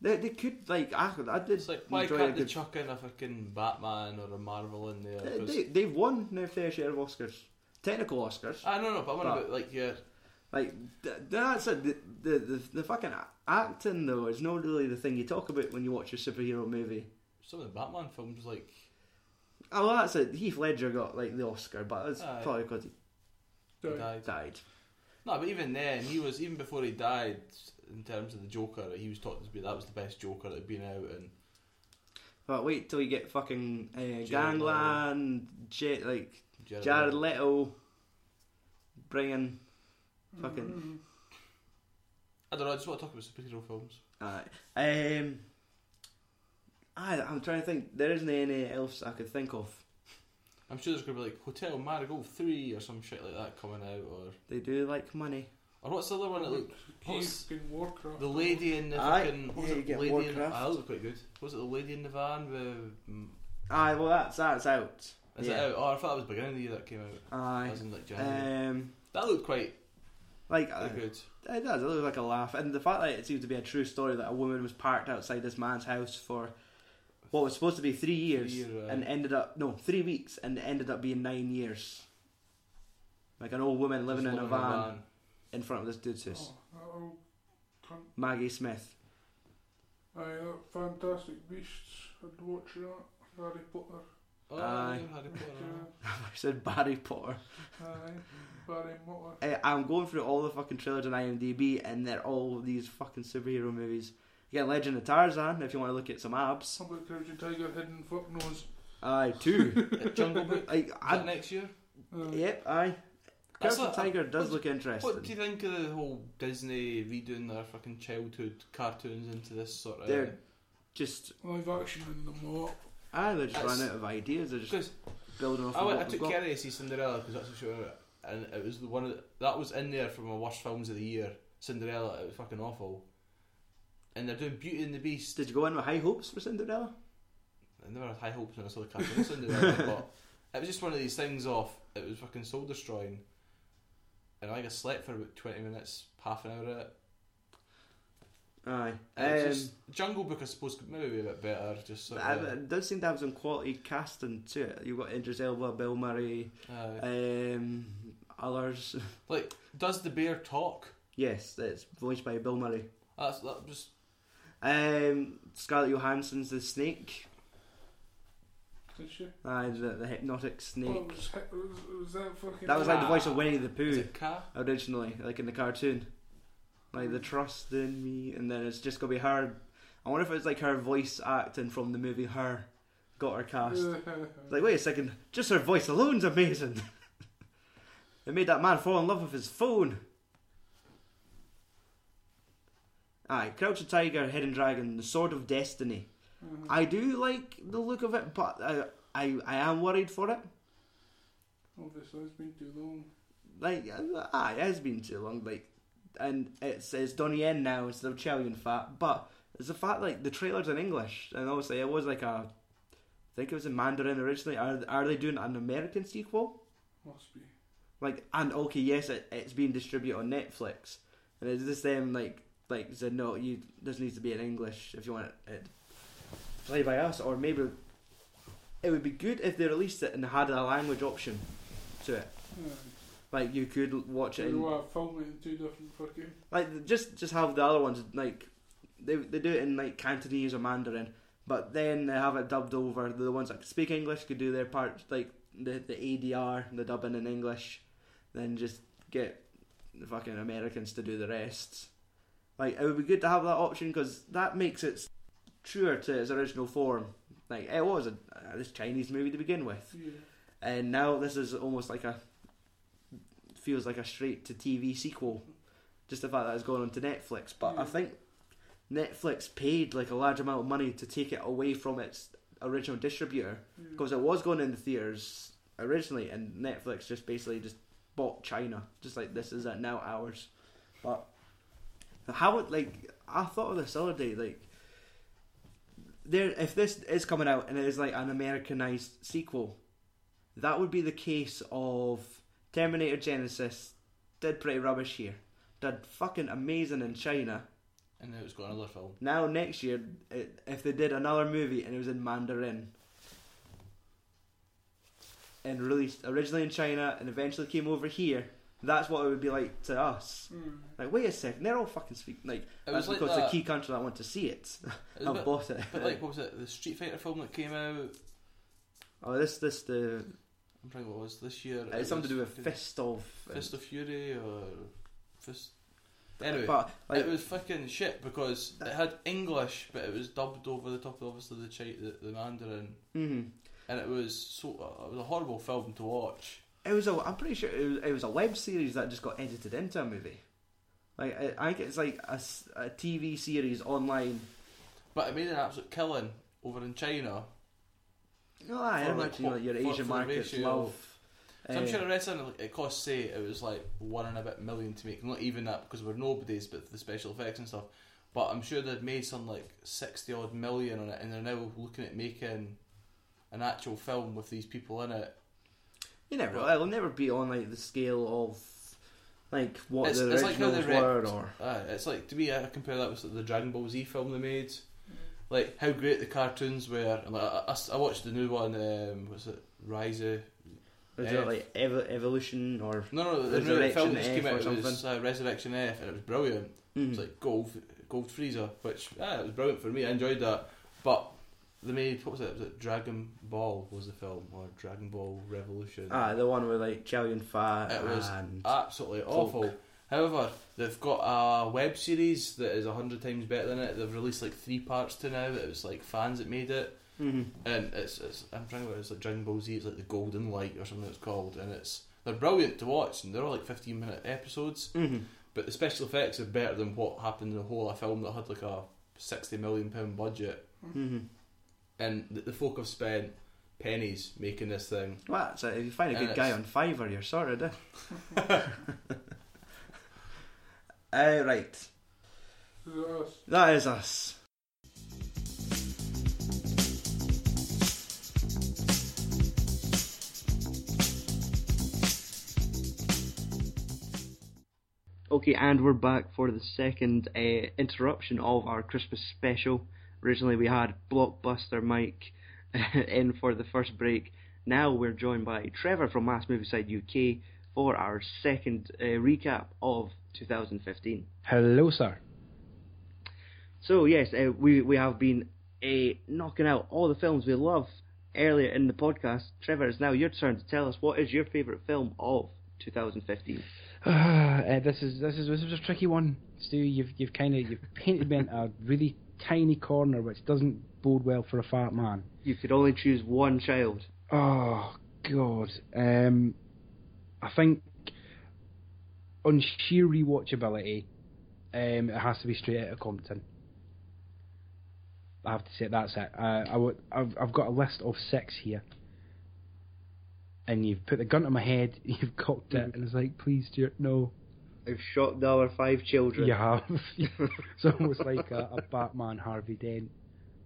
they they could like I, I did
It's like why
enjoy a
can't they
good-
chuck in a fucking Batman or a Marvel in there?
they,
'Cause-
they they've won their fair share of Oscars, technical Oscars.
I don't know, but I'm on
But-
about like yeah,
Like th- that's it. The, the the the fucking a- acting though is not really the thing you talk about when you watch a superhero movie.
some of the Batman films like
Oh, well, that's it. Heath Ledger got like the Oscar, but it's
Aye.
probably because he
Right.
died.
died.
No, but even then, he was even before he died. In terms of the Joker, he was taught to be that was the best Joker that had been out, and
But wait till you get fucking uh,
Jared
Gangland, J- like Jared Leto, bringing fucking.
Mhm.
I don't know. I just want to talk about superhero films.
Aye. Um, I I'm trying to think. There isn't any else I could think of.
I'm sure there's going to be like Hotel Marigold three or some shit like that coming out, or
They do like money.
or what's the other one that looked What's-
Fucking Warcraft.
the lady in the
Aye.
fucking what was
Yeah, you
it,
get
lady in the,
Warcraft.
ah, that was quite good. Was it the lady in the van? With, mm,
Aye, well that's that's out.
is
Yeah.
it out? Oh, I thought that was beginning of the year that came out.
Aye.
As in like January.
Um,
that looked quite
like
uh,
uh,
good.
it does. It looks like a laugh, and the fact that it seems to be a true story that a woman was parked outside this man's house for what was supposed to be three years
year, uh,
and
aye.
ended up no three weeks and ended up being nine years. Like an old woman living
Just
in a van, in front of this dude's house.
Oh, that old cunt.
Maggie Smith.
Aye, that Fantastic Beasts. I'd watch that. Harry Potter.
Oh,
Aye.
yeah, Harry Potter.
I said Barry Potter.
Aye. Barry Motter.
I, I'm going through all the fucking trailers on IMDb, and they're all these fucking superhero movies. You get Legend of Tarzan if you want to look at some abs.
Somebody Crouching Tiger, Hidden Fuck Nose.
Aye, two.
Uh, Jungle Book. Is
like,
that
I,
next year?
Aye.
yep, aye.
That's
Crouching
what-
Tiger does
what-
look interesting.
What do you think of the whole Disney redoing their fucking childhood cartoons into this sort of?
They're just
Live action in the mop.
ah, they just
That's-
ran out of ideas. They just
Because
building off
I,
of
went, I
what we've
took
got.
Kerry to see Cinderella because that's what she was, and it was the one of the, that was in there for my worst films of the year. Cinderella, it was fucking awful. And they're doing Beauty and the Beast.
Did you go in with high hopes for Cinderella?
I never had high hopes when I saw the cartoon of Cinderella, but it was just one of these things off. It was fucking soul destroying, and I think I slept for about twenty minutes, half an hour. At it.
Aye.
And it's
Um,
just, Jungle Book, I suppose, could maybe be a bit better. Just sort
I-
of,
it does seem to have some quality casting to it. You've got Idris Elba, Bill Murray,
uh,
um, others.
like does the bear talk?
yes, it's voiced by Bill Murray.
That's that just
Um, Scarlett Johansson's the snake.
Did she?
Aye, the, the hypnotic
Well,
snake.
was, was, was that fucking.
That was like the voice of Winnie the
Oh, is
Pooh
it cat?
originally, like in the cartoon. Like the trust in me, and then it's just gonna be her. I wonder if it's like her voice acting from the movie Her got her cast. It's like, wait a second, just her voice alone's amazing. it made that man fall in love with his phone. Aye, Crouching Tiger, Hidden Dragon, The Sword of Destiny.
Uh-huh.
I do like the look of it, but I, I, I am worried for it.
Obviously, it's been too long.
Like, uh, aye, it has been too long. Like, and it's it's Donnie Yen now instead of Chow Yun Fat, but it's the fact like the trailer's in English, and obviously it was like a, I think it was in Mandarin originally. Are are they doing an American sequel?
Must be.
like and okay yes it, it's being distributed on netflix and it's just them like like said no you this needs to be in english if you want it, it played by us or maybe it would be good if they released it and had a language option to it
Yeah.
like you could watch it
You
in,
want to film it in two different fucking.
like just just have the other ones like they, they do it in like cantonese or mandarin but then they have it dubbed over the ones that speak english could do their part like the, the adr the dubbing in english then just get the fucking Americans to do the rest. Like, it would be good to have that option because that makes it truer to its original form. Like, it was a, uh, this Chinese movie to begin with,
Yeah.
and now this is almost like a feels like a straight to TV sequel. Just the fact that it's gone onto Netflix, but I
Mm.
think Netflix paid like a large amount of money to take it away from its original distributor
yeah.
because it was going in the theaters originally, and Netflix just basically just bought China, just like this is it now ours. But how it like I thought of this other day, like there if this is coming out and it is like an Americanized sequel, that would be the case of Terminator Genesis did pretty rubbish here, did fucking amazing in China.
And then it was got another film.
Now next year, it, if they did another movie and it was in Mandarin, and released originally in China and eventually came over here, that's what it would be like to us.
Mm.
Like, wait a second, they're all fucking speak like
It
that's
was like
because the
that-
key country that want to see it,
It was a
I've
bit-
bought it.
But like, what was it? The Street Fighter film that came out.
oh, this this the
I'm trying to what it was this year. It
it's something to do
was
with Fist of uh,
Fist of Fury or Fist. Anyway,
but like
it was fucking shit because it had English, but it was dubbed over the top of obviously the chi- the, the Mandarin,
mhm.
and it was so uh, it was a horrible film to watch.
It was a. I'm pretty sure it was, it was a web series that just got edited into a movie. Like I, I think it's like a, s- a TV series online.
But it made an absolute killing over in China.
No, Oh, I
For,
am
like,
actually you know,
what-
your
for-
Asian
for the
markets
ratio.
love.
So I'm
eh,
sure I read something like it cost say it was like one and a bit million to make, not even that because we're nobodies, but the special effects and stuff. But I'm sure they'd made some like sixty odd million on it, and they're now looking at making an actual film with these people in it.
you never.
well-
it'll never be on like the scale of like what
It's-
the
it's like how
originals
they
were,
wrecked-
or
Uh, it's like to me, I compare that with the Dragon Ball Z film they made, like how great the cartoons were. And like, I, I- I watched the new one. Um, was it Rise? of-
was
Eh.
it like evo- evolution or?
No, no, the new
Resurrection
film that just
F
came out
or
it was uh, Resurrection F, and it was brilliant.
Mhm.
It's like gold, gold freezer, which ah, it was brilliant for me. I enjoyed that. But they made what was it? Was it Dragon Ball? Was the film or Dragon Ball Revolution?
ah, the one with like Chow Yun Fat
It was
and
Absolutely awful. However, they've got a web series that is a hundred times better than it. They've released like three parts to now. It was like fans that made it,
Mhm.
and it's, it's I'm trying to remember. It's like Dragon Ball Z. It's like the Golden Light or something. It's called, and it's they're brilliant to watch, and they're all like 15 minute episodes.
Mhm.
But the special effects are better than what happened in the whole of a film that had like a sixty million pound budget.
Mhm.
And the, the folk have spent pennies making this thing.
Well, that's it. If you find a
And
good guy on Fiverr, you're sorted. Eh? uh, right,
Is it us?
that is us.
Okay, and we're back for the second uh, interruption of our Christmas special. Originally, we had Blockbuster Mike in for the first break. Now we're joined by Trevor from Mass Movie Side UK for our second uh, recap of 2015.
Hello, sir.
So yes, uh, we we have been uh, knocking out all the films we love earlier in the podcast. Trevor, it's now your turn to tell us what is your favourite film of 2015.
uh, this is this is this is a tricky one, Stu. You've you've kind of you've painted me into a really tiny corner, which doesn't bode well for a fat man.
You could only choose one child.
Oh God. Um, I think on sheer rewatchability, um, it has to be straight out of Compton. I have to say that's it. Uh, I would. I've I've got a list of six here, and you've put the gun to my head. You've cocked it, and it's like, please, Stuart, no.
I've shot the other five children.
You have. it's almost like a, a Batman Harvey Dent,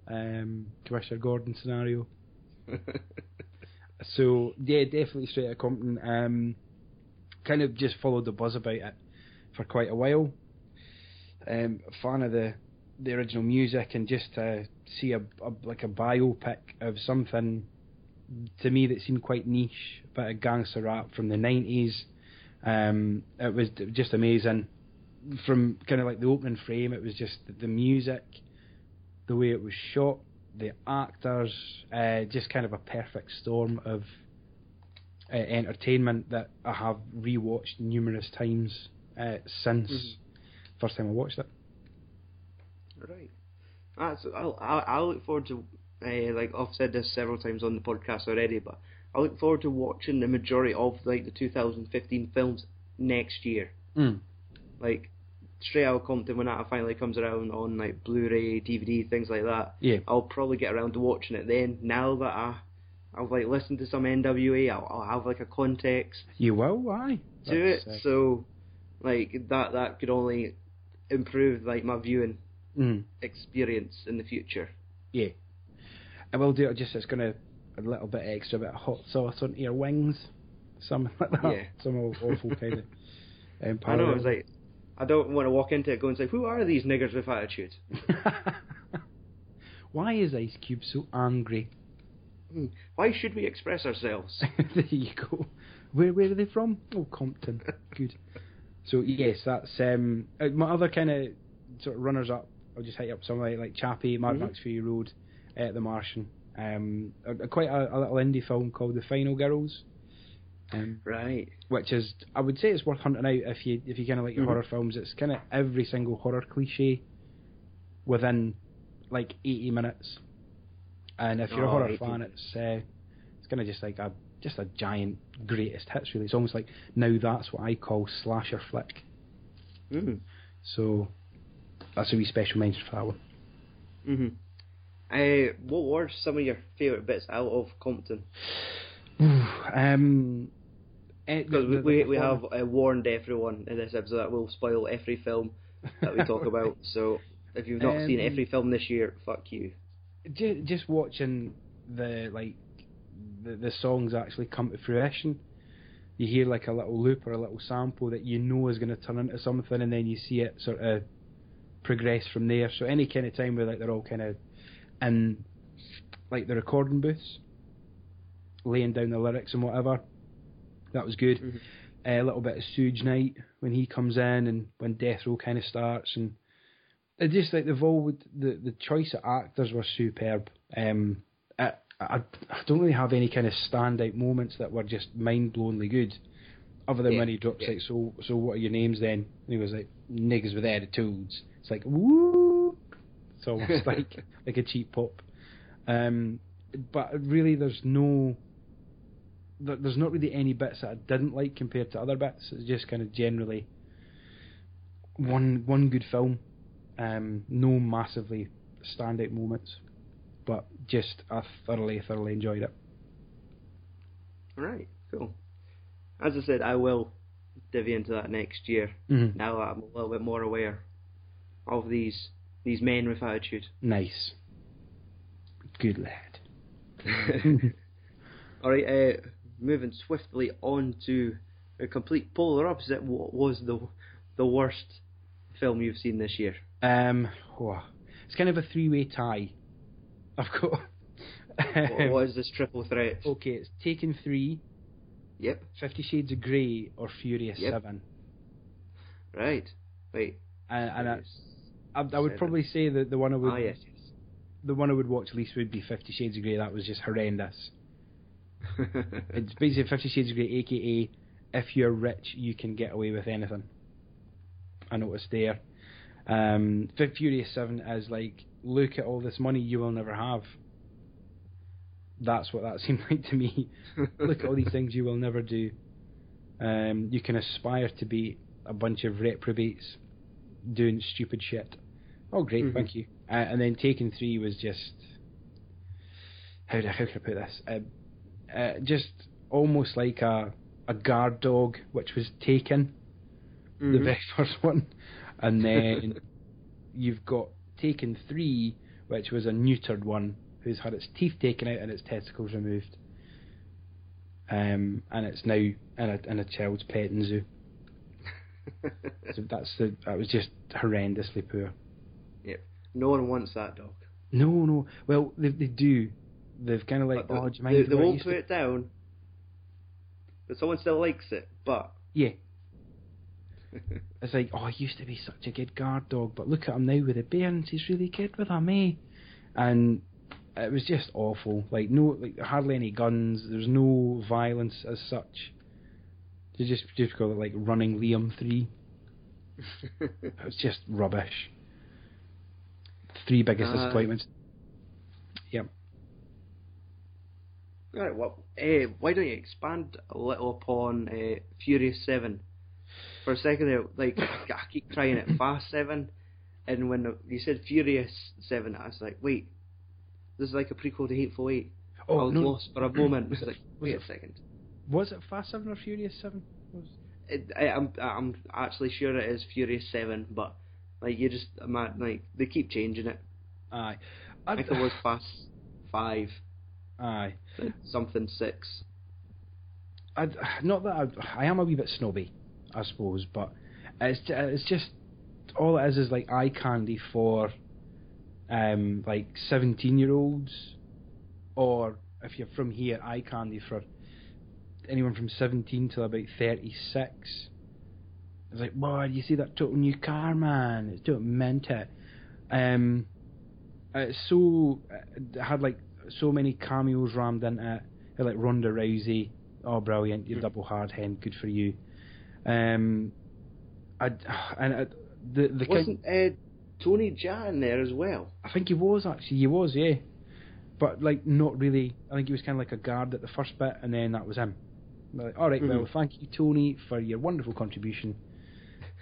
um, Commissioner Gordon scenario. so yeah, definitely straight at Compton. Um, kind of just followed the buzz about it for quite a while. Um, fan of the the original music and just to see a, a like a biopic of something to me that seemed quite niche, but a gangster rap from the nineties. Um, it was d- just amazing from kind of like the opening frame, it was just the, the music, the way it was shot, the actors, uh, just kind of a perfect storm of uh, entertainment that I have rewatched numerous times uh, since
Mm-hmm.
first time I watched it.
Right. That's, I'll, I'll, I'll look forward to, uh, like, I've said this several times on the podcast already, but I look forward to watching the majority of, like, the 2015 films next year. Like, straight out of Compton, when that finally comes around on, like, Blu ray, DVD, things like that,
Yeah.
I'll probably get around to watching it then. Now that I, I've, like, listened to some NWA, I'll, I'll have, like, a context
You will, aye.
to it,
That's, uh,
so, like, that, that could only improve, like, my viewing
mm.
experience in the future.
Yeah. I will do it just it's gonna a little bit extra bit of hot sauce on your wings. Something like that.
Yeah.
Some aw- awful kind of um,
I know, I was
parallel.
like, I don't want to walk into it going, like, who are these niggers with attitude?
Why is Ice Cube so angry?
Why should we express ourselves?
there you go. Where where are they from? Oh, Compton. Good. So yes, that's um uh, my other kind of sort of runners up. I'll just hit you up some like like Chappie, Mad
Mhm.
Max Fury Road, uh, The Martian. Um, a, a- quite a, a little indie film called The Final Girls. Um,
Right.
which is I would say it's worth hunting out if you if you kind of like your
Mhm.
horror films. It's kind of every single horror cliche within like 80 minutes, and if you're
Oh,
a horror
80
fan, it's uh, it's kind of just like a just a giant greatest hits. Really, it's almost like now that's what I call slasher flick.
Mm.
So that's a wee special mention for that one.
hmm Uh, what were some of your favourite bits out of Compton?
um, eh, the-
Because we,
the-
we,
the
we have
performance-
uh, warned everyone in this episode that we'll spoil every film that we talk about. So if you've not seen
Um,
every film this year, fuck you.
just, just watching the like the, the songs actually come to fruition you hear like a little loop or a little sample that you know is going to turn into something and then you see it sort of progress from there so any kind of time where like they're all kind of in like the recording booths laying down the lyrics and whatever that was good
Mhm.
a little bit of Suge Knight when he comes in and when Death Row kind of starts and it just like they've all the the choice of actors were superb. Um, I, I I don't really have any kind of standout moments that were just mind blowingly good, other than
Yeah,
when he drops
yeah.
like so so what are your names then? And he was like niggas with attitudes. It's like woo. It's almost like like a cheap pop. Um, but really, there's no. there- There's not really any bits that I didn't like compared to other bits. It's just kind of generally one one good film um, no massively standout moments, but just I thoroughly, thoroughly enjoyed it.
Right, cool. As I said, I will divvy into that next year.
Mhm.
Now that I'm a little bit more aware of these these men with attitude.
Nice. Good lad.
All right, uh, moving swiftly on to a complete polar opposite. What was the the worst film you've seen this year?
Um, whoa. it's kind of a three-way tie. I've got.
What was this triple threat?
okay, it's Taken Three,
Yep.
Fifty Shades of Grey, or Furious
Yep.
Seven.
Right. Wait.
And, and I,
yes.
I, I would
Seven.
probably say that the one I would,
Ah, yes. yes.
the one I would watch least would be Fifty Shades of Grey. That was just horrendous. It's basically Fifty Shades of Grey, aka if you're rich, you can get away with anything. I noticed there. Um, Fif- Furious Seven is like, look at all this money you will never have. That's what that seemed like to me. look at all these things you will never do. Um, you can aspire to be a bunch of reprobates doing stupid shit. Oh, great,
Mhm.
thank you. Uh, and then Taken Three was just how do, how can I put this? Uh, uh, just almost like a a guard dog, which was taken the
Mhm.
very first one, and then you've got Taken Three, which was a neutered one who's had its teeth taken out and its testicles removed, um, and it's now in a in a child's petting zoo. So that's the that was just horrendously poor.
yep. No one wants that dog.
No, no. Well, they they do. They've kind of like, oh, do you
they,
mind?
they,
if I
won't
used
put
to-"
it down, but someone still likes it. But
Yeah. It's like, oh, he used to be such a good guard dog, but look at him now with the bairns. He's really good with him, eh? And it was just awful. Like no, like hardly any guns. There's no violence as such. They just just call it like running Liam three. it was just rubbish. Three biggest
Uh,
disappointments. Yep.
right, well, eh, why don't you expand a little upon uh, Furious Seven for a second there? Like I keep trying it, Fast Seven, and when you said Furious Seven, I was like, wait, this is like a prequel to Hateful Eight. I
Oh
was
no,
lost for a moment.
Was
It's like,
it- was
wait
it-
a second.
was it Fast Seven or Furious Seven? Was-
It, I, I'm I'm actually sure it is Furious Seven, but like you just imagine, like they keep changing it.
Aye.
I
I'd-
think it was Fast Five,
Aye.
but something six.
I'd, not that I'd, I am a wee bit snobby, I suppose, but it's ju- it's just all it is is like eye candy for um like seventeen year olds, or if you're from here, eye candy for anyone from seventeen till about thirty six. It's like, wow, you see that total new car, man? It's total mint it. Um, it's so it had like so many cameos rammed into it, Had, like Ronda Rousey. Oh, brilliant! You're double hard hen. Good for you. Um, I and I, the the kind,
Wasn't uh, Tony Jaa in there as well?
I think he was actually he was yeah, but like not really. I think he was kind of like a guard at the first bit, and then that was him. Like, all right, well,
Mhm.
thank you, Tony, for your wonderful contribution.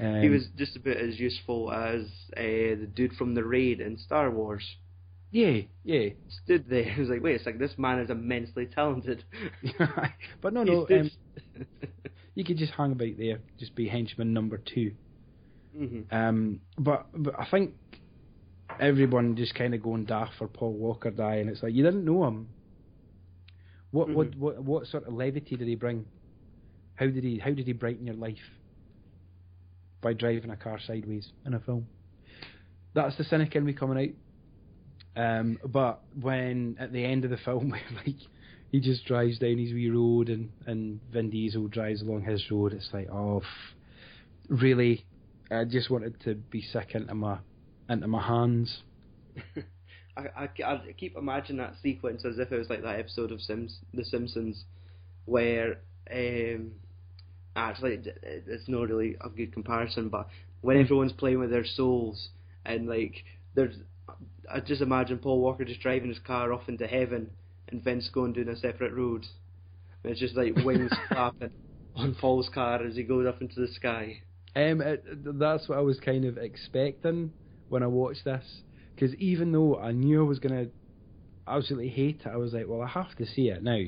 Um,
he was just about as useful as uh, the dude from the raid in Star Wars.
yeah, yeah,
Stood there, he was like, "Wait a sec, this man is immensely talented."
but no,
He
no,
stood-
um, you could just hang about there, just be henchman number two.
Mhm.
Um, but, but I think everyone just kind of going daft for Paul Walker dying. It's like you didn't know him. What what what what sort of levity did he bring? How did he how did he brighten your life? By driving a car sideways in a film. That's the cynic in me coming out. Um, but when at the end of the film, where like he just drives down his wee road and and Vin Diesel drives along his road, it's like oh, f- really? I just wanted to be sick into my into my hands.
I, I, I keep imagining that sequence as if it was like that episode of Sims, The Simpsons, where um, actually it- it- it's not really a good comparison, but when everyone's playing with their souls and like there's, I just imagine Paul Walker just driving his car off into heaven and Vince going down a separate road, and it's just like wings flapping on Paul's car as he goes up into the sky.
Um, it, that's what I was kind of expecting when I watched this, because even though I knew I was gonna absolutely hate it, I was like, well, I have to see it now,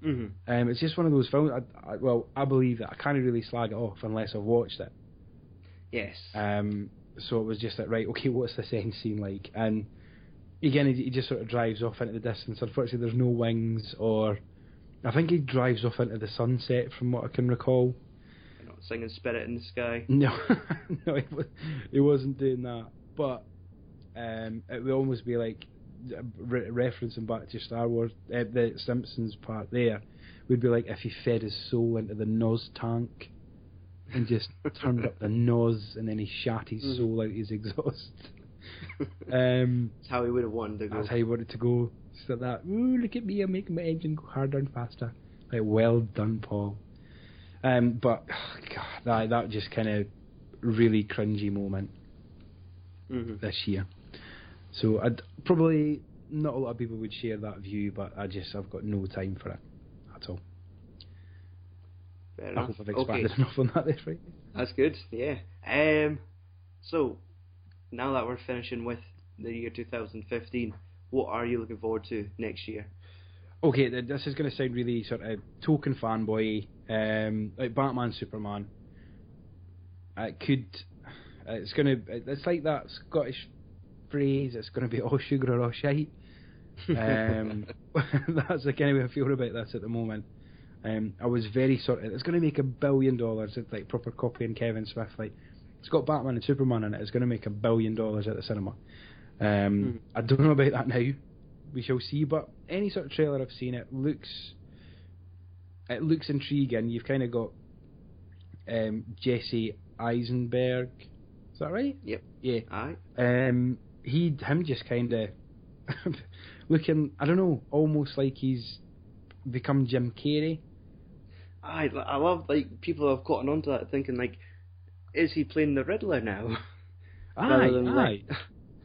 Mm-hmm.
Um, it's just one of those films. I, I, well, I believe that I can't really slag it off unless I've watched it.
Yes.
Um, so it was just like, right, okay, what's this end scene like? And again, he, he just sort of drives off into the distance. Unfortunately, there's no wings, or I think he drives off into the sunset, from what I can recall.
You're not singing Spirit in the Sky.
No, no, he, wa- he wasn't doing that. But um, it would almost be like uh, re- referencing back to Star Wars, uh, the Simpsons part there, would be like if he fed his soul into the Nos tank and just turned up the Nos and then he shat his soul out his exhaust. Um,
That's how he would have wanted to go.
that's how he wanted to go. Just like that. Ooh, look at me! I'm making my engine go harder and faster. Like, well done, Paul. Um, but God, that that just kind of really cringy moment
Mhm.
this year. So I'd probably not a lot of people would share that view, but I just I've got no time for it at all.
Fair
I
enough.
hope I've
Okay,
expanded enough on that this right.
that's good. Yeah. Um. So, now that we're finishing with the year 2015, what are you looking forward to next year?
Okay, th- this is going to sound really sort of token fanboy, um, like Batman, Superman. It could, it's going to, it's like that Scottish phrase. It's going to be all sugar or all shite. Um, that's the kind of way I feel about this at the moment. Um, I was very sort of, it's going to make a billion dollars. It's like proper copy and Kevin Smith. Like, it's got Batman and Superman in it. It's going to make a billion dollars at the cinema. Um, I don't know about that now. We shall see. But any sort of trailer I've seen, it looks, it looks intriguing. You've kind of got um, Jesse Eisenberg. Is that right?
Yep.
Yeah
Aye.
um, he him just kind of looking, I don't know, almost like he's become Jim Carrey.
I, I love like people have caught on to that thinking like, is he playing the Riddler now? Rather than
aye.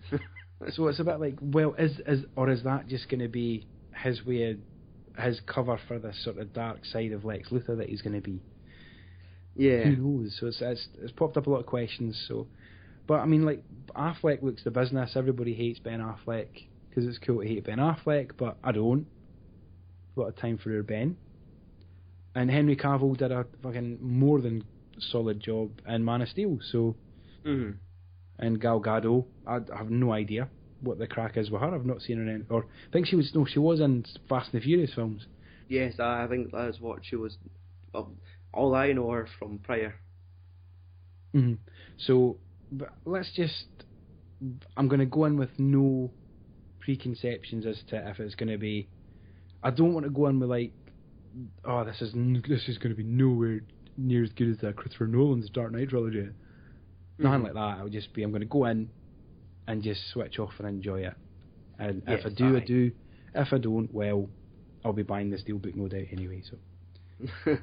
so it's a bit like, well, is is or is that just going to be his way, of, his cover for this sort of dark side of Lex Luthor that he's going to be?
Yeah.
Who knows? So it's, it's it's popped up a lot of questions. So, but I mean, like Affleck looks the business. Everybody hates Ben Affleck because it's cool to hate Ben Affleck, but I don't. A lot of time for your Ben. And Henry Cavill did a fucking more than solid job in Man of Steel. So,
hmm
and Gal Gadot, I, I have no idea what the crack is with her. I've not seen her in, or I think she was no, she was in Fast and the Furious films.
Yes, I I think that's what she was. Well, all I know her from prior.
Mhm. So, but let's just. I'm going to go in with no preconceptions as to if it's going to be. I don't want to go in with like, oh, this is n- this is going to be nowhere near as good as uh, Christopher Nolan's Dark Knight trilogy.
Mm-hmm.
Nothing like that. I would just be. I'm going to go in, and just switch off and enjoy it. And if I
Yes,
do, I
aye.
do. If I don't, well, I'll be buying the steel book no doubt anyway. So.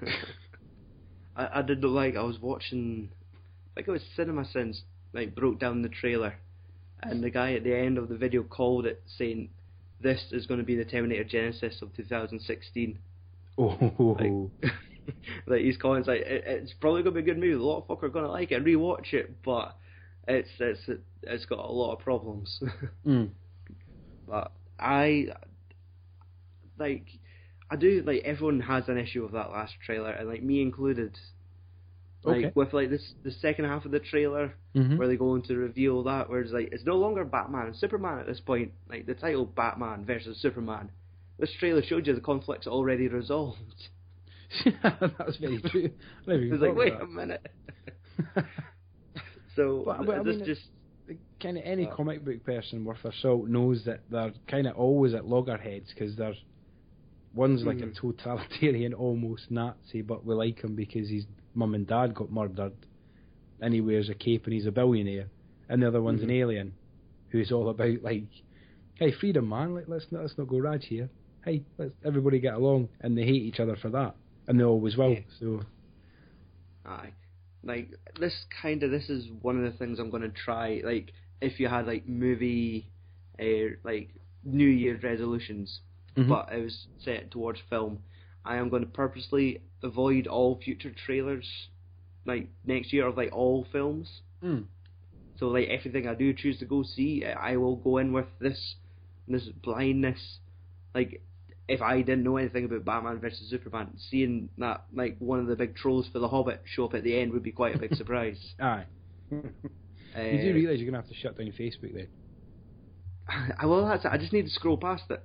I, I did like I was watching. I think it was Cinema Sense. Like broke down the trailer, and the guy at the end of the video called it saying, "This is going to be the Terminator Genesis of 2016."
Oh.
like he's calling it's like it, it's probably gonna be a good movie. A lot of folk are gonna like it and rewatch it, but it's it's it's got a lot of problems.
Mm.
but I like I do like everyone has an issue with that last trailer, and like me included. Like
Okay.
with like this the second half of the trailer
Mhm.
where they go on to reveal that where it's like it's no longer Batman and Superman at this point. Like the title Batman versus Superman. This trailer showed you the conflict's already resolved.
That's very true. I never even
It's
thought
like,
of
wait
that.
a minute. so uh,
But- but I
this
mean,
just
kind of any comic book person worth their salt knows that they're kind of always at loggerheads because they're one's like a totalitarian, almost Nazi, but we like him because his mum and dad got murdered, and he wears a cape and he's a billionaire, and the other one's an alien, who's all about like, hey, freedom, man, like, let's not let's not go rad here. Hey, let's everybody get along, and they hate each other for that, and they always will.
Yeah.
So
aye, like this kind of this is one of the things I'm gonna try. Like if you had like movie, uh, like New Year's resolutions,
Mm-hmm.
but it was set towards film. I am going to purposely avoid all future trailers, like next year of like all films.
Mm.
So like everything I do choose to go see, I I will go in with this, this blindness. Like if I didn't know anything about Batman versus Superman, seeing that like one of the big trolls for the Hobbit show up at the end would be quite a big surprise.
Aye.
Uh,
you do realise you're going to have to shut down Facebook then.
I well, that's it. I just need to scroll past it.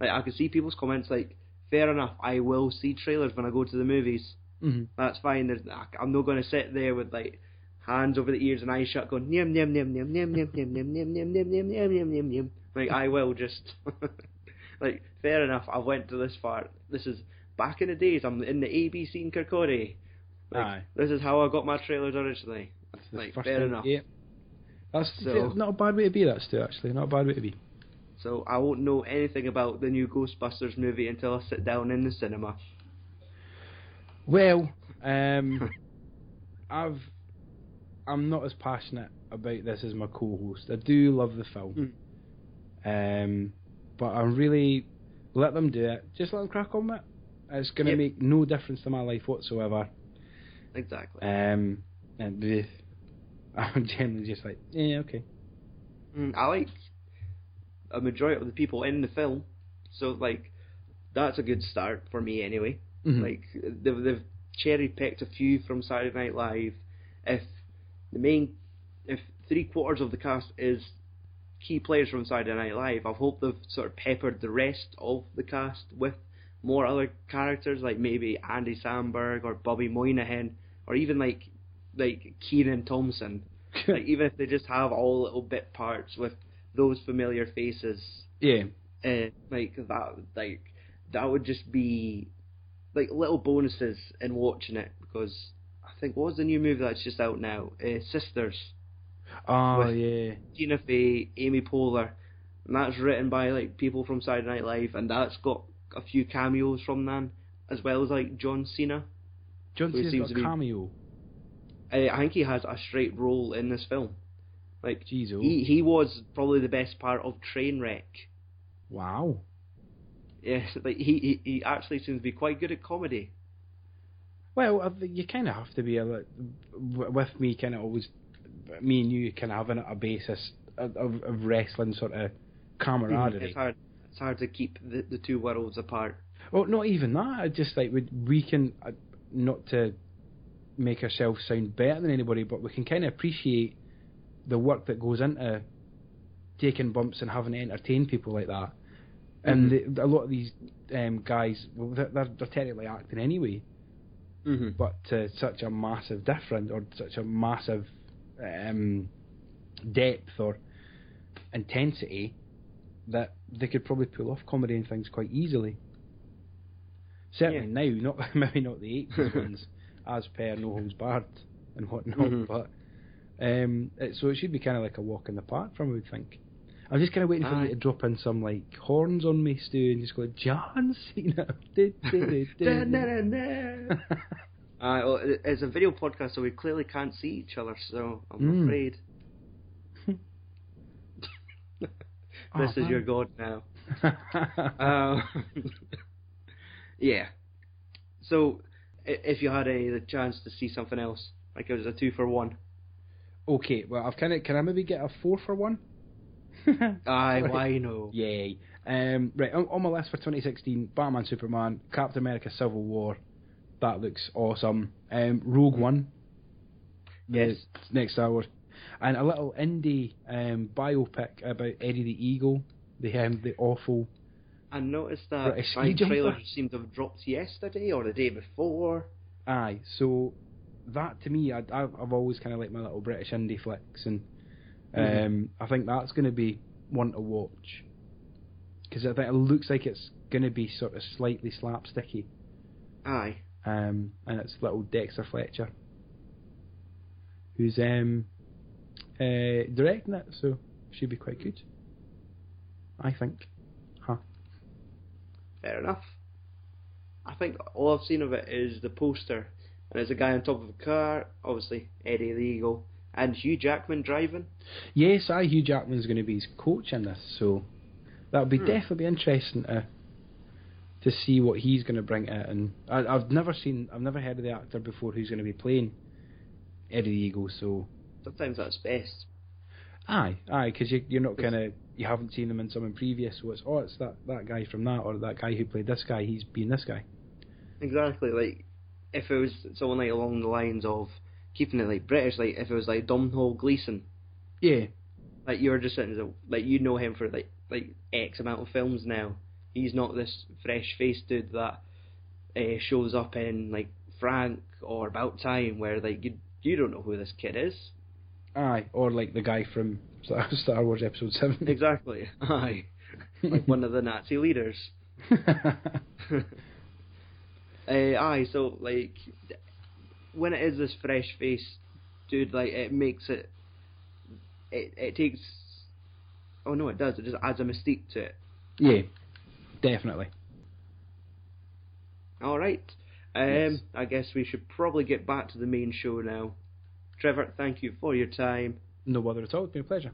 Like I can see people's comments. Like, fair enough. I will see trailers when I go to the movies.
Mm-hmm.
That's fine. There's, I- I'm not going to sit there with like hands over the ears and eyes shut, going nim nim nim nim nim nim nim nim nim nim nim nim nim nim nim nim. Like I will just like fair enough. I went to this far. This is back in the days. I'm in the ABC in Kirkcaldy. Like,
Aye.
This is how I got my trailers originally.
The
Like
first
fair
thing-
enough.
Yeah. That's
So-
not a bad way to be. That's too actually not a bad way to be.
So I won't know anything about the new Ghostbusters movie until I sit down in the cinema.
Well, um, I've I'm not as passionate about this as my co-host. I do love the film,
Hmm.
um, but I really let them do it. Just let them crack on with it. It's going to
Yep.
make no difference to my life whatsoever.
Exactly.
Um, and bleh. I'm generally just like, yeah, okay.
Mm, I like a majority of the people in the film, so like that's a good start for me anyway.
Mhm.
Like they've, they've cherry picked a few from Saturday Night Live. If the main, if three quarters of the cast is key players from Saturday Night Live, I hope they've sort of peppered the rest of the cast with more other characters, like maybe Andy Samberg or Bobby Moynihan, or even like like Keenan Thompson. like, even if they just have all little bit parts with those familiar faces
yeah,
uh, like that like that would just be like little bonuses in watching it because I think what was the new movie that's just out now? Uh, Sisters.
oh
With-
yeah,
Tina Fey, Amy Poehler, and that's written by like people from Saturday Night Live, and that's got a few cameos from them as well as like John Cena.
John
Who
Cena's
seems
got
to
a
be-
cameo.
Uh, I think he has a straight role in this film. Like
Jeez, oh.
he he was probably the best part of Trainwreck.
Wow.
Yeah, like he, he he actually seems to be quite good at comedy.
Well, I think you kind of have to be a, li- w with me. Kind of always, me and you kind of having a basis of, of of wrestling sort of camaraderie.
Mm-hmm. It's hard. It's hard to keep the, the two worlds apart.
Well, Oh, not even that. I just like we, we can uh, not to make ourselves sound better than anybody, but we can kind of appreciate the work that goes into taking bumps and having to entertain people like that. And the, a lot of these um, guys, well, they're, they're they're technically acting anyway,
Mm-hmm.
but to such a massive difference or such a massive um, depth or intensity that they could probably pull off comedy and things quite easily. Certainly now, not maybe not the eighties ones, as per No Holds Barred and whatnot,
Mhm.
but um, it, so it should be kind of like a walk in the park for me, I would think. I'm just kind of waiting for
Aye.
you to drop in some like horns on me, Stu, and just go John Cena. Du- du- du- du."
Uh, well, it- it's a video podcast, so we clearly can't see each other. So I'm
Mm.
afraid
Oh,
this is your
man.
god now. Uh, yeah. So, i- if you had any the chance to see something else, like it was a two for one.
okay, well, I've kind of can I maybe get a four for one?
Aye,
Right.
why no?
Yay. Um, right, on, on my list for 2016, Batman, Superman, Captain America, Civil War. That looks awesome. Um, Rogue One. the
Yes.
Next Star Wars. And a little indie um, biopic about Eddie the Eagle, the um, the awful.
I noticed that
British
my
ski jumper.
trailer seemed to have dropped yesterday or the day before.
Aye, so that to me, I, I, I've always kind of liked my little British indie flicks, and um, I think that's going to be one to watch because I think it looks like it's going to be sort of slightly slapsticky.
Aye.
um, and it's little Dexter Fletcher, who's um, uh, directing it, so should be quite good, I think. Huh.
Fair enough. I think all I've seen of it is the poster, and there's a guy on top of a car, obviously Eddie the Eagle, and Hugh Jackman driving.
Yes, I Hugh Jackman's going to be his coach in this, so that'll be definitely be interesting to to see what he's going to bring to it. And I, I've never seen, I've never heard of the actor before who's going to be playing Eddie the Eagle, so
Sometimes that's best.
aye, aye, because you, you're not kind of you haven't seen him in something previous, so it's oh, it's that, that guy from that or that guy who played this guy. He's been this guy.
Exactly. Like if it was someone like along the lines of keeping it like British, like if it was like Domhnall Gleeson,
Yeah,
like you're just sitting there, like you know him for like like X amount of films now. He's not this fresh faced dude that uh, shows up in like Frank or About Time, where like you you don't know who this kid is.
aye, or like the guy from Star, Star Wars Episode Seven.
Exactly. Aye. like one of the Nazi leaders. uh, aye, so like th- when it is this fresh face dude, like it makes it, it it takes. Oh no, it does. It just adds a mystique to it.
yeah, definitely.
All right. Um,
Yes.
I guess we should probably get back to the main show now. Trevor, thank you for your time.
No bother at all. It's been a pleasure.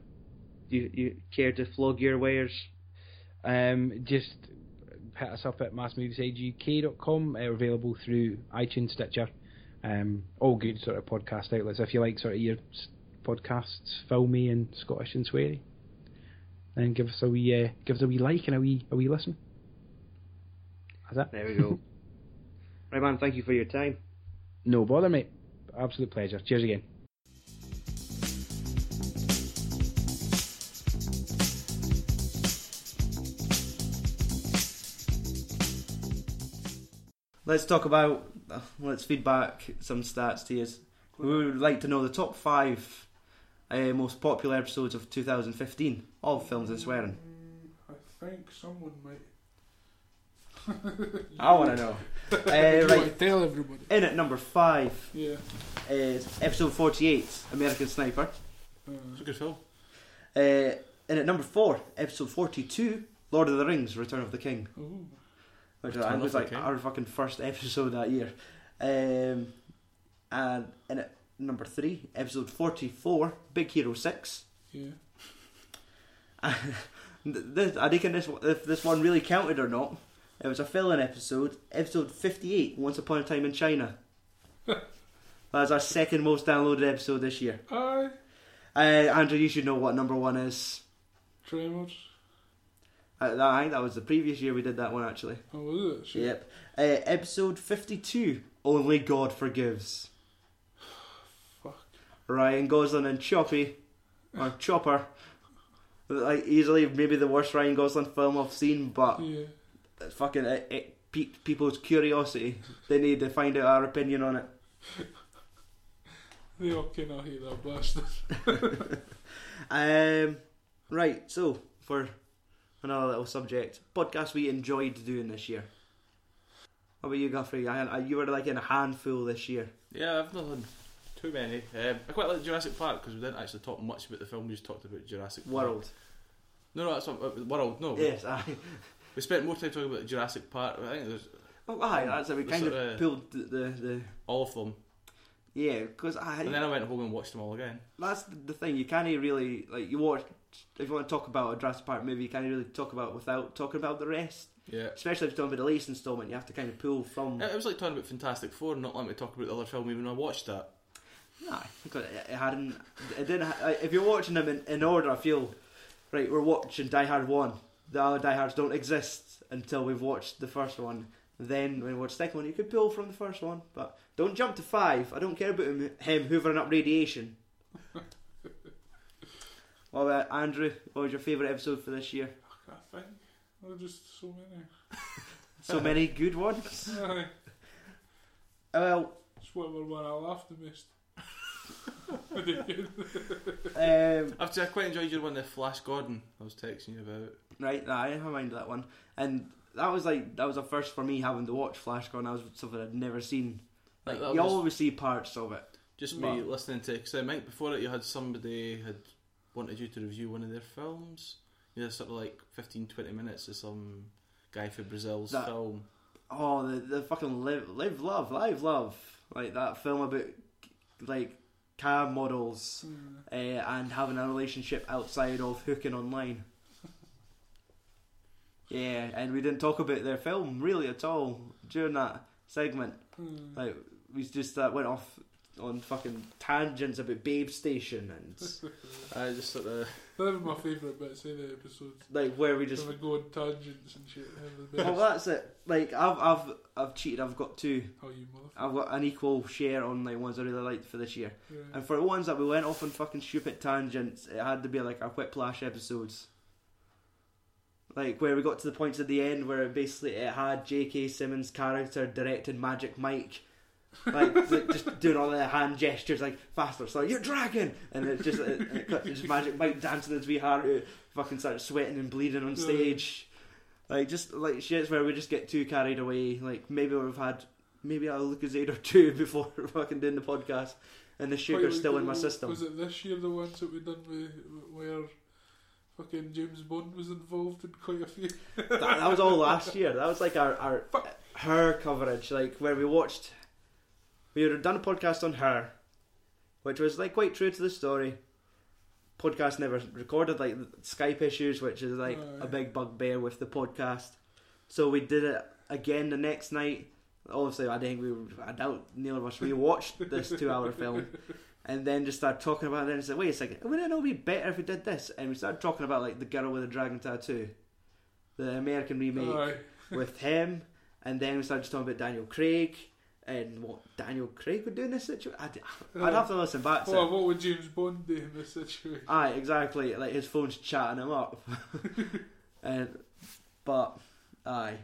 Do you, you care to flog your wares?
Um, just hit us up at massmoviesaguk.com. Uh, available through iTunes, Stitcher, um, all good sort of podcast outlets. If you like sort of your s- podcasts, filmy and Scottish and sweary, then give us a wee uh, give us a wee like and a wee a wee listen. That's it.
There we go. right, man. Thank you for your time.
No bother, mate. Absolute pleasure. Cheers again.
Let's talk about. uh, Let's feed back some stats to you. We would like to know the top five uh, most popular episodes of 2015 of films and swearing.
Mm, I think someone might.
I want to know.
You
uh, right,
wanna tell everybody.
in at number five
Yeah.
is episode 48, American Sniper.
It's
Uh,
a good film.
Uh, in at number four, episode 42, Lord of the Rings: Return of the King,
ooh.
which
Return
I think
of
was
the
like
King.
our fucking first episode that year. Um, and in at number three, episode 44, Big Hero Six.
Yeah.
this, I reckon this if this one really counted or not. It was a fill-in episode, episode fifty-eight. Once upon a time in China. That's our second most downloaded episode this year.
Aye.
Uh, Andrew, you should know what number one is.
Tremors.
Uh, that- I think that was the previous year we did that one actually.
Oh, was it? Shit.
Yep. Uh, episode fifty-two. Only God forgives.
Fuck.
Ryan Gosling and Choppy, or Chopper. Like easily, maybe the worst Ryan Gosling film I've seen, but
Yeah.
fucking it, it piqued people's curiosity. They need to find out our opinion on it.
They all kind of hate that bastard.
Um, right, so for another little subject, podcast we enjoyed doing this year. How about you, Guffrey? I, I, you were like in a handful this year.
Yeah, I've not done too many. Um, I quite like Jurassic Park because we didn't actually talk much about the film. We just talked about Jurassic Park.
World.
No, no, that's not uh, World. No,
Yes, I.
we spent more time talking about Jurassic Park. I think there's
Oh, aye, that's it. We
The
kind
sort
of
of- uh,
pulled the. the, the
all of them,
yeah, because I.
and then I went home and watched them all again.
that's the thing. You can't really like you watch. If you want to talk about a Jurassic Park movie, you can't really talk about it without talking about the rest.
Yeah.
Especially if you're talking about the latest instalment, you have to kind of pull from.
It it was like talking about Fantastic Four and not letting me talk about the other film even when I watched that.
No, because it it hadn't. It didn't. ha- like, If you're watching them in, in order, I feel right. We're watching Die Hard one. The other Die Hards don't exist until we've watched the first one. Then when we watch the second one, you could pull from the first one, but don't jump to five. I don't care about him, him hoovering up radiation. well, uh, Andrew, what was your favourite episode for this year?
Fuck, I think. There are just so many.
So many good ones.
Aye.
Oh, Well,
It's whatever one I laughed the most. I did good.
um,
After I quite enjoyed your one, the Flash Gordon. I was texting you about.
Right, nah, I never mind that one. And that was like that was a first for me having to watch Flash Gordon. That was something I'd never seen. Like
Like, that
you
was-
always see parts of it.
Just me
What?
listening to because Mike before it, you had somebody had wanted you to review one of their films. You had sort of like 15, 20 minutes of some guy from Brazil's
That-
film.
Oh, the the fucking live, live love, live love, like that film about like car models
Mm,
uh, and having a relationship outside of hooking online. Yeah, and we didn't talk about their
mm.
film really at all during that segment. Like we just uh, went off on fucking tangents about Babe Station and
I just sort of
That was my favourite bits of the episodes.
like where we just
Just go on tangents and shit. that was the
well
best.
that's it. Like I've I've I've cheated. I've got two.
Oh, you motherfucker.
I've got an equal share on the ones I really liked for this year.
Yeah.
And for the ones that we went off on fucking stupid tangents, it had to be like our whiplash episodes. Like where we got to the points at the end where it basically it had J.K. Simmons' character directing Magic Mike, like th- just doing all the hand gestures like faster, slower, you're dragon, and it just it, it cut to just Magic Mike dancing his wee heart out, fucking started sweating and bleeding on
Yeah.
stage. Like just like shits where we just get too carried away. Like maybe we've had maybe a Lucasade or two before fucking doing the podcast, and the
Quite
sugar's
like
still
the
in my
old-
system.
Was it this year the ones that we done with, where fucking James Bond was involved in quite a few?
that, that was all last year. That was like our, our her coverage, like where we watched. We had done a podcast on her, which was like quite true to the story. Podcast never recorded, like Skype issues, which is like
Oh, yeah.
a big bugbear with the podcast. So we did it again the next night. Obviously, I think we, were- I doubt neither of us rewatched this two-hour film, and then just started talking about it. And said, "Wait a second, wouldn't it be better if we did this?" And we started talking about like the girl with the dragon tattoo, the American remake
Aye.
with him, and then we started just talking about Daniel Craig and what Daniel Craig would do in this situation. I'd,
Uh,
I'd have to listen back to
Well,
it.
what would James Bond do in this situation?
Aye, exactly. Like his phone's chatting him up. and but aye.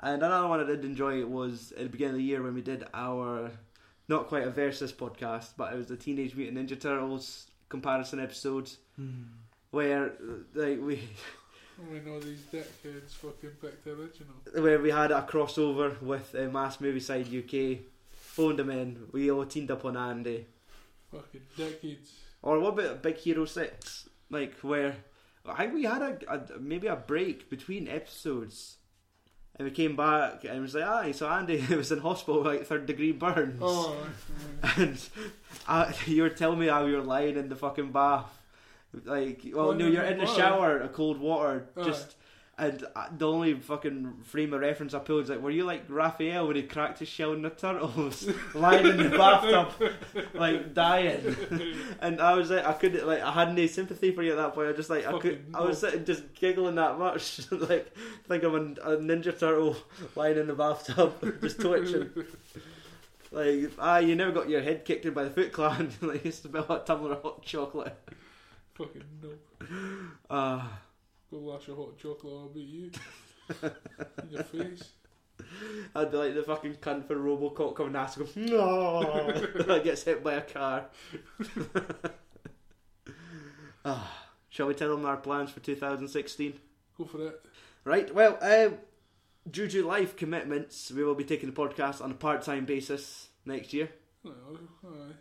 And another one I did enjoy was at the beginning of the year when we did our not quite a versus podcast, but it was the Teenage Mutant Ninja Turtles comparison episodes Hmm. where uh, like we
I mean, all these dickheads fucking picked the original.
where we had a crossover with uh, Mass Movie Side UK. Phoned him in. We all teamed up on Andy.
Fucking dickheads.
Or what about Big Hero Six? Like where I think we had a, a maybe a break between episodes, and we came back and it was like, aye, so Andy was in hospital with like third degree burns,
Oh, aye.
and I, you were telling me how you were lying in the fucking bath, like well,
Well,
no,
no,
you're in the
water.
shower, a cold water,
Aye.
just and uh, the only fucking frame of reference I pulled is like, were you like Raphael when he cracked his shell in the turtles, lying in the bathtub, like dying? and I was like, I couldn't, like, I had no sympathy for you at that point. I just like, I could,
Fucking
I was
no.
sitting just giggling that much, like, like I'm a, a ninja turtle lying in the bathtub, just twitching. like, ah, you never got your head kicked in by the Foot Clan. like, it's about a tumbler of hot chocolate.
fucking no.
Ah.
Go lash a hot chocolate, I'll beat you. in your face.
I'd be like the fucking cunt for Robocop coming after him. No, that gets hit by a car. Ah, shall we tell them our plans for 2016?
Go for it.
Right. Well, uh, due to life commitments, we will be taking the podcast on a part-time basis next year.
No, aye.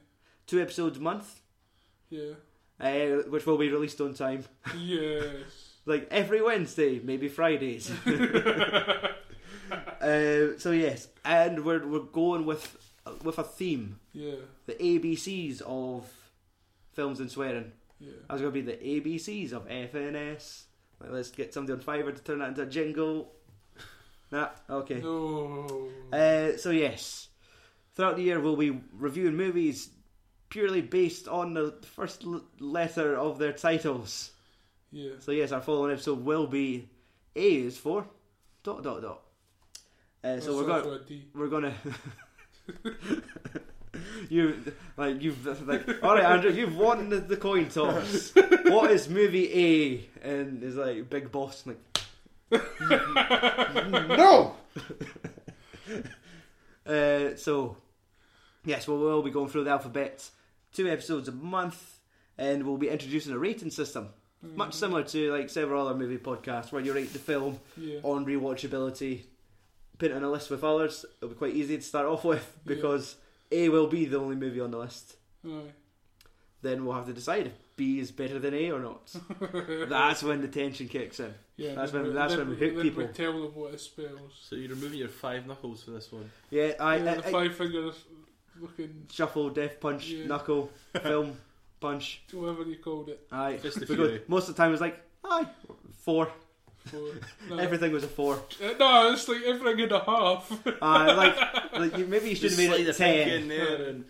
Two episodes a month,
Yeah.
uh, which will be released on time,
Yes.
like every Wednesday, maybe Fridays. uh, so yes, and we're we're going with with a theme.
Yeah.
the ABCs of films and swearing.
Yeah.
I was going to be the ABCs of FNS. Like, let's get somebody on Fiverr to turn that into a jingle. Nah, okay.
No.
Uh, so yes, throughout the year we'll be reviewing movies purely based on the first l- letter of their titles.
Yeah.
So yes, our following episode will be A is for dot dot dot. Uh, so we're going
That's for a D.
we're gonna. you like you've like all right, Andrew. You've won the, the coin toss. what is movie A? And is like Big Boss like. no. uh, so, yes, well, we'll be going through the alphabet. Two episodes a month, and we'll be introducing a rating system,
Mm-hmm.
much similar to like several other movie podcasts, where you rate the film
Yeah.
on rewatchability, put it on a list with others, it'll be quite easy to start off with
Yeah.
because A will be the only movie on the list.
Aye.
Then we'll have to decide if B is better than A or not. that's when the tension kicks in.
Yeah,
That's
then
when-
we-
that's
then
when we
we-
hook
then
people.
We tell them what it spells.
So you're removing your five knuckles for this one.
Yeah, I,
yeah, the
I, I-
five fingers, fucking
shuffle, death punch,
Yeah.
knuckle, film, punch.
whatever you called it.
Aye,
Fist of
We go-
Fury.
most of the time it was like aye, four.
For, no,
Everything was a four.
Uh, no, it's like everything and a half.
Aye, like, like you, maybe you should have made it ten.
in there and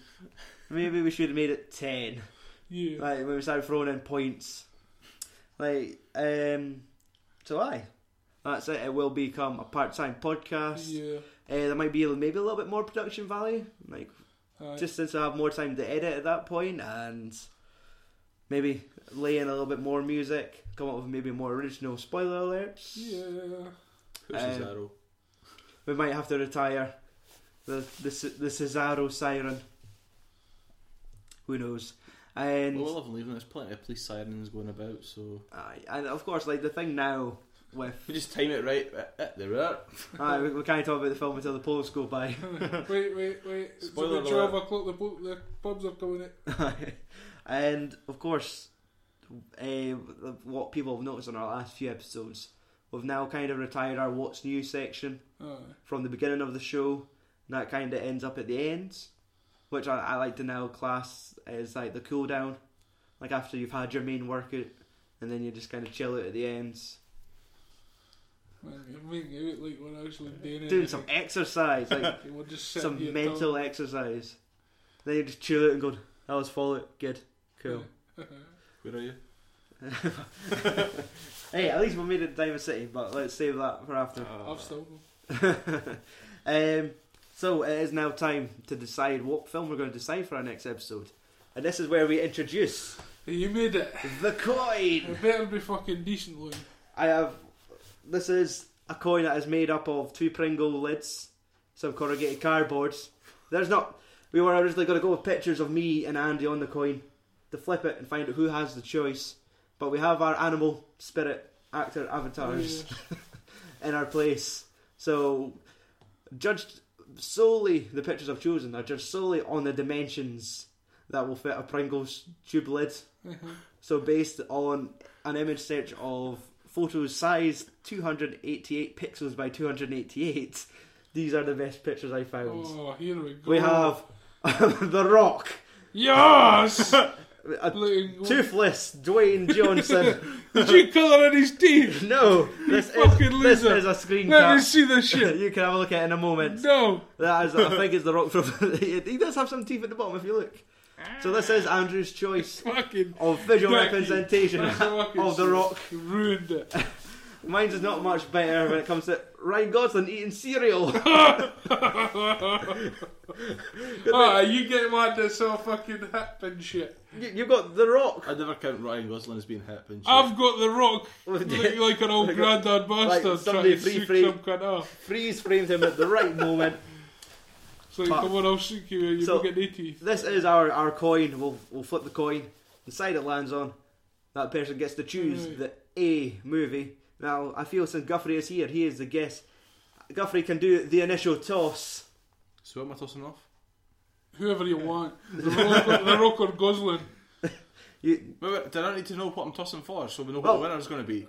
Maybe we should have made it ten.
Yeah.
Like when we started throwing in points. Like, um so aye. That's it. It will become a part time podcast.
yeah.
Uh, there might be maybe a little bit more production value. Like
Aye.
just since I have more time to edit at that point and maybe lay in a little bit more music, come up with maybe more original spoiler alerts.
yeah.
Who's
Um,
Cesaro?
We might have to retire the the Ce- the Cesaro siren. Who knows? And
Well, we'll have him leaving. There's plenty of police sirens going about, so
aye, and of course, like the thing now with
if we just time it right, eh, eh, there we are.
aye, we, we can't talk about the film until the polls go by.
wait, wait, wait. It's
Spoiler
about
alert.
12 o'clock. The, bu- the pubs are going it.
and of course, uh, what people have noticed on our last few episodes, we've now kind of retired our what's new section
Aye.
from the beginning of the show, and that kind of ends up at the end, which I, I like to now class as like the cool down, like after you've had your main workout, and then you just kind of chill out at the end,
Man, you're making it look like we're actually doing it.
doing some exercise, like
We're just sitting
some
here
mental exercise. Then you just chill out and go, "That was follow good, cool."
talking.
Where are you?
hey, at least we made it to Diamond City, but let's save that for after.
I've still.
um, so it is now time to decide what film we're going to decide for our next episode. And this is where we introduce
Hey, you made it.
the coin.
It better be fucking decent looking.
I have. This is a coin that is made up of two Pringle lids, some corrugated cardboards. There's not. We were originally going to go with pictures of me and Andy on the coin to flip it and find out who has the choice. But we have our animal, spirit, actor avatars in our place. So, judged solely, the pictures I've chosen are judged solely on the dimensions that will fit a Pringles tube lid.
Mm-hmm.
So based on an image search of photos size 288 pixels by 288, these are the best pictures I found.
Oh, here we go.
we have The Rock,
Yes!
a
Looking good.
toothless Dwayne Johnson.
Did you colour in his teeth?
no, this is
fucking
this
loser.
is a screen
Let
cap.
me see this shit.
you can have a look at it in a moment.
No!
That is, I think it's The Rock from. he does have some teeth at the bottom if you look. So this is Andrew's choice
Fucking.
of visual
Thank you.
representation
That's fucking
of The
shit.
Rock.
You ruined it.
Mine's is not much better when it comes to Ryan Gosling eating cereal.
Ah, you get one that's all fucking hip and shit.
You- You've got The Rock.
I'd never count Ryan Gosling as being hip and shit.
I've got the rock looking like an old
Like,
granddad bastard trying
somebody
to
free
shoot
frame.
some kind off.
Freeze framed him at the right moment.
It's like,
Fuck.
come on, I'll shoot you and you
So-
don't get 80.
This is our, our coin. We'll, we'll flip the coin. The side it lands on, that person gets to choose
Right.
the A movie. Now, I feel since Guffrey is here, he is the guest. Guffrey can do the initial toss.
So what am I tossing off?
Whoever you want. The rock, or- the rock or Gosling.
You,
Wait, wait, did I need to know what I'm tossing for so we know
Well-
what the winner's going to be?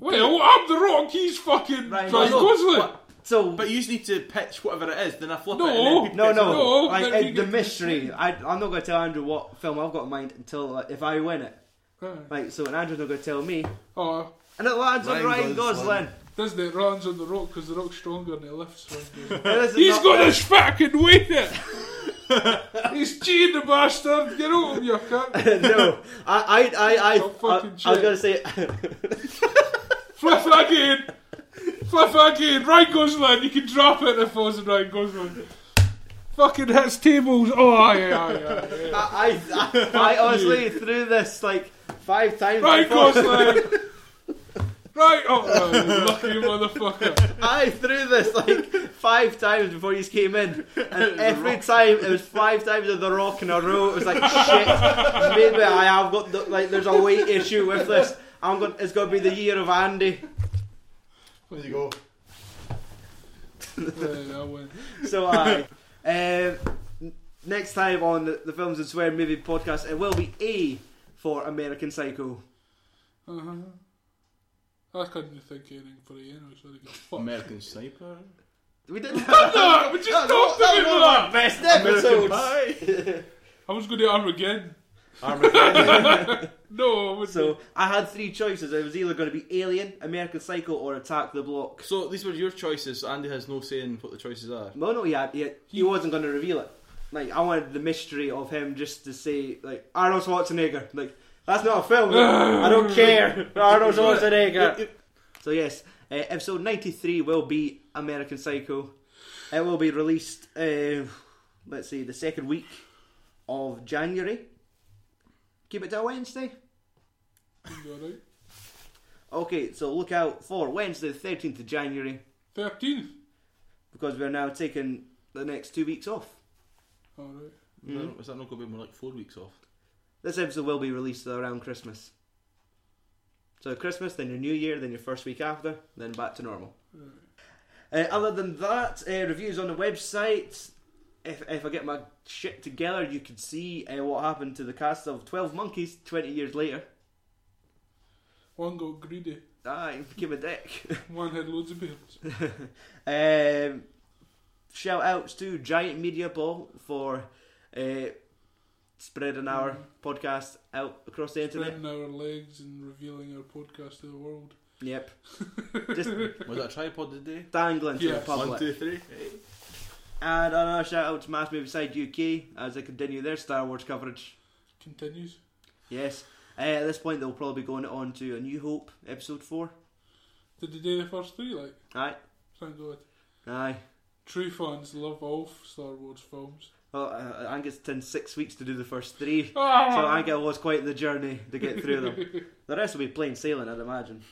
Well, I'm the rock, he's fucking
Right,
Ryan
well,
Gosling.
But,
so,
but you just need to pitch whatever it is, then I flip
No.
it and then people
no,
get to
no.
know.
No,
like,
then
uh,
you
the
get-
mystery. I, I'm not going to tell Andrew what film I've got in mind until like, if I win it.
Aye.
Right, so Andrew's not going to tell me.
Oh,
And it lands on
Ryan
Ryan
Gosling.
Gosling.
doesn't it? Runs on the rock because the rock's stronger and it lifts. One
Now, this is
He's
not-
got his fucking weight it. He's cheating the bastard. Get out of your cunt.
no, I, I, I, I, I,
Oh, fucking
I was
shit.
gonna say,
Flip again. Flip again. Ryan Gosling. You can drop it if it wasn't Ryan Gosling. Fucking hits tables. Oh, aye, aye, aye, aye, aye.
I, I, I honestly threw this like five times.
Ryan
before.
Gosling. Right, oh, no, you lucky motherfucker.
I threw this like five times before you came in, and every time it was five times of the rock in a row. It was like shit. Maybe I have got the, like there's a weight issue with this. I'm going. to It's gonna be the year of Andy.
There you go.
Right, I win.
So I. Um, n- next time on the, the films and swear movie podcast, it will be A for American Psycho.
Uh-huh. I couldn't think of anything for you anyway, so I got fucked.
American Sniper.
We didn't.
No, we just talked about that.
best episodes.
I was going to Armageddon.
Armageddon.
No, I wouldn't.
So I had three choices. It was either going to be Alien, American Psycho, or Attack the Block.
so these were your choices. Andy has no say in what the choices are.
No, no, he had, he, he wasn't going to reveal it. Like I wanted the mystery of him just to say like Arnold Schwarzenegger. Like that's not a film. I don't care. Arnold Schwarzenegger. so yes, uh, episode ninety three will be American Psycho. It will be released. Uh, let's see, the second week of January. Keep it till Wednesday.
Alright.
Okay, so look out for Wednesday, the 13th of January,
13th.
because we're now taking the next two weeks off.
Alright.
Is that not going to be more like four weeks off?
This episode will be released around Christmas. So Christmas, then your New Year, then your first week after, then back to normal. Uh, other than that, uh, reviews on the website. If, if I get my shit together, you can see uh, what happened to the cast of Twelve Monkeys twenty years later.
One got greedy.
Ah, he became a dick.
One had loads of beards.
Um, shout outs to Giant Media Ball for uh, spreading our podcast out across the internet.
Mm. Spreading our legs and revealing our podcast to the world.
Yep. Just
Was that a tripod today?
dangling to the
Yes.
public.
One, two, three.
And another shout out to Mass Movie Side UK as they continue their Star Wars coverage.
Continues.
Yes. Uh, at this point, they'll probably be going on to A New Hope, episode 4.
Did they do the first three? Like,
Aye.
thank God.
Aye.
True fans love all Star Wars films.
Well, I I think it's taken six weeks to do the first three. So
Ah!
I think it was quite the journey to get through them. the rest will be plain sailing, I'd imagine.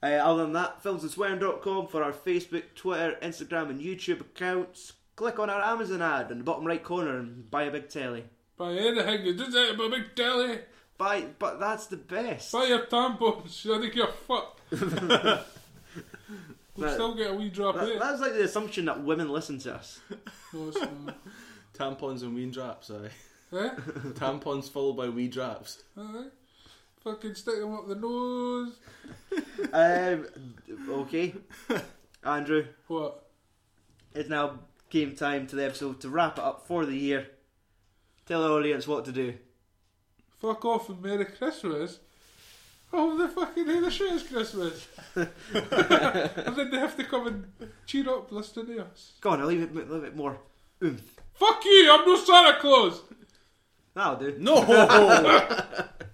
Uh, other than that, filmsandswearing.com for our Facebook, Twitter, Instagram, and YouTube accounts. Click on our Amazon ad in the bottom right corner and buy a big telly.
Buy anything that does out of a big telly.
Buy, but that's the best.
Buy your tampons. I don't give a fuck. We'll
That-
still get a wee drop
That,
in.
that's like the assumption that women listen to us.
No, it's not.
Tampons and wee draps, aye.
eh?
Tampons followed by wee draps.
Aye. Fucking stick them up the nose.
um, okay, Andrew,
What?
it's now game time to the episode to wrap it up for the year. Tell the audience what to do.
Fuck off and Merry Christmas? Oh, the fucking hell, the shit is Christmas. and then they have to come and cheer up listening to us.
Go on, I'll leave it a little bit more oomph.
Fuck you, I'm no Santa Claus.
That'll do.
No!